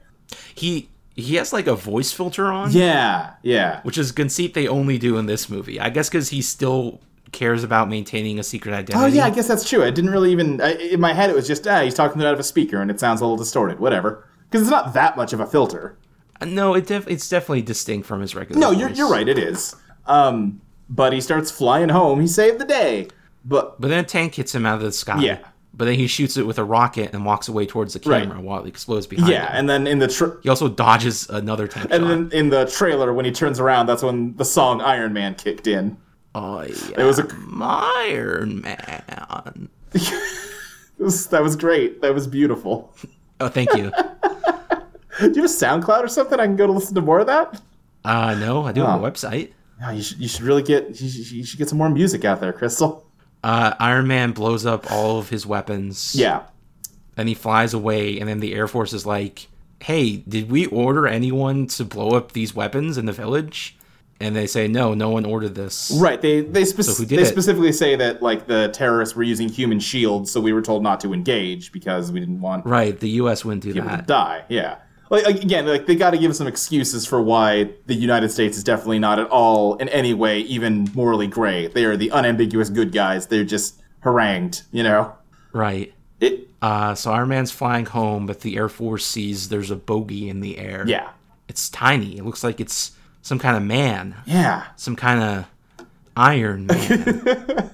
Speaker 1: He he has like a voice filter on.
Speaker 2: Yeah, yeah.
Speaker 1: Which is conceit they only do in this movie. I guess because he still cares about maintaining a secret identity.
Speaker 2: Oh yeah, I guess that's true. I didn't really even I, in my head. It was just ah, he's talking out of a speaker, and it sounds a little distorted. Whatever, because it's not that much of a filter.
Speaker 1: No, it def- it's definitely distinct from his regular.
Speaker 2: No, you're
Speaker 1: voice.
Speaker 2: you're right. It is. Um, but he starts flying home. He saved the day. But
Speaker 1: But then a tank hits him out of the sky.
Speaker 2: Yeah.
Speaker 1: But then he shoots it with a rocket and walks away towards the
Speaker 2: Right.
Speaker 1: camera while it explodes behind
Speaker 2: yeah,
Speaker 1: him.
Speaker 2: and then in the tr-
Speaker 1: He also dodges another tank
Speaker 2: and
Speaker 1: shot.
Speaker 2: then in the trailer when he turns around, that's when the song Iron Man kicked in.
Speaker 1: oh,
Speaker 2: It
Speaker 1: yeah.
Speaker 2: was a
Speaker 1: Iron Man.
Speaker 2: it was, that was great. That was beautiful.
Speaker 1: Oh, thank you.
Speaker 2: Do you have a SoundCloud or something? I can go to listen to more of that.
Speaker 1: Uh, no, I do have a website.
Speaker 2: No, you should you should really get you should, you should get some more music out there, Crystal.
Speaker 1: Uh, Iron Man blows up all of his weapons.
Speaker 2: Yeah.
Speaker 1: And he flies away, and then the Air Force is like, hey, did we order anyone to blow up these weapons in the village? And they say, no, no one ordered this.
Speaker 2: Right. They they, spec-
Speaker 1: who did
Speaker 2: they
Speaker 1: it?
Speaker 2: specifically say that like the terrorists were using human shields, so we were told not to engage because we didn't want
Speaker 1: Right, the U.S. wouldn't do
Speaker 2: people to
Speaker 1: that.
Speaker 2: die. Yeah. Like like, again, like they got to give some excuses for why the United States is definitely not at all in any way even morally gray. They are the unambiguous good guys. They're just harangued. You know.
Speaker 1: Right.
Speaker 2: It.
Speaker 1: Uh, so Iron Man's flying home, but the Air Force sees there's a bogey in the air.
Speaker 2: Yeah.
Speaker 1: It's tiny. It looks like it's some kind of man,
Speaker 2: Yeah.
Speaker 1: some kind of Iron Man.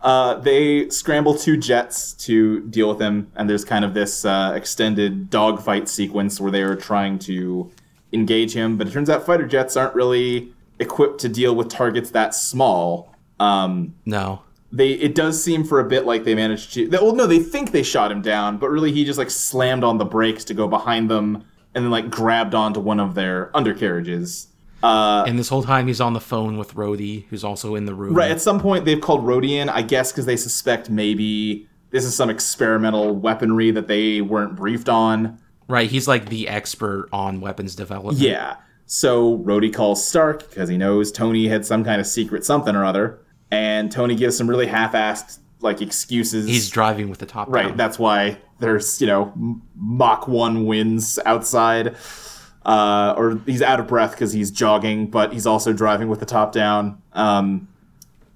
Speaker 2: Uh, they scramble two jets to deal with him, and there's kind of this uh, extended dogfight sequence where they are trying to engage him. But it turns out fighter jets aren't really equipped to deal with targets that small. Um,
Speaker 1: no.
Speaker 2: they it does seem for a bit like they managed to. They, well, no, they think they shot him down, but really he just like slammed on the brakes to go behind them, and then like grabbed onto one of their undercarriages.
Speaker 1: And this whole time he's on the phone with Rhodey, who's also in the room.
Speaker 2: Right. At some point, they've called Rodian, I guess, because they suspect maybe this is some experimental weaponry that they weren't briefed on.
Speaker 1: Right, he's like the expert on weapons development.
Speaker 2: Yeah. So Rhodey calls Stark because he knows Tony had some kind of secret something or other, and Tony gives some really half-assed like excuses.
Speaker 1: He's driving with the top
Speaker 2: right.
Speaker 1: down.
Speaker 2: That's why there's you know M- Mach One winds outside, uh, or he's out of breath because he's jogging, but he's also driving with the top down. Um,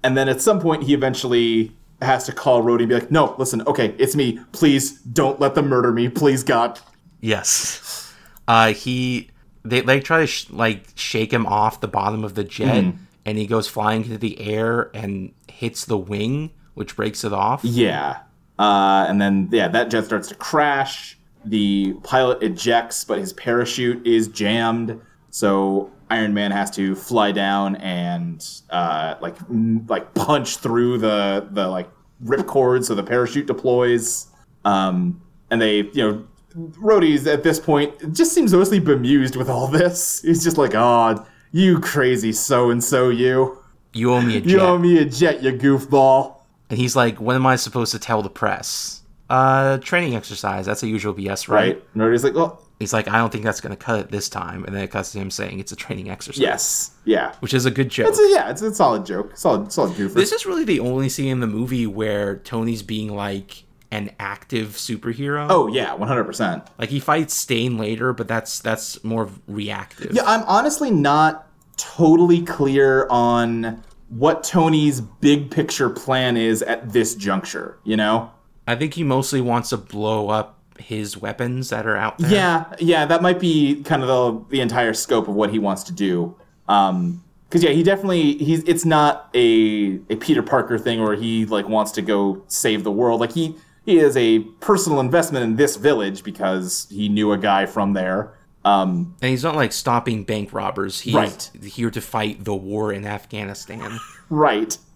Speaker 2: and then at some point, he eventually has to call Rhodey and be like, "No, listen, okay, it's me. Please don't let them murder me. Please, God."
Speaker 1: Yes. Uh, he they like try to sh- like shake him off the bottom of the jet,
Speaker 2: Hmm.
Speaker 1: and he goes flying into the air and hits the wing, which breaks it off.
Speaker 2: Yeah. Uh, and then, yeah, that jet starts to crash. The pilot ejects, but his parachute is jammed. So Iron Man has to fly down and uh, like m- like punch through the the like ripcord so the parachute deploys. Um, and they, you know, Rhodey's at this point just seems mostly bemused with all this. He's just like, "Oh, you crazy so and so, you,
Speaker 1: You owe me a jet.
Speaker 2: you owe me a jet, you goofball."
Speaker 1: and he's like, "What am I supposed to tell the press?" Uh, training exercise. That's a usual BS, right?
Speaker 2: Right? And Rhodey's like, "Well,
Speaker 1: He's like, "I don't think that's gonna cut it this time," and then it cuts to him saying, "It's a training exercise."
Speaker 2: Yes. Yeah.
Speaker 1: which is a good joke.
Speaker 2: It's a, yeah, it's a solid joke. Solid solid goofer.
Speaker 1: This is really the only scene in the movie where Tony's being like an active superhero.
Speaker 2: oh yeah, one hundred percent.
Speaker 1: Like he fights Stain later, but that's that's more of reactive.
Speaker 2: Yeah, I'm honestly not totally clear on what Tony's big picture plan is at this juncture, you know?
Speaker 1: I think he mostly wants to blow up his weapons that are out there.
Speaker 2: Yeah, yeah, that might be kind of the, the entire scope of what he wants to do. Um 'cause because yeah, he definitely he's it's not a a Peter Parker thing where he like wants to go save the world. Like he he is a personal investment in this village because he knew a guy from there. Um
Speaker 1: And he's not like stopping bank robbers. He's
Speaker 2: Right.
Speaker 1: here to fight the war in Afghanistan.
Speaker 2: Right.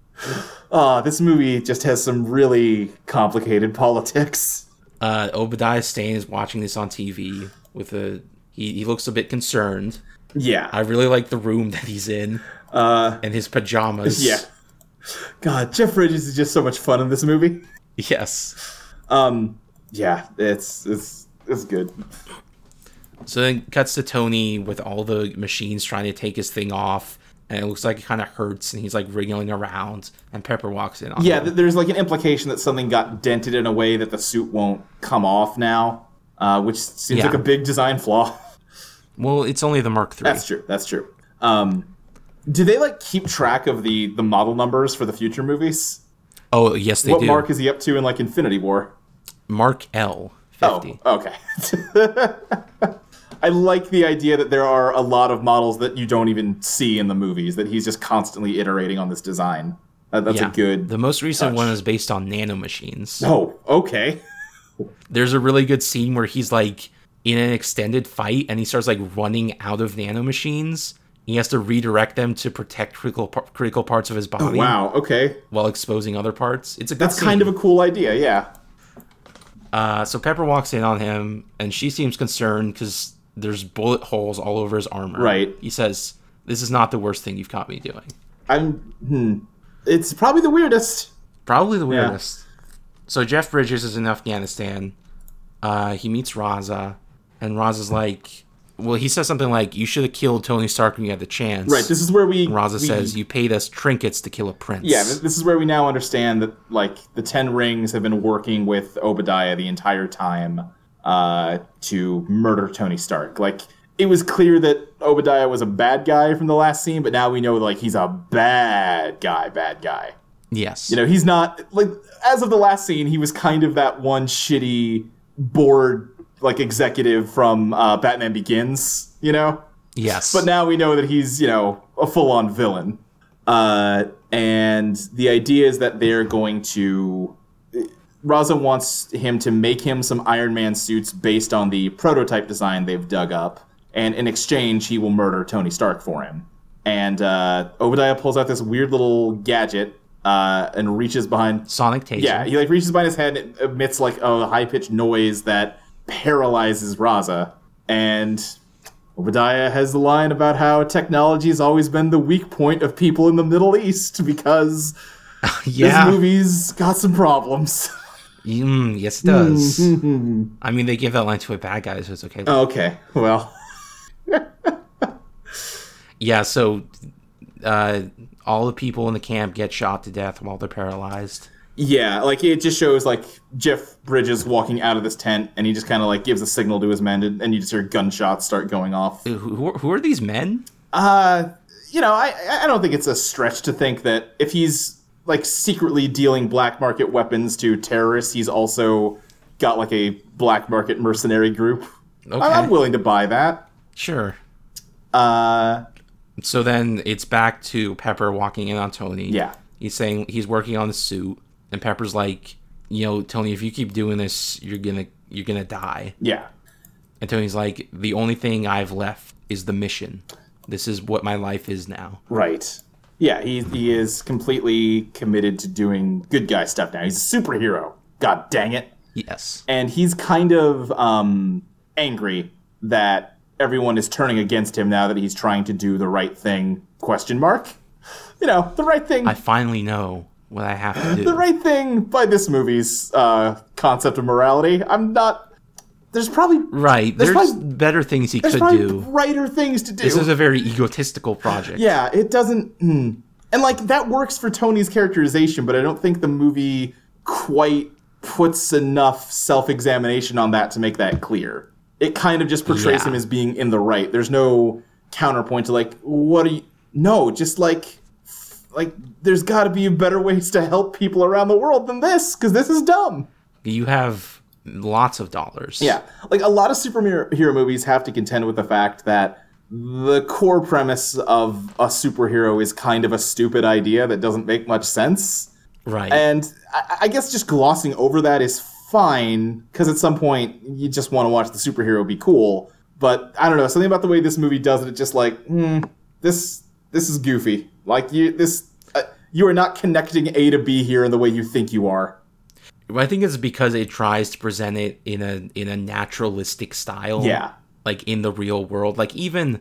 Speaker 2: Uh, this movie just has some really complicated politics.
Speaker 1: Uh, Obadiah Stane is watching this on TV with a. He, he looks a bit concerned.
Speaker 2: Yeah.
Speaker 1: I really like the room that he's in
Speaker 2: Uh,
Speaker 1: and his pajamas.
Speaker 2: yeah. God, Jeff Bridges is just so much fun in this movie.
Speaker 1: Yes.
Speaker 2: Um, yeah, it's it's it's good.
Speaker 1: So then cuts to Tony with all the machines trying to take his thing off. And it looks like it kind of hurts, and he's like wriggling around. And Pepper walks in on
Speaker 2: Yeah,
Speaker 1: him.
Speaker 2: th- there's like an implication that something got dented in a way that the suit won't come off now, uh, which seems
Speaker 1: Yeah.
Speaker 2: like a big design flaw.
Speaker 1: Well, it's only the Mark III.
Speaker 2: That's true. That's true. Um, do they like keep track of the the model numbers for the future movies?
Speaker 1: Oh, yes, they
Speaker 2: what
Speaker 1: do.
Speaker 2: mark is he up to in like Infinity War?
Speaker 1: Mark L. 50.
Speaker 2: Oh, okay. I like the idea that there are a lot of models that you don't even see in the movies. That he's just constantly iterating on this design. That- that's a good.
Speaker 1: The most recent
Speaker 2: touch.
Speaker 1: one is based on nanomachines.
Speaker 2: oh, okay.
Speaker 1: There's a really good scene where he's like in an extended fight and he starts like running out of nanomachines. He has to redirect them to protect critical par- critical parts of his body
Speaker 2: Oh, Wow. Okay.
Speaker 1: while exposing other parts. It's a good
Speaker 2: That's kind of a cool idea. Yeah.
Speaker 1: uh, so Pepper walks in on him and she seems concerned because there's bullet holes all over his armor.
Speaker 2: Right.
Speaker 1: He says, "This is not the worst thing you've caught me doing.
Speaker 2: I'm. Hmm. It's probably the weirdest.
Speaker 1: Probably the weirdest." So Jeff Bridges is in Afghanistan. Uh, he meets Raza, and Raza's like, "Well, he says something like, you should have killed Tony Stark when you had the chance.'
Speaker 2: Right. This is where we.
Speaker 1: Raza
Speaker 2: we-
Speaker 1: says, "You paid us trinkets to kill a prince."
Speaker 2: Yeah, th- this is where we now understand that like the Ten Rings have been working with Obadiah the entire time uh, to murder Tony Stark. Like it was clear that Obadiah was a bad guy from the last scene, but now we know like he's a bad guy, bad guy.
Speaker 1: yes.
Speaker 2: You know, he's not like as of the last scene, he was kind of that one shitty bored like executive from uh, Batman Begins. You know.
Speaker 1: yes.
Speaker 2: But now we know that he's, you know, a full on villain. Uh, and the idea is that they're going to. Raza wants him to make him some Iron Man suits based on the prototype design they've dug up. And in exchange, he will murder Tony Stark for him. And uh, Obadiah pulls out this weird little gadget uh, and reaches behind
Speaker 1: Sonic Taser.
Speaker 2: yeah, he like reaches behind his head and it emits like a high pitched noise that paralyzes Raza. And Obadiah has the line about how technology has always been the weak point of people in the Middle East because
Speaker 1: yeah.
Speaker 2: this movie's got some problems.
Speaker 1: Mm, yes, it does. I mean, they give that line to a bad guy, so it's okay.
Speaker 2: okay, well,
Speaker 1: Yeah, so uh, all the people in the camp get shot to death while they're paralyzed.
Speaker 2: yeah, like it just shows like Jeff Bridges walking out of this tent and he just kind of like gives a signal to his men and and you just hear gunshots start going off.
Speaker 1: Who, who, are- who are these men?
Speaker 2: Uh, you know, I I don't think it's a stretch to think that if he's like secretly dealing black market weapons to terrorists, he's also got like a black market mercenary group.
Speaker 1: Okay,
Speaker 2: I- I'm willing to buy that.
Speaker 1: sure.
Speaker 2: Uh,
Speaker 1: So then it's back to Pepper walking in on Tony.
Speaker 2: Yeah.
Speaker 1: He's saying he's working on the suit, and Pepper's like, you know, Tony, if you keep doing this, you're gonna you're gonna die.
Speaker 2: yeah,
Speaker 1: And Tony's like, the only thing I've left is the mission. This is what my life is now.
Speaker 2: right. Yeah, he he is completely committed to doing good guy stuff now. He's a superhero. God dang it.
Speaker 1: Yes.
Speaker 2: and he's kind of um, angry that everyone is turning against him now that he's trying to do the right thing question mark you know the right thing
Speaker 1: I finally know what I have to do.
Speaker 2: the right thing by this movie's uh, concept of morality i'm not there's probably
Speaker 1: Right,
Speaker 2: There's
Speaker 1: There's,
Speaker 2: probably-
Speaker 1: better things he
Speaker 2: there's
Speaker 1: could
Speaker 2: probably
Speaker 1: do.
Speaker 2: brighter things to do
Speaker 1: This is a very egotistical project.
Speaker 2: yeah it doesn't hmm. and like that works for tony's characterization but i don't think the movie quite puts enough self-examination on that to make that clear it kind of just portrays
Speaker 1: Yeah.
Speaker 2: him as being in the right there's no counterpoint to like what are you no just like like there's got to be better ways to help people around the world than this because this is dumb
Speaker 1: You have lots of dollars.
Speaker 2: yeah, like a lot of superhero movies have to contend with the fact that the core premise of a superhero is kind of a stupid idea that doesn't make much sense.
Speaker 1: Right.
Speaker 2: And I, I guess just glossing over that is fine because at some point you just want to watch the superhero be cool. But I don't know something about the way this movie does it. It's just like hmm, this. This is goofy. Like you, this. Uh, You are not connecting A to B here in the way you think you are.
Speaker 1: I think it's because it tries to present it in a in a naturalistic style.
Speaker 2: Yeah.
Speaker 1: Like in the real world. Like even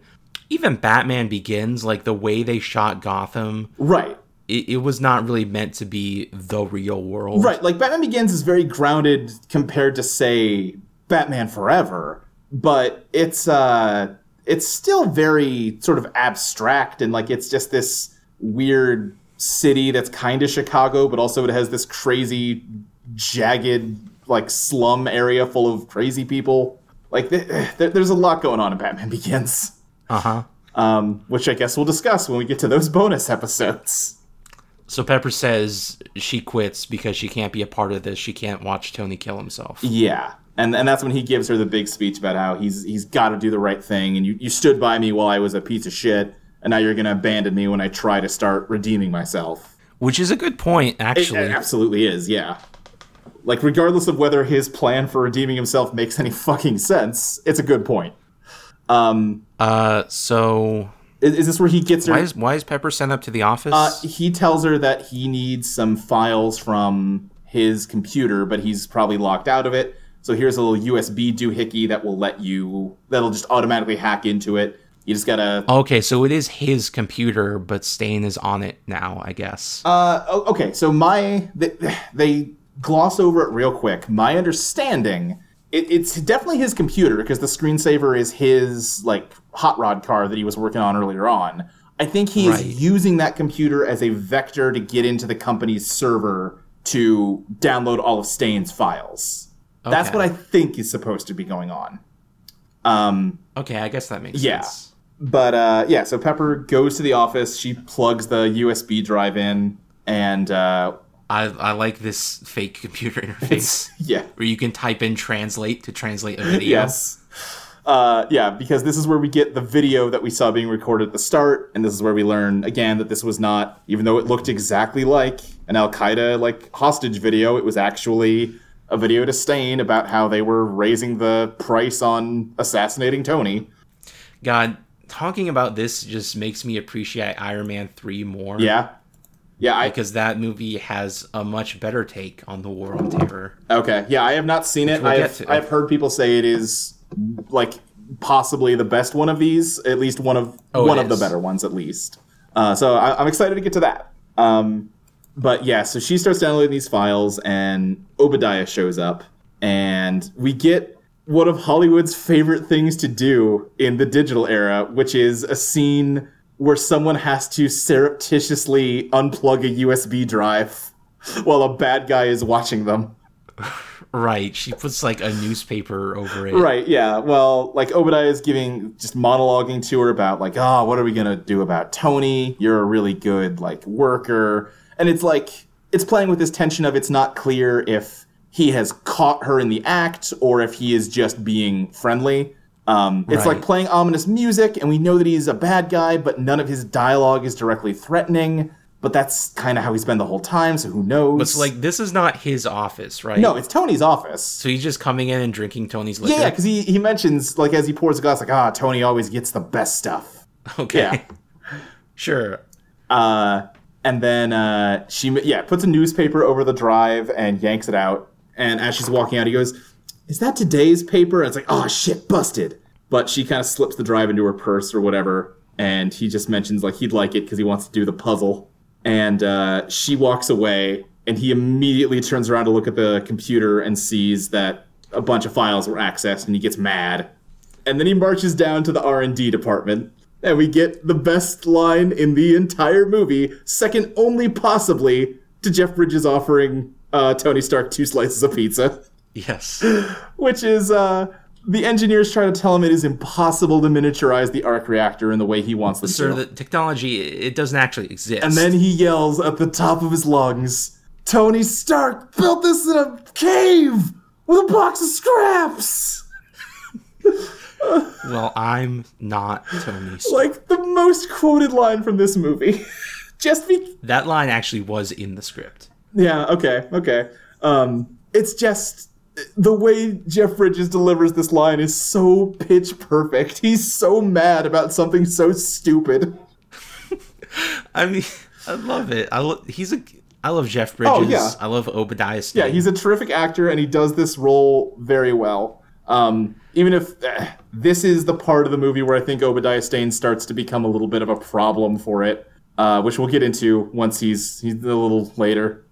Speaker 1: even Batman Begins, like the way they shot Gotham,
Speaker 2: Right.
Speaker 1: it, it was not really meant to be the real world.
Speaker 2: Right. Like Batman Begins is very grounded compared to say Batman Forever, but it's uh it's still very sort of abstract and like it's just this weird city that's kind of Chicago, but also it has this crazy jagged like slum area full of crazy people. Like th- th- there's a lot going on in Batman Begins,
Speaker 1: Uh huh.
Speaker 2: um, which I guess we'll discuss when we get to those bonus episodes.
Speaker 1: So Pepper says she quits because she can't be a part of this. She can't watch Tony kill himself.
Speaker 2: Yeah. And and that's when he gives her the big speech about how he's he's got to do the right thing and you, you stood by me while I was a piece of shit and now you're going to abandon me when I try to start redeeming myself.
Speaker 1: Which is a good point,
Speaker 2: It,
Speaker 1: actually.
Speaker 2: it absolutely is, yeah. Like regardless of whether his plan for redeeming himself makes any fucking sense, it's a good point. Um
Speaker 1: Uh, so
Speaker 2: is, is this where he gets her
Speaker 1: why is why is Pepper sent up to the office?
Speaker 2: Uh, he tells her that he needs some files from his computer, but he's probably locked out of it. So here's a little USB doohickey that will let you, that'll just automatically hack into it. You just gotta.
Speaker 1: okay, so it is his computer, but Stain is on it now, I guess.
Speaker 2: Uh, o- okay, so my. They, they gloss over it real quick. My understanding. It, it's definitely his computer because the screensaver is his, like, hot rod car that he was working on earlier on. I think he
Speaker 1: Right.
Speaker 2: is using that computer as a vector to get into the company's server to download all of Stain's files. That's
Speaker 1: Okay.
Speaker 2: what I think is supposed to be going on. Um,
Speaker 1: okay, I guess that makes
Speaker 2: Yeah.
Speaker 1: sense.
Speaker 2: but uh, yeah, so Pepper goes to the office. She plugs the USB drive in, and uh,
Speaker 1: I I like this fake computer interface
Speaker 2: yeah,
Speaker 1: where you can type in translate to translate a video.
Speaker 2: yes, uh, yeah, because this is where we get the video that we saw being recorded at the start, and this is where we learn again that this was not, even though it looked exactly like an Al Qaeda like hostage video, it was actually a video to Stain about how they were raising the price on assassinating Tony.
Speaker 1: God, talking about this just makes me appreciate Iron Man 3 more.
Speaker 2: Yeah, yeah, I
Speaker 1: Because that movie has a much better take on the war on terror.
Speaker 2: Okay. Yeah, I have not seen it.
Speaker 1: we'll get
Speaker 2: I've,
Speaker 1: to.
Speaker 2: I've heard people say it is like possibly the best one of these, at least one of
Speaker 1: Oh,
Speaker 2: one
Speaker 1: it
Speaker 2: of the
Speaker 1: is.
Speaker 2: better ones, at least. Uh, so I, I'm excited to get to that. Um, but yeah, so she starts downloading these files, and Obadiah shows up, and we get one of Hollywood's favorite things to do in the digital era, which is a scene where someone has to surreptitiously unplug a USB drive while a bad guy is watching them.
Speaker 1: Right. She puts like a newspaper over it.
Speaker 2: Right, yeah. Well, like Obadiah is giving just monologuing to her about like, oh, what are we gonna do about Tony? You're a really good like worker. And it's like it's playing with this tension of it's not clear if he has caught her in the act or if he is just being friendly. Um, it's
Speaker 1: Right.
Speaker 2: like playing ominous music, and we know that he's a bad guy, but none of his dialogue is directly threatening. But that's kind of how he's been the whole time, so who knows?
Speaker 1: But so, like this is not his office, right?
Speaker 2: no, it's Tony's office.
Speaker 1: So he's just coming in and drinking Tony's liquor.
Speaker 2: Yeah, yeah, because he, he mentions like as he pours a glass, like ah, Tony always gets the best stuff.
Speaker 1: okay.
Speaker 2: yeah.
Speaker 1: sure.
Speaker 2: Uh, and then uh, she yeah puts a newspaper over the drive and yanks it out. And as she's walking out, he goes, "Is that today's paper?" And it's like, "Oh shit, busted!" But she kind of slips the drive into her purse or whatever, and he just mentions like he'd like it because he wants to do the puzzle. And uh, she walks away, and he immediately turns around to look at the computer and sees that a bunch of files were accessed, and he gets mad and then he marches down to the r&d department and we get the best line in the entire movie second only possibly to jeff bridges offering uh, tony stark two slices of pizza
Speaker 1: Yes.
Speaker 2: which is uh, the engineers try to tell him it is impossible to miniaturize the arc reactor in the way he wants them
Speaker 1: Sir,
Speaker 2: to
Speaker 1: the technology it doesn't actually exist.
Speaker 2: and then he yells at the top of his lungs tony stark built this in a cave with a box of scraps
Speaker 1: Well, I'm not Tony. Stark.
Speaker 2: like the most quoted line from this movie just be
Speaker 1: That line actually was in the script.
Speaker 2: Yeah, okay, okay. Um, it's just the way Jeff Bridges delivers this line is so pitch perfect. He's so mad about something so stupid.
Speaker 1: I mean, I love it. I lo- he's a I love Jeff Bridges.
Speaker 2: yeah.
Speaker 1: I love Obadiah. Stane.
Speaker 2: yeah, he's a terrific actor, and he does this role very well. Um, even if eh, this is the part of the movie where I think Obadiah Stane starts to become a little bit of a problem for it, uh, which we'll get into once he's he's a little later.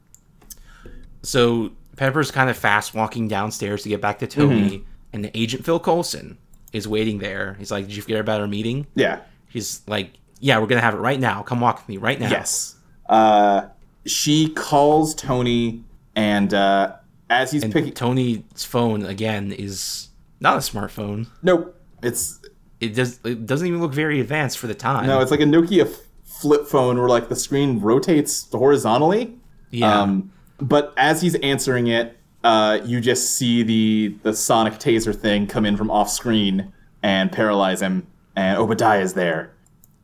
Speaker 1: So Pepper's kind of fast walking downstairs to get back to Toby, and Agent Phil Coulson is waiting there. He's like, "Did you forget about our meeting?"
Speaker 2: Yeah.
Speaker 1: He's like, "Yeah, we're gonna have it right now. Come walk with me right now."
Speaker 2: Yes. Uh, she calls Tony, and uh, as he's
Speaker 1: And
Speaker 2: picking,
Speaker 1: Tony's phone again is not a smartphone.
Speaker 2: nope, it's
Speaker 1: It does. It doesn't even look very advanced for the time.
Speaker 2: no, it's like a Nokia f- flip phone where like the screen rotates horizontally.
Speaker 1: yeah.
Speaker 2: Um, but as he's answering it, uh, you just see the the sonic taser thing come in from off screen and paralyze him. And Obadiah is there,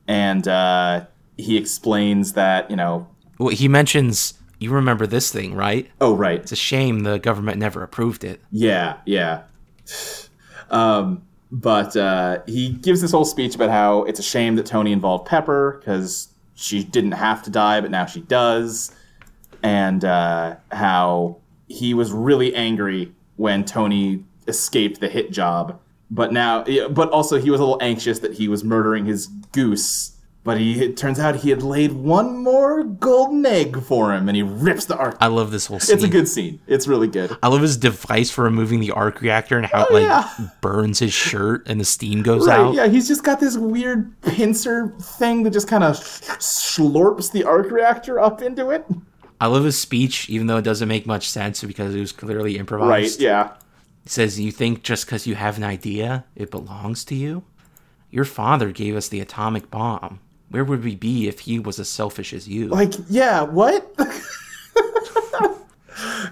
Speaker 2: and uh, he explains that you know.
Speaker 1: well, he mentions you remember this thing, right?
Speaker 2: Oh right,
Speaker 1: It's a shame the government never approved it.
Speaker 2: Yeah, yeah. Um, but uh, he gives this whole speech about how it's a shame that Tony involved Pepper because she didn't have to die, but now she does, and uh, how he was really angry when Tony escaped the hit job. But now, yeah, but also he was a little anxious that he was murdering his goose. But he, it turns out he had laid one more golden egg for him, and he rips the arc.
Speaker 1: I love this whole scene.
Speaker 2: It's a good scene. It's really good.
Speaker 1: I love his device for removing the arc reactor and how it
Speaker 2: Oh,
Speaker 1: like
Speaker 2: yeah.
Speaker 1: burns his shirt and the steam goes
Speaker 2: Right,
Speaker 1: out.
Speaker 2: yeah, he's just got this weird pincer thing that just kind of slurps the arc reactor up into it.
Speaker 1: I love his speech, even though it doesn't make much sense because it was clearly improvised.
Speaker 2: Right, yeah.
Speaker 1: He says, You think just because you have an idea, it belongs to you? Your father gave us the atomic bomb. Where would we be if he was as selfish as you?
Speaker 2: Like, yeah, what?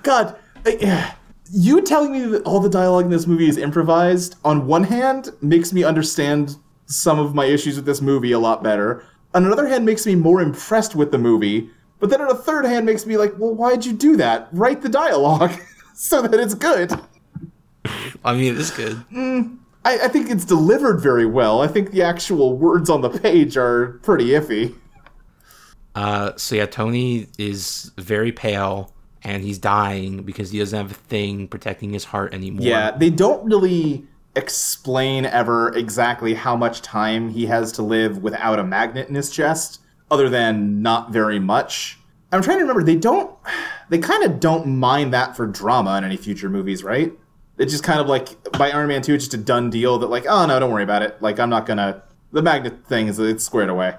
Speaker 2: God, uh, yeah. you telling me that all the dialogue in this movie is improvised, on one hand, makes me understand some of my issues with this movie a lot better. On another hand, makes me more impressed with the movie. But then on a third hand, makes me like, well, why'd you do that? Write the dialogue so that it's good.
Speaker 1: I mean, it is good.
Speaker 2: I, I think it's delivered very well. I think the actual words on the page are pretty iffy.
Speaker 1: Uh, so, yeah, Tony is very pale and he's dying because he doesn't have a thing protecting his heart anymore.
Speaker 2: Yeah, they don't really explain ever exactly how much time he has to live without a magnet in his chest, other than not very much. I'm trying to remember, they don't, they kind of don't mind that for drama in any future movies, right? It's just kind of like, by Iron Man 2, it's just a done deal that, like, oh no, don't worry about it. Like, I'm not gonna, the magnet thing is, it's squared away.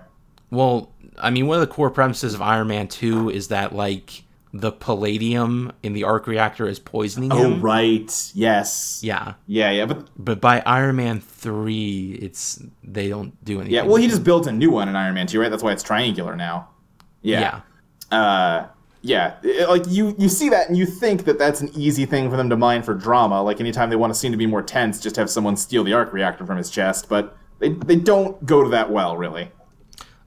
Speaker 1: Well, I mean, one of the core premises of Iron Man 2 is that, like, the palladium in the arc reactor is poisoning him.
Speaker 2: Oh, right. Yes.
Speaker 1: Yeah.
Speaker 2: Yeah, yeah, but
Speaker 1: But by Iron Man 3, it's they don't do anything.
Speaker 2: Yeah, well, he just built a new one in Iron Man 2, right? That's why it's triangular now.
Speaker 1: Yeah.
Speaker 2: Yeah. Uh, yeah. It- like, you, you see that and you think that that's an easy thing for them to mine for drama. Like, anytime they want a scene to be more tense, just have someone steal the arc reactor from his chest. But they, they don't go to that well, really.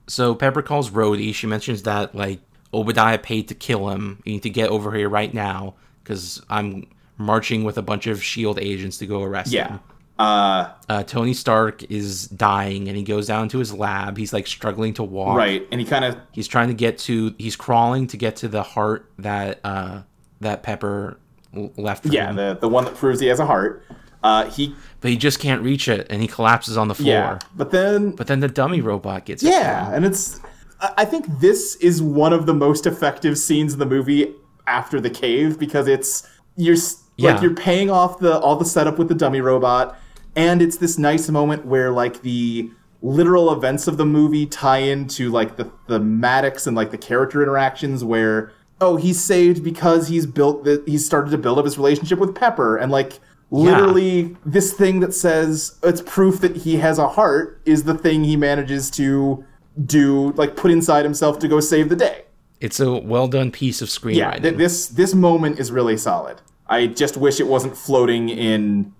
Speaker 1: So Pepper calls Rhodey. She mentions that, like, Obadiah paid to kill him. You need to get over here right now because I'm marching with a bunch of S.H.I.E.L.D. E agents to go arrest
Speaker 2: Yeah.
Speaker 1: him.
Speaker 2: Uh,
Speaker 1: Uh, Tony Stark is dying and he goes down to his lab. He's, like, struggling to walk.
Speaker 2: right. And he kind of.
Speaker 1: He's trying to get to, he's crawling to get to the heart that, uh, that Pepper l- left for
Speaker 2: Yeah,
Speaker 1: him.
Speaker 2: the, the one that proves he has a heart. Uh, he.
Speaker 1: but he just can't reach it and he collapses on the floor.
Speaker 2: Yeah. But then.
Speaker 1: But then the dummy robot gets it to him.
Speaker 2: Yeah, and it's. I I think this is one of the most effective scenes in the movie after the cave because it's you're s
Speaker 1: Yeah.
Speaker 2: like you're paying off the all the setup with the dummy robot, and it's this nice moment where like the literal events of the movie tie into like the thematics and like the character interactions where oh he's saved because he's built the he's started to build up his relationship with Pepper and like literally this thing that says it's proof that he has a heart is the thing he manages to do like put inside himself to go save the day
Speaker 1: It's a well done piece of screenwriting.
Speaker 2: yeah th- this this moment is really solid i just wish it wasn't floating in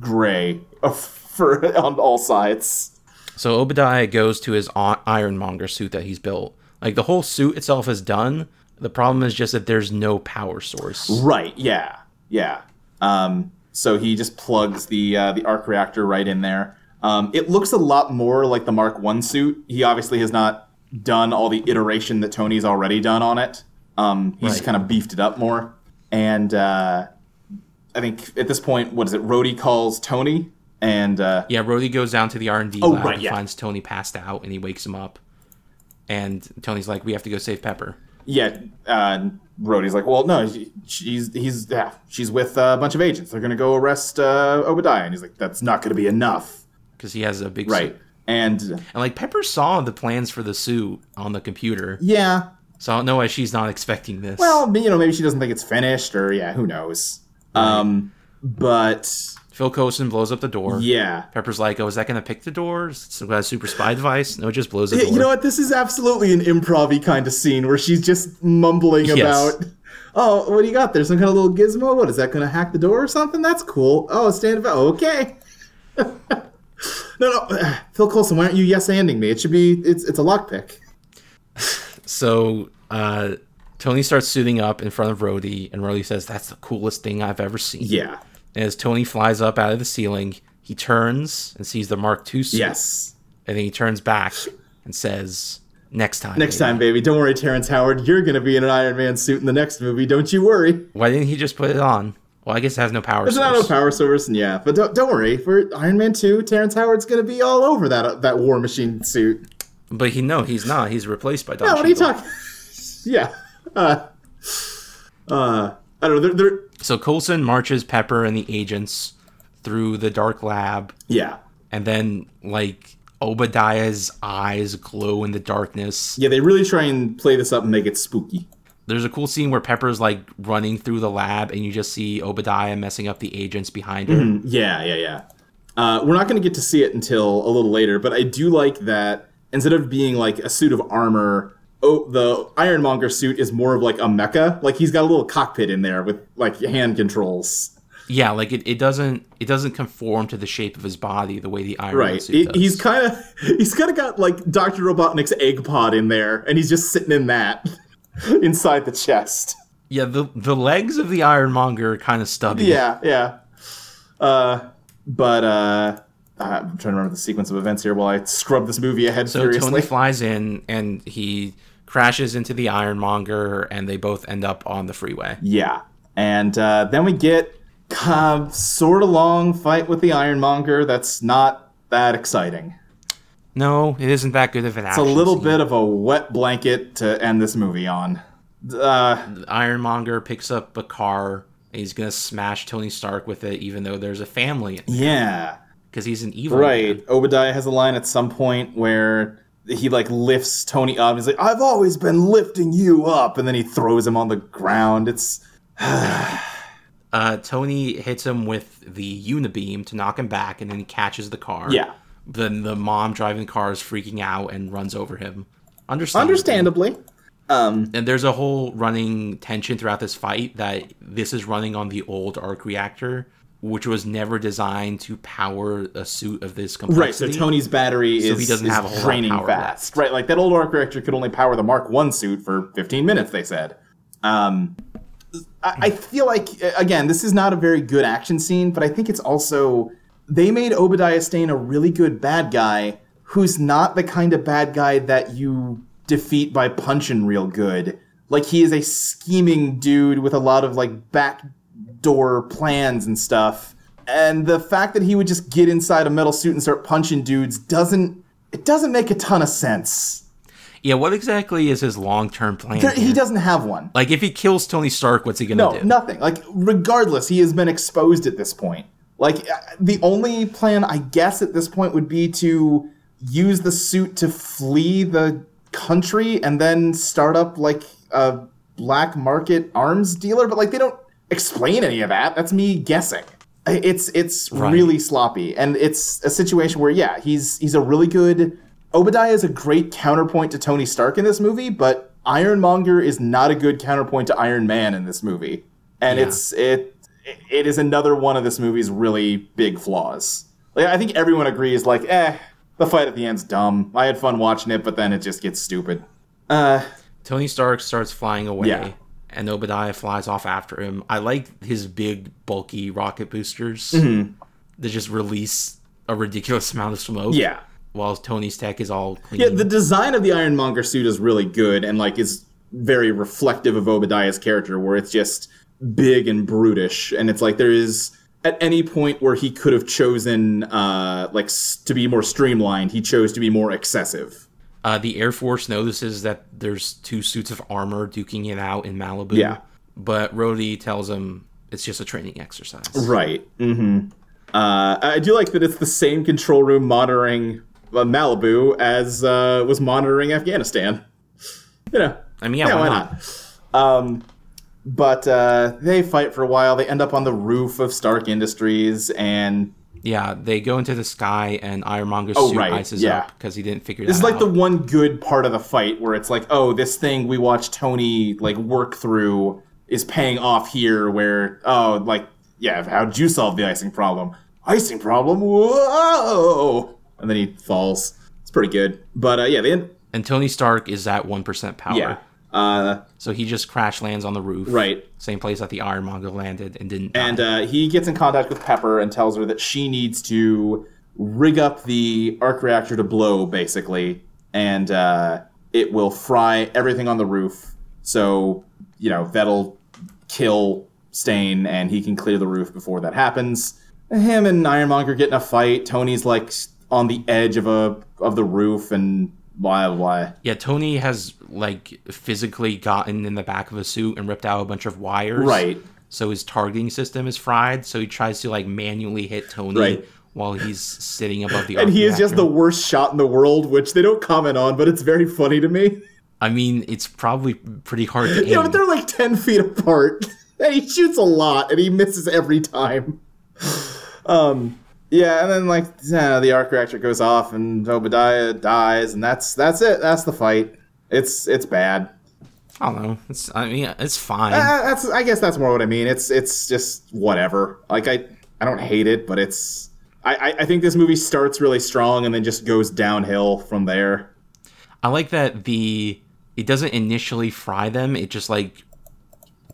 Speaker 2: gray uh, for on all sides
Speaker 1: so Obadiah goes to his o- ironmonger suit that he's built. Like the whole suit itself is done. The problem is just that there's no power source.
Speaker 2: right yeah yeah um so he just plugs the uh, the arc reactor right in there um, it looks a lot more like the mark one suit he obviously has not done all the iteration that Tony's already done on it. Um, he's
Speaker 1: Right.
Speaker 2: kind of beefed it up more. And uh, I think at this point, what is it? Rhodey calls Tony, and uh,
Speaker 1: Yeah, Rhodey goes down to the R and D
Speaker 2: Oh,
Speaker 1: lab
Speaker 2: right,
Speaker 1: and
Speaker 2: yeah.
Speaker 1: finds Tony passed out, and he wakes him up. And Tony's like, "We have to go save Pepper."
Speaker 2: yeah, uh, Rhodey's like, well, no, she- she's he's yeah, she's with a bunch of agents. They're gonna go arrest uh, Obadiah, and he's like, that's not gonna be enough,
Speaker 1: because he has a big
Speaker 2: right?
Speaker 1: suit.
Speaker 2: And
Speaker 1: And like Pepper saw the plans for the suit on the computer,
Speaker 2: yeah,
Speaker 1: so I don't know why she's not expecting this.
Speaker 2: well, you know, maybe she doesn't think it's finished, or yeah, who knows? Um, but
Speaker 1: Phil Coulson blows up the door.
Speaker 2: yeah,
Speaker 1: Pepper's like, "Oh, is that gonna pick the door? Is it a super spy device? No, it just blows the
Speaker 2: Yeah,
Speaker 1: door."
Speaker 2: you know what? This is absolutely an improv kind of scene where she's just mumbling
Speaker 1: Yes.
Speaker 2: about, oh, what do you got there? Some kind of little gizmo? What is that going to hack the door or something? That's cool. Oh, stand by. Okay. no, no, Phil Coulson, why aren't you yes anding me? It should be. It's it's a lockpick.
Speaker 1: So uh, Tony starts suiting up in front of Rhodey, and Rhodey says, "That's the coolest thing I've ever seen."
Speaker 2: Yeah.
Speaker 1: And as Tony flies up out of the ceiling, he turns and sees the Mark II suit,
Speaker 2: Yes.
Speaker 1: and then he turns back and says, "Next time."
Speaker 2: Next
Speaker 1: baby."
Speaker 2: time, baby. Don't worry, Terrence Howard. You're going to be in an Iron Man suit in the next movie. Don't you worry.
Speaker 1: Why didn't he just put it on? Well, I guess it has no power.
Speaker 2: There's not no
Speaker 1: source.
Speaker 2: power source, and yeah, but don't, don't worry. For Iron Man 2, Terrence Howard's going to be all over that that War Machine suit.
Speaker 1: But he no, he's not. He's replaced by Don.
Speaker 2: No, Oh, what are you
Speaker 1: Cheadle.
Speaker 2: talking? yeah. Uh, uh, I don't know. They're, they're
Speaker 1: So Coulson marches Pepper and the agents through the dark lab,
Speaker 2: yeah,
Speaker 1: and then like Obadiah's eyes glow in the darkness.
Speaker 2: yeah. They really try and play this up and make it spooky.
Speaker 1: There's a cool scene where Pepper's like running through the lab, and you just see Obadiah messing up the agents behind her.
Speaker 2: Yeah, yeah, yeah. Uh, we're not going to get to see it until a little later, but I do like that instead of being like a suit of armor, oh, the Ironmonger suit is more of like a mecha. Like he's got a little cockpit in there with like hand controls.
Speaker 1: Yeah, like it, it doesn't it doesn't conform to the shape of his body the way the Iron Man
Speaker 2: Right.
Speaker 1: suit
Speaker 2: He-
Speaker 1: does.
Speaker 2: he's kind of he's kind of got like Doctor Robotnik's egg pod in there, and he's just sitting in that inside the chest.
Speaker 1: yeah, the the legs of the Ironmonger are kind of stubby.
Speaker 2: Yeah, yeah. Uh, but uh, I'm trying to remember the sequence of events here while I scrub this movie ahead
Speaker 1: So
Speaker 2: furiously.
Speaker 1: Tony flies in and he crashes into the Ironmonger, and they both end up on the freeway.
Speaker 2: yeah, and uh, then we get uh, sort of long fight with the Ironmonger. That's not that exciting.
Speaker 1: No, it isn't that good of an
Speaker 2: It's
Speaker 1: action.
Speaker 2: a little bit of a wet blanket to end this movie on. Uh,
Speaker 1: Ironmonger picks up a car. And he's gonna smash Tony Stark with it, even though there's a family,
Speaker 2: yeah.
Speaker 1: because he's an evil.
Speaker 2: Right.
Speaker 1: man.
Speaker 2: Obadiah has a line at some point where he like lifts Tony up. He's like, "I've always been lifting you up," and then he throws him on the ground. It's
Speaker 1: Uh, Tony hits him with the Unibeam to knock him back, and then he catches the car.
Speaker 2: yeah,
Speaker 1: Then the mom driving the car is freaking out and runs over him. Understandable.
Speaker 2: understandably. Um,
Speaker 1: And there's a whole running tension throughout this fight that this is running on the old arc reactor, which was never designed to power a suit of this complexity.
Speaker 2: right. So Tony's battery
Speaker 1: So
Speaker 2: is
Speaker 1: he doesn't
Speaker 2: is
Speaker 1: have a whole lot of
Speaker 2: draining
Speaker 1: power left.
Speaker 2: fast. Right. Like that old arc reactor could only power the Mark One suit for 15 minutes. They said. Um, I, I feel like uh, again, this is not a very good action scene, but I think it's also they made Obadiah Stane a really good bad guy who's not the kind of bad guy that you defeat by punching real good. Like he is a scheming dude with a lot of like backdoor plans and stuff. And the fact that he would just get inside a metal suit and start punching dudes doesn't it doesn't make a ton of sense.
Speaker 1: Yeah. What exactly is his long term plan?
Speaker 2: There- He
Speaker 1: here?
Speaker 2: doesn't have one.
Speaker 1: Like if he kills Tony Stark, what's he gonna
Speaker 2: No,
Speaker 1: do?
Speaker 2: nothing. Like, regardless, he has been exposed at this point. Like, uh, the only plan, I guess, at this point would be to use the suit to flee the country and then start up, like, a black market arms dealer. But, like, they don't explain any of that. That's me guessing. I- It's it's
Speaker 1: Right.
Speaker 2: really sloppy, and it's a situation where yeah, he's he's a really good. Obadiah is a great counterpoint to Tony Stark in this movie, but Ironmonger is not a good counterpoint to Iron Man in this movie, and
Speaker 1: Yeah.
Speaker 2: it's it it is another one of this movie's really big flaws. Like I think everyone agrees, like eh, the fight at the end's dumb. I had fun watching it, but then it just gets stupid. Uh,
Speaker 1: Tony Stark starts flying away,
Speaker 2: Yeah.
Speaker 1: and Obadiah flies off after him. I like his big,
Speaker 2: Mm-hmm.
Speaker 1: bulky rocket boosters that just release a ridiculous amount of smoke.
Speaker 2: yeah,
Speaker 1: while Tony's tech is all clean.
Speaker 2: Yeah, the design of the Ironmonger suit is really good and like is very reflective of Obadiah's character, where it's just big and brutish, and it's like there is at any point where he could have chosen uh, like s- to be more streamlined, he chose to be more excessive.
Speaker 1: Uh, the Air Force notices that there's two suits of armor duking it out in Malibu.
Speaker 2: Yeah.
Speaker 1: But Rhodey tells him it's just a training exercise.
Speaker 2: Right. Mm-hmm. Uh, I do like that it's the same control room monitoring uh, Malibu as uh, was monitoring Afghanistan. You know.
Speaker 1: I mean, yeah, why not?
Speaker 2: Um, but uh, they fight for a while. They end up on the roof of Stark Industries, and
Speaker 1: Yeah, they go into the sky and Ironmonger's
Speaker 2: Oh,
Speaker 1: suit
Speaker 2: right,
Speaker 1: ices
Speaker 2: yeah.
Speaker 1: up because he didn't figure
Speaker 2: this is
Speaker 1: that
Speaker 2: like
Speaker 1: out.
Speaker 2: the one good part of the fight where it's like, oh, this thing we watched Tony like work through is paying off here. Where oh, like yeah, how'd you solve the icing problem? Icing problem? Whoa! And then he falls. It's pretty good. But uh, yeah, they end,
Speaker 1: and Tony Stark is at 1% power.
Speaker 2: yeah. Uh,
Speaker 1: So he just crash lands on the roof.
Speaker 2: Right.
Speaker 1: Same place that the Ironmonger landed and didn't. die.
Speaker 2: And uh, he gets in contact with Pepper and tells her that she needs to rig up the arc reactor to blow, basically, and uh, it will fry everything on the roof. So, you know, that'll kill Stain, and he can clear the roof before that happens. Him and Ironmonger get in a fight. Tony's like on the edge of a of the roof, and blah blah. blah.
Speaker 1: yeah, Tony has like physically gotten in the back of a suit and ripped out a bunch of wires.
Speaker 2: Right.
Speaker 1: So his targeting system is fried. So he tries to like manually hit Tony
Speaker 2: Right.
Speaker 1: while he's sitting above the.
Speaker 2: And
Speaker 1: arc
Speaker 2: he is just the
Speaker 1: reactor.
Speaker 2: worst shot in the world, which they don't comment on, but it's very funny to me.
Speaker 1: I mean, it's probably pretty hard to aim.
Speaker 2: Yeah, but they're like 10 feet apart. and he shoots a lot and he misses every time. Um, yeah, and then like uh, the arc reactor goes off and Obadiah dies, and that's that's it. That's the fight. It's it's bad.
Speaker 1: I don't know. It's, I mean, it's fine.
Speaker 2: Uh, that's I guess that's more what I mean. It's it's just whatever. Like I I don't hate it, but it's I I, I think this movie starts really strong and then just goes downhill from there.
Speaker 1: I like that the it doesn't initially fry them. It just like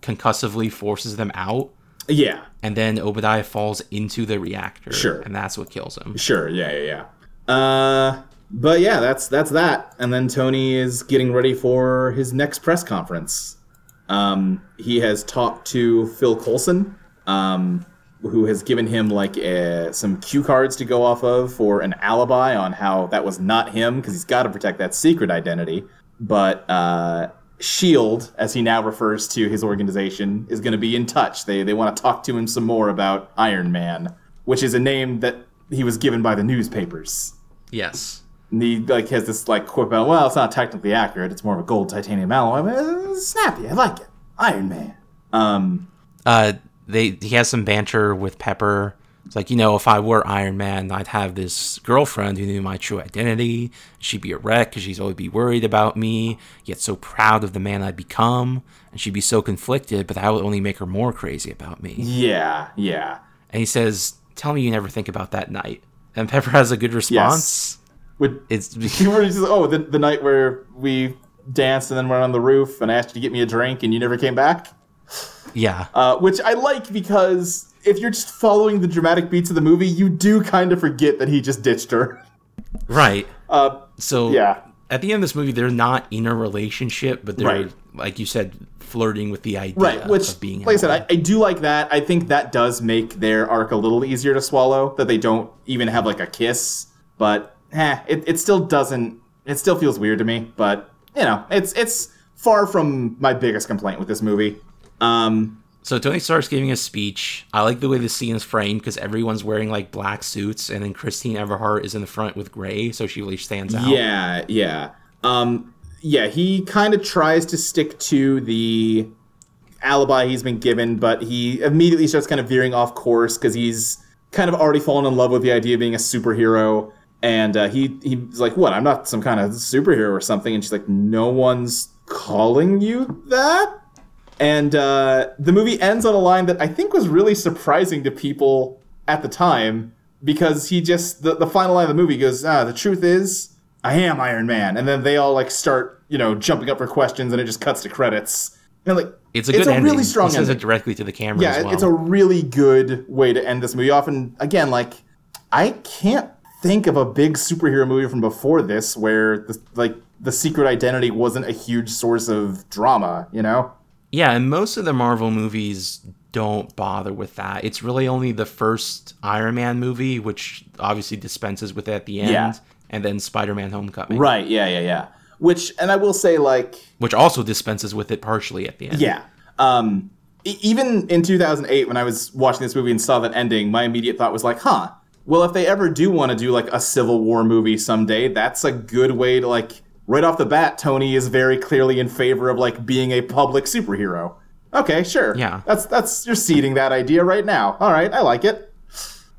Speaker 1: concussively forces them out,
Speaker 2: Yeah,
Speaker 1: and then Obadiah falls into the reactor.
Speaker 2: Sure.
Speaker 1: and that's what kills him.
Speaker 2: Sure. Yeah. Yeah. Yeah. Uh, but yeah, that's that's that. And then Tony is getting ready for his next press conference. Um, he has talked to Phil Coulson, um, who has given him like uh some cue cards to go off of for an alibi on how that was not him because he's got to protect that secret identity. But uh, Shield, as he now refers to his organization, is going to be in touch. They they want to talk to him some more about Iron Man, which is a name that he was given by the newspapers.
Speaker 1: Yes.
Speaker 2: And he like has this like quip about, well, it's not technically accurate. It's more of a gold titanium alloy. But it's snappy. I like it. Iron Man. Um,
Speaker 1: Uh, they he has some banter with Pepper. It's like you know, if I were Iron Man, I'd have this girlfriend who knew my true identity. She'd be a wreck because she'd always be worried about me, yet so proud of the man I'd become, and she'd be so conflicted. But that would only make her more crazy about me.
Speaker 2: Mm-hmm. yeah, yeah.
Speaker 1: and he says, "Tell me you never think about that night." And Pepper has a good response.
Speaker 2: Would
Speaker 1: It's
Speaker 2: you were just oh the, the night where we danced and then went on the roof and asked you to get me a drink and you never came back?
Speaker 1: yeah,
Speaker 2: Uh, which I like because if you're just following the dramatic beats of the movie, you do kind of forget that he just ditched her.
Speaker 1: right.
Speaker 2: Uh,
Speaker 1: So
Speaker 2: yeah.
Speaker 1: at the end of this movie, they're not in a relationship, but they're
Speaker 2: Right.
Speaker 1: like you said, flirting with the idea
Speaker 2: Right, which,
Speaker 1: of being.
Speaker 2: like I said,
Speaker 1: in
Speaker 2: I, I do like that. I think that does make their arc a little easier to swallow, that they don't even have, like, a kiss. But, eh, it, it still doesn't, it still feels weird to me. But, you know, it's it's far from my biggest complaint with this movie. Um,
Speaker 1: love. so Tony Stark's giving a speech. I like the way the scene is framed because everyone's wearing like black suits, and then Christine Everhart is in the front with gray, so she really stands out.
Speaker 2: Yeah, yeah. Um, yeah, he kind of tries to stick to the alibi he's been given, but he immediately starts kind of veering off course because he's kind of already fallen in love with the idea of being a superhero. And uh, he he's like, "What? I'm not some kind of superhero or something." And she's like, "No one's calling you that." And uh, the movie ends on a line that I think was really surprising to people at the time because he just the, the final line of the movie goes, ah, "The truth is, I am Iron Man," and then they all like start you know jumping up for questions, and it just cuts to credits. And like
Speaker 1: It's a good ending.
Speaker 2: really strong
Speaker 1: He says
Speaker 2: ending.
Speaker 1: it directly to the camera.
Speaker 2: yeah,
Speaker 1: as
Speaker 2: it-
Speaker 1: well.
Speaker 2: it's a really good way to end this movie off. And again, like I can't think of a big superhero movie from before this where the, like the secret identity wasn't a huge source of drama. You know?
Speaker 1: Yeah, and most of the Marvel movies don't bother with that. It's really only the first Iron Man movie, which obviously dispenses with it at the end,
Speaker 2: Yeah.
Speaker 1: and then Spider Man Homecoming,
Speaker 2: Right. Yeah. Yeah. Yeah. Which, and I will say, like,
Speaker 1: which also dispenses with it partially at the end.
Speaker 2: Yeah. Um, e- even in 2008, when I was watching this movie and saw that ending, my immediate thought was like, huh, well, if they ever do want to do like a Civil War movie someday, that's a good way to like, right off the bat, Tony is very clearly in favor of like being a public superhero. Okay, sure.
Speaker 1: Yeah.
Speaker 2: That's, that's, you're seeding that idea right now. All right, I like it.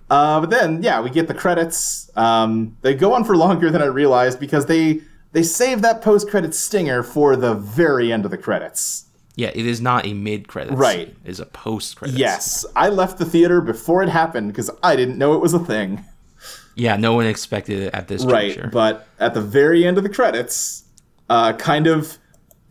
Speaker 2: Uh, but then, yeah, we get the credits. Um, they go on for longer than I realized because they they save that post credit stinger for the very end of the credits.
Speaker 1: Yeah, it is not a mid credits.
Speaker 2: Right.
Speaker 1: It is a post credits.
Speaker 2: Yes, I left the theater before it happened because I didn't know it was a thing.
Speaker 1: Yeah, no one expected it at this
Speaker 2: Right,
Speaker 1: juncture.
Speaker 2: but at the very end of the credits, uh, kind of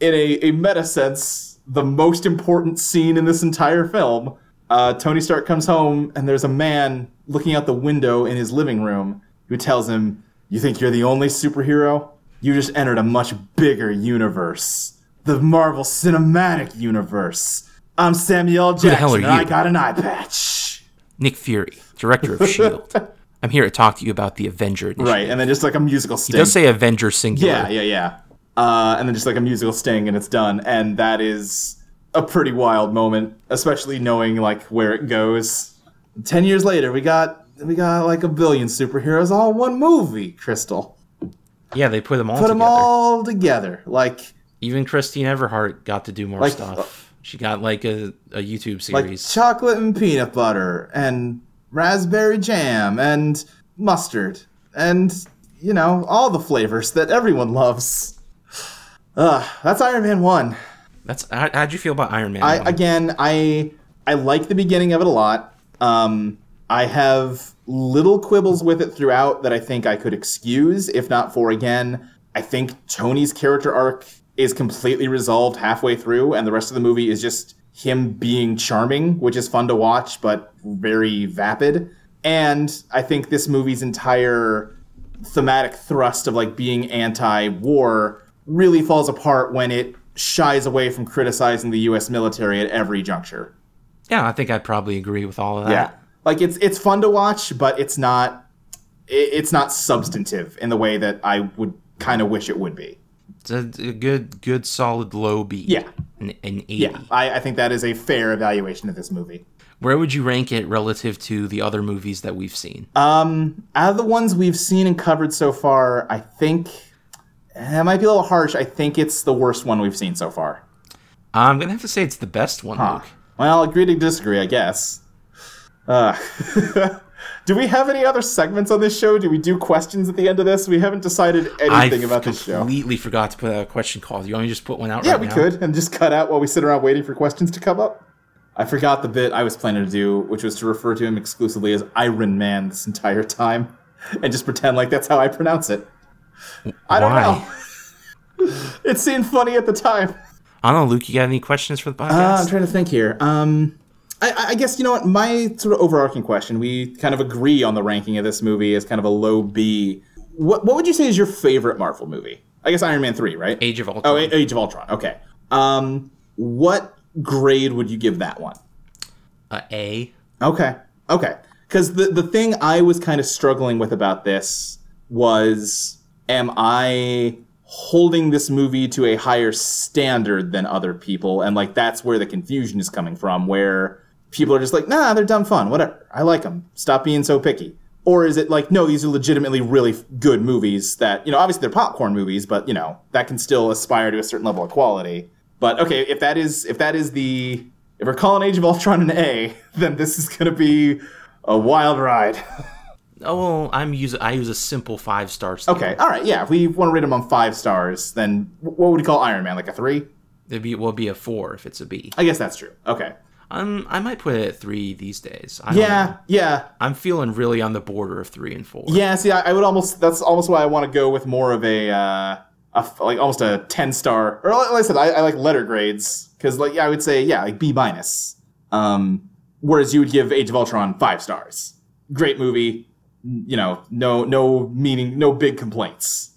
Speaker 2: in a, a meta sense, the most important scene in this entire film, uh, Tony Stark comes home and there's a man looking out the window in his living room who tells him, You think you're the only superhero? You just entered a much bigger universe. The Marvel Cinematic Universe. I'm Samuel Jackson.
Speaker 1: the hell are
Speaker 2: and I
Speaker 1: you?
Speaker 2: got an eye patch.
Speaker 1: Nick Fury, director of Shield. E I'm here to talk to you about the Avenger. Initiative.
Speaker 2: Right, and then just like a musical
Speaker 1: It
Speaker 2: sting.
Speaker 1: does say Avenger singular.
Speaker 2: yeah, yeah, yeah. Uh, and then just like a musical sting, and it's done. And that is a pretty wild moment, especially knowing like where it goes. Ten years later, we got we got like a billion superheroes all in one movie. Crystal,
Speaker 1: Yeah, they put them all
Speaker 2: put
Speaker 1: together.
Speaker 2: them all together. Like
Speaker 1: Even Christine Everhart got to do more
Speaker 2: Like- uh,
Speaker 1: stuff. She got like a, a YouTube
Speaker 2: like
Speaker 1: series.
Speaker 2: chocolate and peanut butter and raspberry jam and mustard and you know all the flavors that everyone loves. Ugh, that's Iron Man one.
Speaker 1: That's how, how'd you feel about Iron Man?
Speaker 2: I
Speaker 1: one?
Speaker 2: again, I I like the beginning of it a lot. Um, I have little quibbles with it throughout that I think I could excuse, if not for again. I think Tony's character arc is completely resolved halfway through, and the rest of the movie is just him being charming, which is fun to watch, but very vapid. And I think this movie's entire thematic thrust of like being anti-war really falls apart when it shies away from criticizing the U.S. military at every juncture.
Speaker 1: yeah, I think I'd probably agree with all of that.
Speaker 2: like it's it's fun to watch, but it's not it, it's not substantive in the way that I would kind of wish it would be.
Speaker 1: It's a, a good, good, solid low B.
Speaker 2: Yeah.
Speaker 1: An, an 80.
Speaker 2: Yeah, I, I think that is a fair evaluation of this movie.
Speaker 1: Where would you rank it relative to the other movies that we've seen?
Speaker 2: Uh, Out of the ones we've seen and covered so far, I think that might be a little harsh. I think it's the worst one we've seen so far.
Speaker 1: I'm going to have to say it's the best one, Luke.
Speaker 2: Well, agree to disagree, I guess. Uh, do we have any other segments on this show? Do we do questions at the end of this? We haven't decided
Speaker 1: I
Speaker 2: anything about this show.
Speaker 1: completely forgot to put out a question call. You want me to just put one out
Speaker 2: Yeah,
Speaker 1: right
Speaker 2: we
Speaker 1: now?
Speaker 2: could, and just cut out while we sit around waiting for questions to come up. I forgot the bit I was planning to do, which was to refer to him exclusively as Iron Man this entire time, and just pretend like that's how I pronounce it. I don't
Speaker 1: Why?
Speaker 2: know. it seemed funny at the time.
Speaker 1: I don't know, Luke, you got any questions for the
Speaker 2: Uh, I'm
Speaker 1: podcast?
Speaker 2: trying to think here. Um, I- I, I guess you know what my sort of overarching question. We kind of agree on the ranking of this movie as kind of a low B. What What would you say is your favorite Marvel movie? I guess Iron Man three, right?
Speaker 1: Age of Ultron.
Speaker 2: Oh, A- Age of Ultron. Okay. Um, what grade would you give that one?
Speaker 1: A uh, A.
Speaker 2: Okay. Okay. Because the, the thing I was kind of struggling with about this was am I holding this movie to a higher standard than other people? And like that's where the confusion is coming from, where people are just like, nah, they're dumb fun. Whatever. I like them. Stop being so picky. Or is it like, no, these are legitimately really f- good movies that, you know, obviously they're popcorn movies, but, you know, that can still aspire to a certain level of quality. But okay, if that is if that is the if we're calling Age of Ultron an A, then this is gonna be a wild ride.
Speaker 1: Oh, well, I'm use I use a simple five star.
Speaker 2: Okay, all right, yeah. If we want to rate him on five stars, then wh- what would we call Iron Man? Like a three?
Speaker 1: It'd be will be a four if it's a B.
Speaker 2: I guess that's true. Okay.
Speaker 1: I'm I might put it at three these days. I don't know.
Speaker 2: Yeah, yeah,
Speaker 1: I'm feeling really on the border of three and four.
Speaker 2: yeah. See, I, I would almost. That's almost why I want to go with more of a, uh, a f- like almost a ten star. Or like like I said, I, I like letter grades because like yeah, I would say yeah, like B minus. Um, whereas you would give Age of Ultron five stars. Great movie. you know, no no meaning, no big complaints.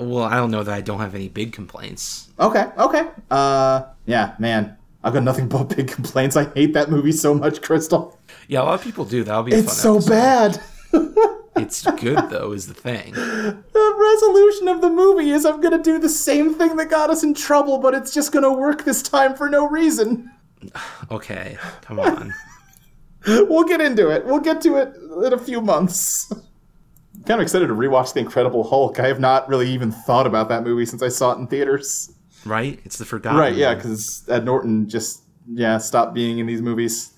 Speaker 1: Well, I don't know that I don't have any big complaints.
Speaker 2: Okay, okay. Uh, yeah, man, I've got nothing but big complaints. I hate that movie so much, Crystal.
Speaker 1: Yeah, a lot of people do. That'll be a
Speaker 2: It's
Speaker 1: fun
Speaker 2: so
Speaker 1: episode.
Speaker 2: bad.
Speaker 1: It's good though, is the thing.
Speaker 2: The resolution of the movie is I'm gonna do the same thing that got us in trouble, but it's just gonna work this time for no reason.
Speaker 1: Okay, come on.
Speaker 2: We'll get into it. We'll get to it in a few months. I'm kind of excited to rewatch The Incredible Hulk. I have not really even thought about that movie since I saw it in theaters.
Speaker 1: Right? It's the forgotten.
Speaker 2: Right, yeah,
Speaker 1: one.
Speaker 2: because Ed Norton just yeah stopped being in these movies.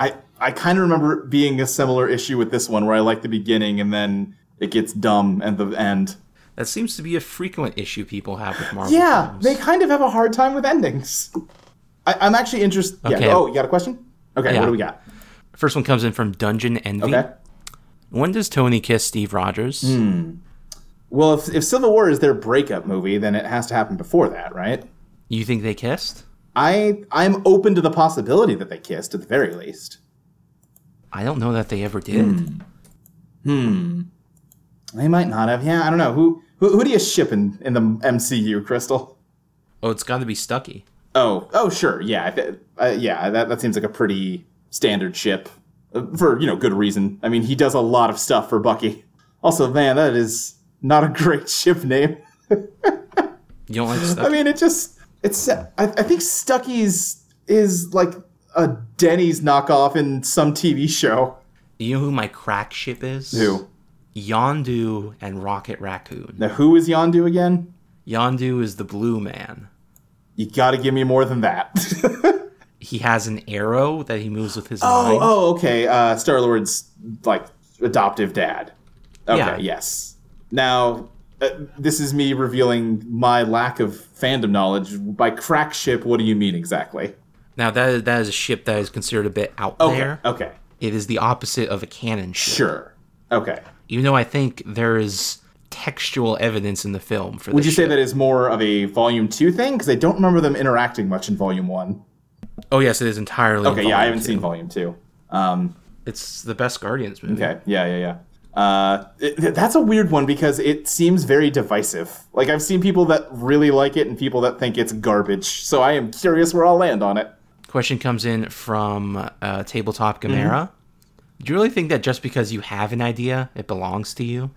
Speaker 2: I I kind of remember it being a similar issue with this one where I like the beginning and then it gets dumb at the end.
Speaker 1: that seems to be a frequent issue people have with Marvel.
Speaker 2: Yeah,
Speaker 1: films.
Speaker 2: they kind of have a hard time with endings. I, I'm actually interested.
Speaker 1: Okay.
Speaker 2: Yeah. Oh, you got a question? Okay,
Speaker 1: Yeah.
Speaker 2: what do we got?
Speaker 1: First one comes in from Dungeon Envy.
Speaker 2: Okay. Mm.
Speaker 1: When does Tony kiss Steve Rogers?
Speaker 2: Well, if, if Civil War is their breakup movie, then it has to happen before that, right?
Speaker 1: You think they kissed?
Speaker 2: I I'm open to the possibility that they kissed at the very least.
Speaker 1: I don't know that they ever did.
Speaker 2: Hmm. They might not have. Yeah, I don't know. Who who, who do you ship in, in the MCU, Crystal?
Speaker 1: Oh, it's got to be Stucky.
Speaker 2: Oh, oh, sure, yeah, th- uh, yeah. That that seems like a pretty standard ship uh, for you know good reason. I mean, he does a lot of stuff for Bucky. Also, man, that is not a great ship name.
Speaker 1: You don't like Stucky?
Speaker 2: I mean, it just it's. I, I think Stucky's is like a Denny's knockoff in some TV show.
Speaker 1: you know who my crack ship is?
Speaker 2: Who?
Speaker 1: Yondu and Rocket Raccoon.
Speaker 2: Now, who is Yondu again?
Speaker 1: Yondu is the blue man.
Speaker 2: You got to give me more than that.
Speaker 1: He has an arrow that he moves with his
Speaker 2: oh,
Speaker 1: mind.
Speaker 2: oh, okay. Uh, Star Lord's like adoptive dad. Okay,
Speaker 1: Yeah.
Speaker 2: yes. Now, uh, this is me revealing my lack of fandom knowledge. By crack ship, what do you mean exactly?
Speaker 1: Now that is, that is a ship that is considered a bit out
Speaker 2: Okay,
Speaker 1: there.
Speaker 2: okay,
Speaker 1: It is the opposite of a cannon ship.
Speaker 2: sure. Okay.
Speaker 1: Even though I think there is textual evidence in the film for
Speaker 2: Would
Speaker 1: this
Speaker 2: you say
Speaker 1: ship.
Speaker 2: that is more of a Volume 2 thing? Because I don't remember them interacting much in Volume 1.
Speaker 1: Oh yes, it is entirely.
Speaker 2: Okay, yeah, I haven't
Speaker 1: involuntary.
Speaker 2: seen Volume 2. Um,
Speaker 1: It's the best Guardians movie.
Speaker 2: Okay. Yeah. Yeah. Yeah. Uh, it- th- that's a weird one because it seems very divisive. Like I've seen people that really like it and people that think it's garbage. So I am curious where I'll land on it.
Speaker 1: Question comes in from uh, Tabletop
Speaker 2: Mm-hmm.
Speaker 1: Gamera. Do you really think that just because you have an idea, it belongs to you?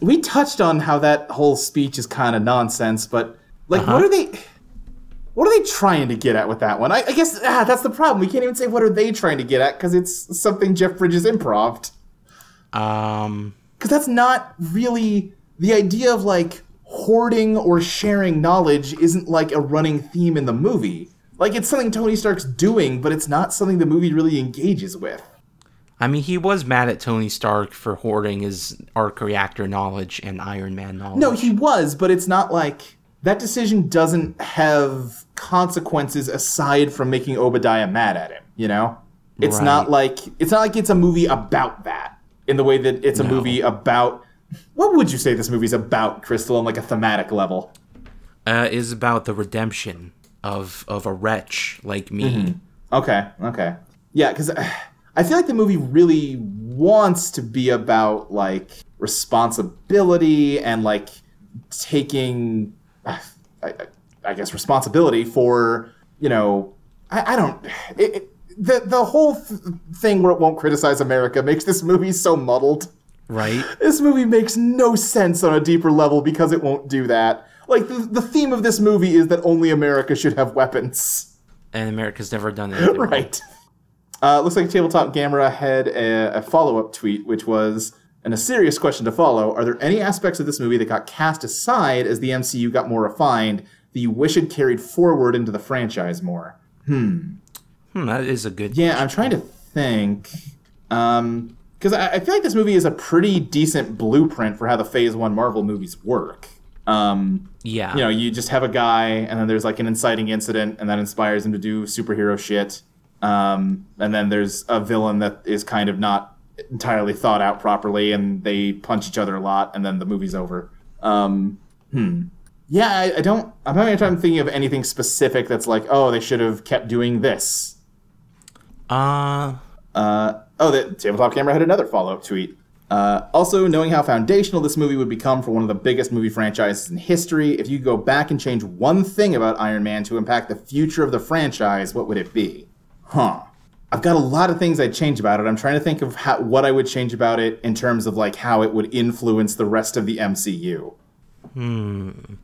Speaker 2: We touched on how that whole speech is kind of nonsense, but like, what are they? What are they trying to get at with that one? I, I guess ah, that's the problem. We can't even say what are they trying to get at because it's something Jeff Bridges improved.
Speaker 1: Um,
Speaker 2: because that's not really the idea of like hoarding or sharing knowledge isn't like a running theme in the movie like it's something tony stark's doing but it's not something the movie really engages with
Speaker 1: I mean, he was mad at Tony Stark for hoarding his arc reactor knowledge and Iron Man knowledge.
Speaker 2: no he was but it's not like that decision doesn't have consequences aside from making obadiah mad at him you know it's
Speaker 1: Right.
Speaker 2: not like it's not like it's a movie about that in the way that it's a movie about what would you say this movie's about crystal on like a thematic level
Speaker 1: uh, is about the redemption of of a wretch like me.
Speaker 2: Mm-hmm. Okay, okay. Yeah, because I feel like the movie really wants to be about like responsibility and like taking, I, I, I guess, responsibility for you know. I, I don't. It, it, the the whole th- thing where it won't criticize America makes this movie so muddled.
Speaker 1: Right?
Speaker 2: This movie makes no sense on a deeper level because it won't do that. Like the, the theme of this movie is that only America should have weapons.
Speaker 1: And America's never done it.
Speaker 2: Right. Uh, looks like Tabletop Gamera had a, a follow up tweet, which was, and a serious question to follow Are there any aspects of this movie that got cast aside as the MCU got more refined that you wish had carried forward into the franchise more?
Speaker 1: Hmm, that is a good.
Speaker 2: Yeah, I'm trying to think. Because I, I feel like this movie is a pretty decent blueprint for how the Phase 1 Marvel movies work. Um,
Speaker 1: Yeah.
Speaker 2: you know, you just have a guy, and then there's like an inciting incident, and that inspires him to do superhero shit. Um, and then there's a villain that is kind of not entirely thought out properly, and they punch each other a lot, and then the movie's over. Um, hmm. Yeah, I, I don't. I'm having a time thinking of anything specific that's like, oh, they should have kept doing this.
Speaker 1: Uh,
Speaker 2: Uh, oh, the tabletop camera had another follow up tweet. Uh, also, knowing how foundational this movie would become for one of the biggest movie franchises in history, if you could go back and change one thing about Iron Man to impact the future of the franchise, what would it be? Huh. I've got a lot of things I'd change about it. I'm trying to think of how, what I would change about it in terms of like how it would influence the rest of the MCU. Um,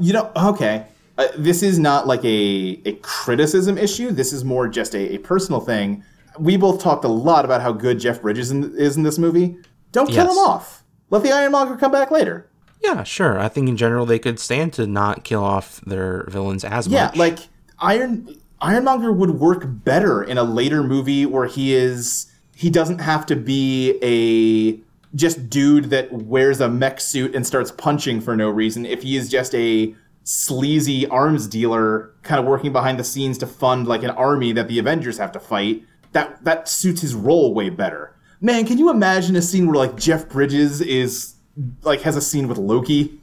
Speaker 2: you know, okay. Uh, this is not like a, a criticism issue. This is more just a, a personal thing. We both talked a lot about how good Jeff Bridges in, is in this movie. Don't kill
Speaker 1: Yes.
Speaker 2: him off. Let the Ironmonger come back later.
Speaker 1: Yeah, sure. I think in general they could stand to not kill off their villains as
Speaker 2: Yeah,
Speaker 1: much.
Speaker 2: like Iron Ironmonger would work better in a later movie where he is he doesn't have to be a just dude that wears a mech suit and starts punching for no reason if he is just a sleazy arms dealer kind of working behind the scenes to fund like an army that the Avengers have to fight that that suits his role way better. Man, can you imagine a scene where like Jeff Bridges is like has a scene with Loki?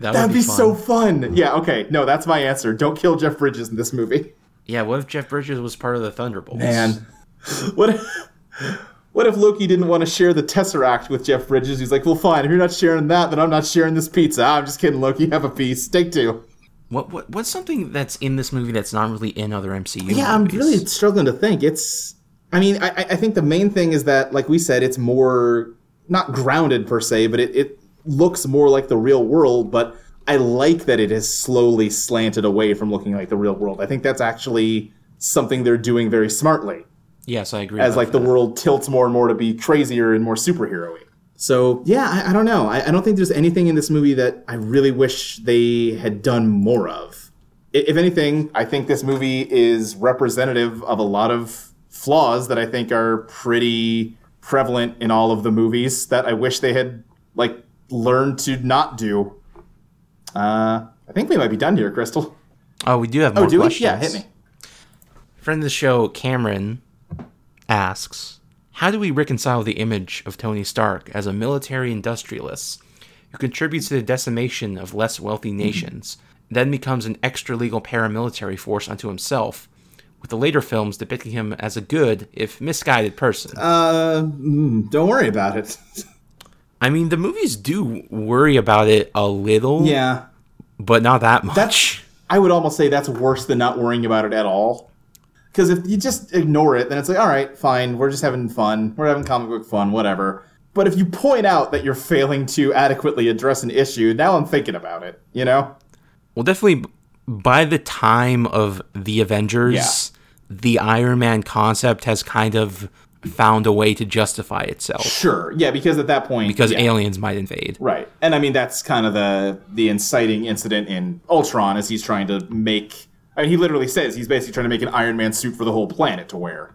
Speaker 1: that
Speaker 2: That'd be,
Speaker 1: fun.
Speaker 2: so fun. Yeah, okay. No, that's my answer. Don't kill Jeff Bridges in this movie.
Speaker 1: Yeah, what if Jeff Bridges was part of the Thunderbolts?
Speaker 2: Man. What if, what if Loki didn't want to share the Tesseract with Jeff Bridges? He's like, well, fine. If you're not sharing that, then I'm not sharing this pizza. I'm just kidding, Loki. Have a piece. Take two.
Speaker 1: What, what what's something that's in this movie that's not really in other MCU?
Speaker 2: Oh, Yeah, I'm
Speaker 1: movies?
Speaker 2: really struggling to think. It's, I mean, I, I I think the main thing is that, like we said, it's more not grounded per se, but it, it looks more like the real world. But I like that it has slowly slanted away from looking like the real world. I think that's actually something they're doing very smartly
Speaker 1: Yes, I agree.
Speaker 2: as
Speaker 1: about
Speaker 2: like the
Speaker 1: that.
Speaker 2: world tilts more and more to be crazier and more superhero-y. So yeah, I, I don't know. I, I don't think there's anything in this movie that I really wish they had done more of. I- If anything, I think this movie is representative of a lot of flaws that I think are pretty prevalent in all of the movies that I wish they had like learned to not do. Uh, I think we might be done here, Crystal.
Speaker 1: Oh, we do have more
Speaker 2: Oh, do
Speaker 1: questions.
Speaker 2: we? Yeah, hit me.
Speaker 1: Friend of the show, Cameron, asks, "How do we reconcile the image of Tony Stark as a military industrialist who contributes to the decimation of less wealthy
Speaker 2: Mm-hmm.
Speaker 1: nations, then becomes an extra-legal paramilitary force unto himself?" With the later films depicting him as a good, if misguided, person.
Speaker 2: Uh, mm, don't worry about it.
Speaker 1: I mean, the movies do worry about it a little,
Speaker 2: yeah.
Speaker 1: but not that much.
Speaker 2: That's I would almost say that's worse than not worrying about it at all. Because if you just ignore it, then it's like, all right, fine, we're just having fun, we're having comic book fun, whatever. But if you point out that you're failing to adequately address an issue, now I'm thinking about it. You know?
Speaker 1: Well, definitely b- by the time of the Avengers, the Iron Man concept has kind of found a way to justify itself
Speaker 2: Sure. Yeah, because at that point,
Speaker 1: because
Speaker 2: yeah,
Speaker 1: aliens might invade.
Speaker 2: right, and I mean that's kind of the the inciting incident in Ultron as he's trying to make. I mean, he literally says he's basically trying to make an Iron Man suit for the whole planet to wear.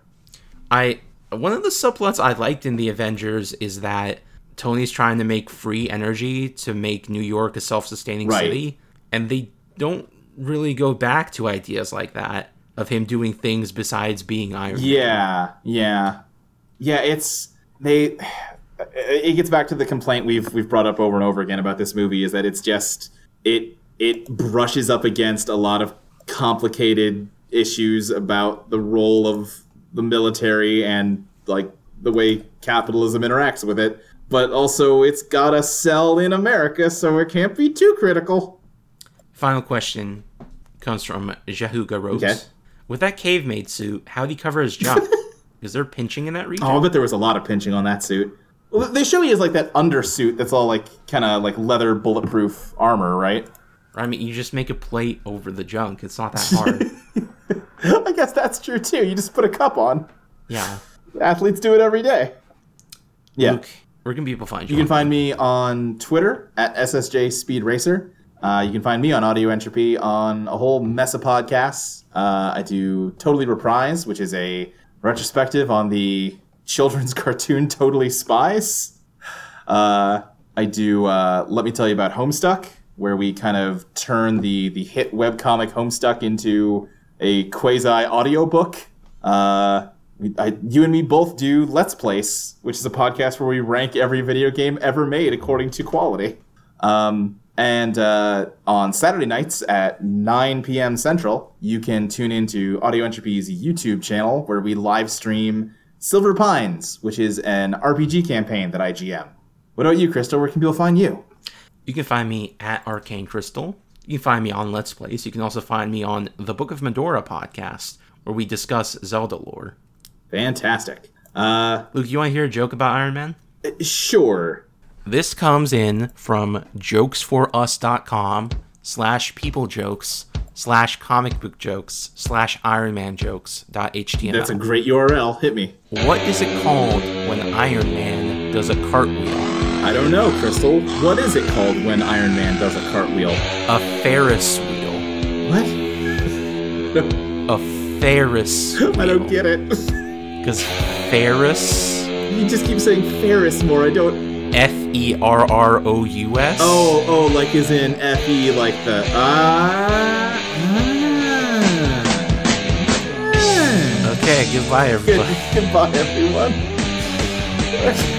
Speaker 1: I one of the subplots I liked in the Avengers is that Tony's trying to make free energy to make New York a self-sustaining
Speaker 2: Right.
Speaker 1: city, and they don't really go back to ideas like that of him doing things besides being Iron. Man.
Speaker 2: Yeah, yeah, yeah. It's they. It gets back to the complaint we've we've brought up over and over again about this movie is that it's just it it brushes up against a lot of complicated issues about the role of the military and like the way capitalism interacts with it. But also, it's gotta sell in America, so it can't be too critical.
Speaker 1: Final question comes from Jahuga Rose.
Speaker 2: Okay.
Speaker 1: With that cave maid suit, how'd he cover his jump? is there pinching in that region?
Speaker 2: Oh, I bet there was a lot of pinching on that suit. Well, they show he has like that undersuit that's all like kind of like leather bulletproof armor, right?
Speaker 1: I mean, you just make a plate over the junk. It's not that hard.
Speaker 2: I guess that's true too. You just put a cup on.
Speaker 1: yeah.
Speaker 2: Athletes do it every day. Yeah.
Speaker 1: Luke, where can people find you?
Speaker 2: You can find me on Twitter at SSJ Speed Racer. Uh, you can find me on Audio Entropy on a whole mess of podcasts. Uh, I do Totally Reprise, which is a retrospective on the children's cartoon Totally Spies. Uh, I do uh, Let Me Tell You About Homestuck, where we kind of turn the, the hit webcomic Homestuck into a quasi audiobook. Uh, we- I, you and me both do Let's Place, which is a podcast where we rank every video game ever made according to quality. Um, and uh, on Saturday nights at 9 p.m. Central, you can tune into Audio Entropy's YouTube channel where we live stream Silver Pines, which is an RPG campaign that I GM. What about you, Crystal? Where can people find you?
Speaker 1: You can find me at Arcane Crystal. You can find me on Let's Plays. You can also find me on the Book of Medora podcast, where we discuss Zelda lore.
Speaker 2: Fantastic. Uh,
Speaker 1: Luke, you want to hear a joke about Iron Man?
Speaker 2: sure.
Speaker 1: This comes in from jokesforus.com slash people jokes slash comic book jokes slash Iron Man jokes dot html.
Speaker 2: That's a great URL. Hit me.
Speaker 1: What is it called when Iron Man does a cartwheel?
Speaker 2: I don't know, Crystal. What is it called when Iron Man does a cartwheel?
Speaker 1: A Ferris wheel.
Speaker 2: What?
Speaker 1: A Ferris wheel.
Speaker 2: I don't get it.
Speaker 1: Because Ferris,
Speaker 2: You just keep saying Ferris more. I don't.
Speaker 1: F E R R O U S.
Speaker 2: Oh, oh, like is in Fe, like the ah. ah, ah.
Speaker 1: Okay, goodbye, everybody.
Speaker 2: Goodbye, everyone.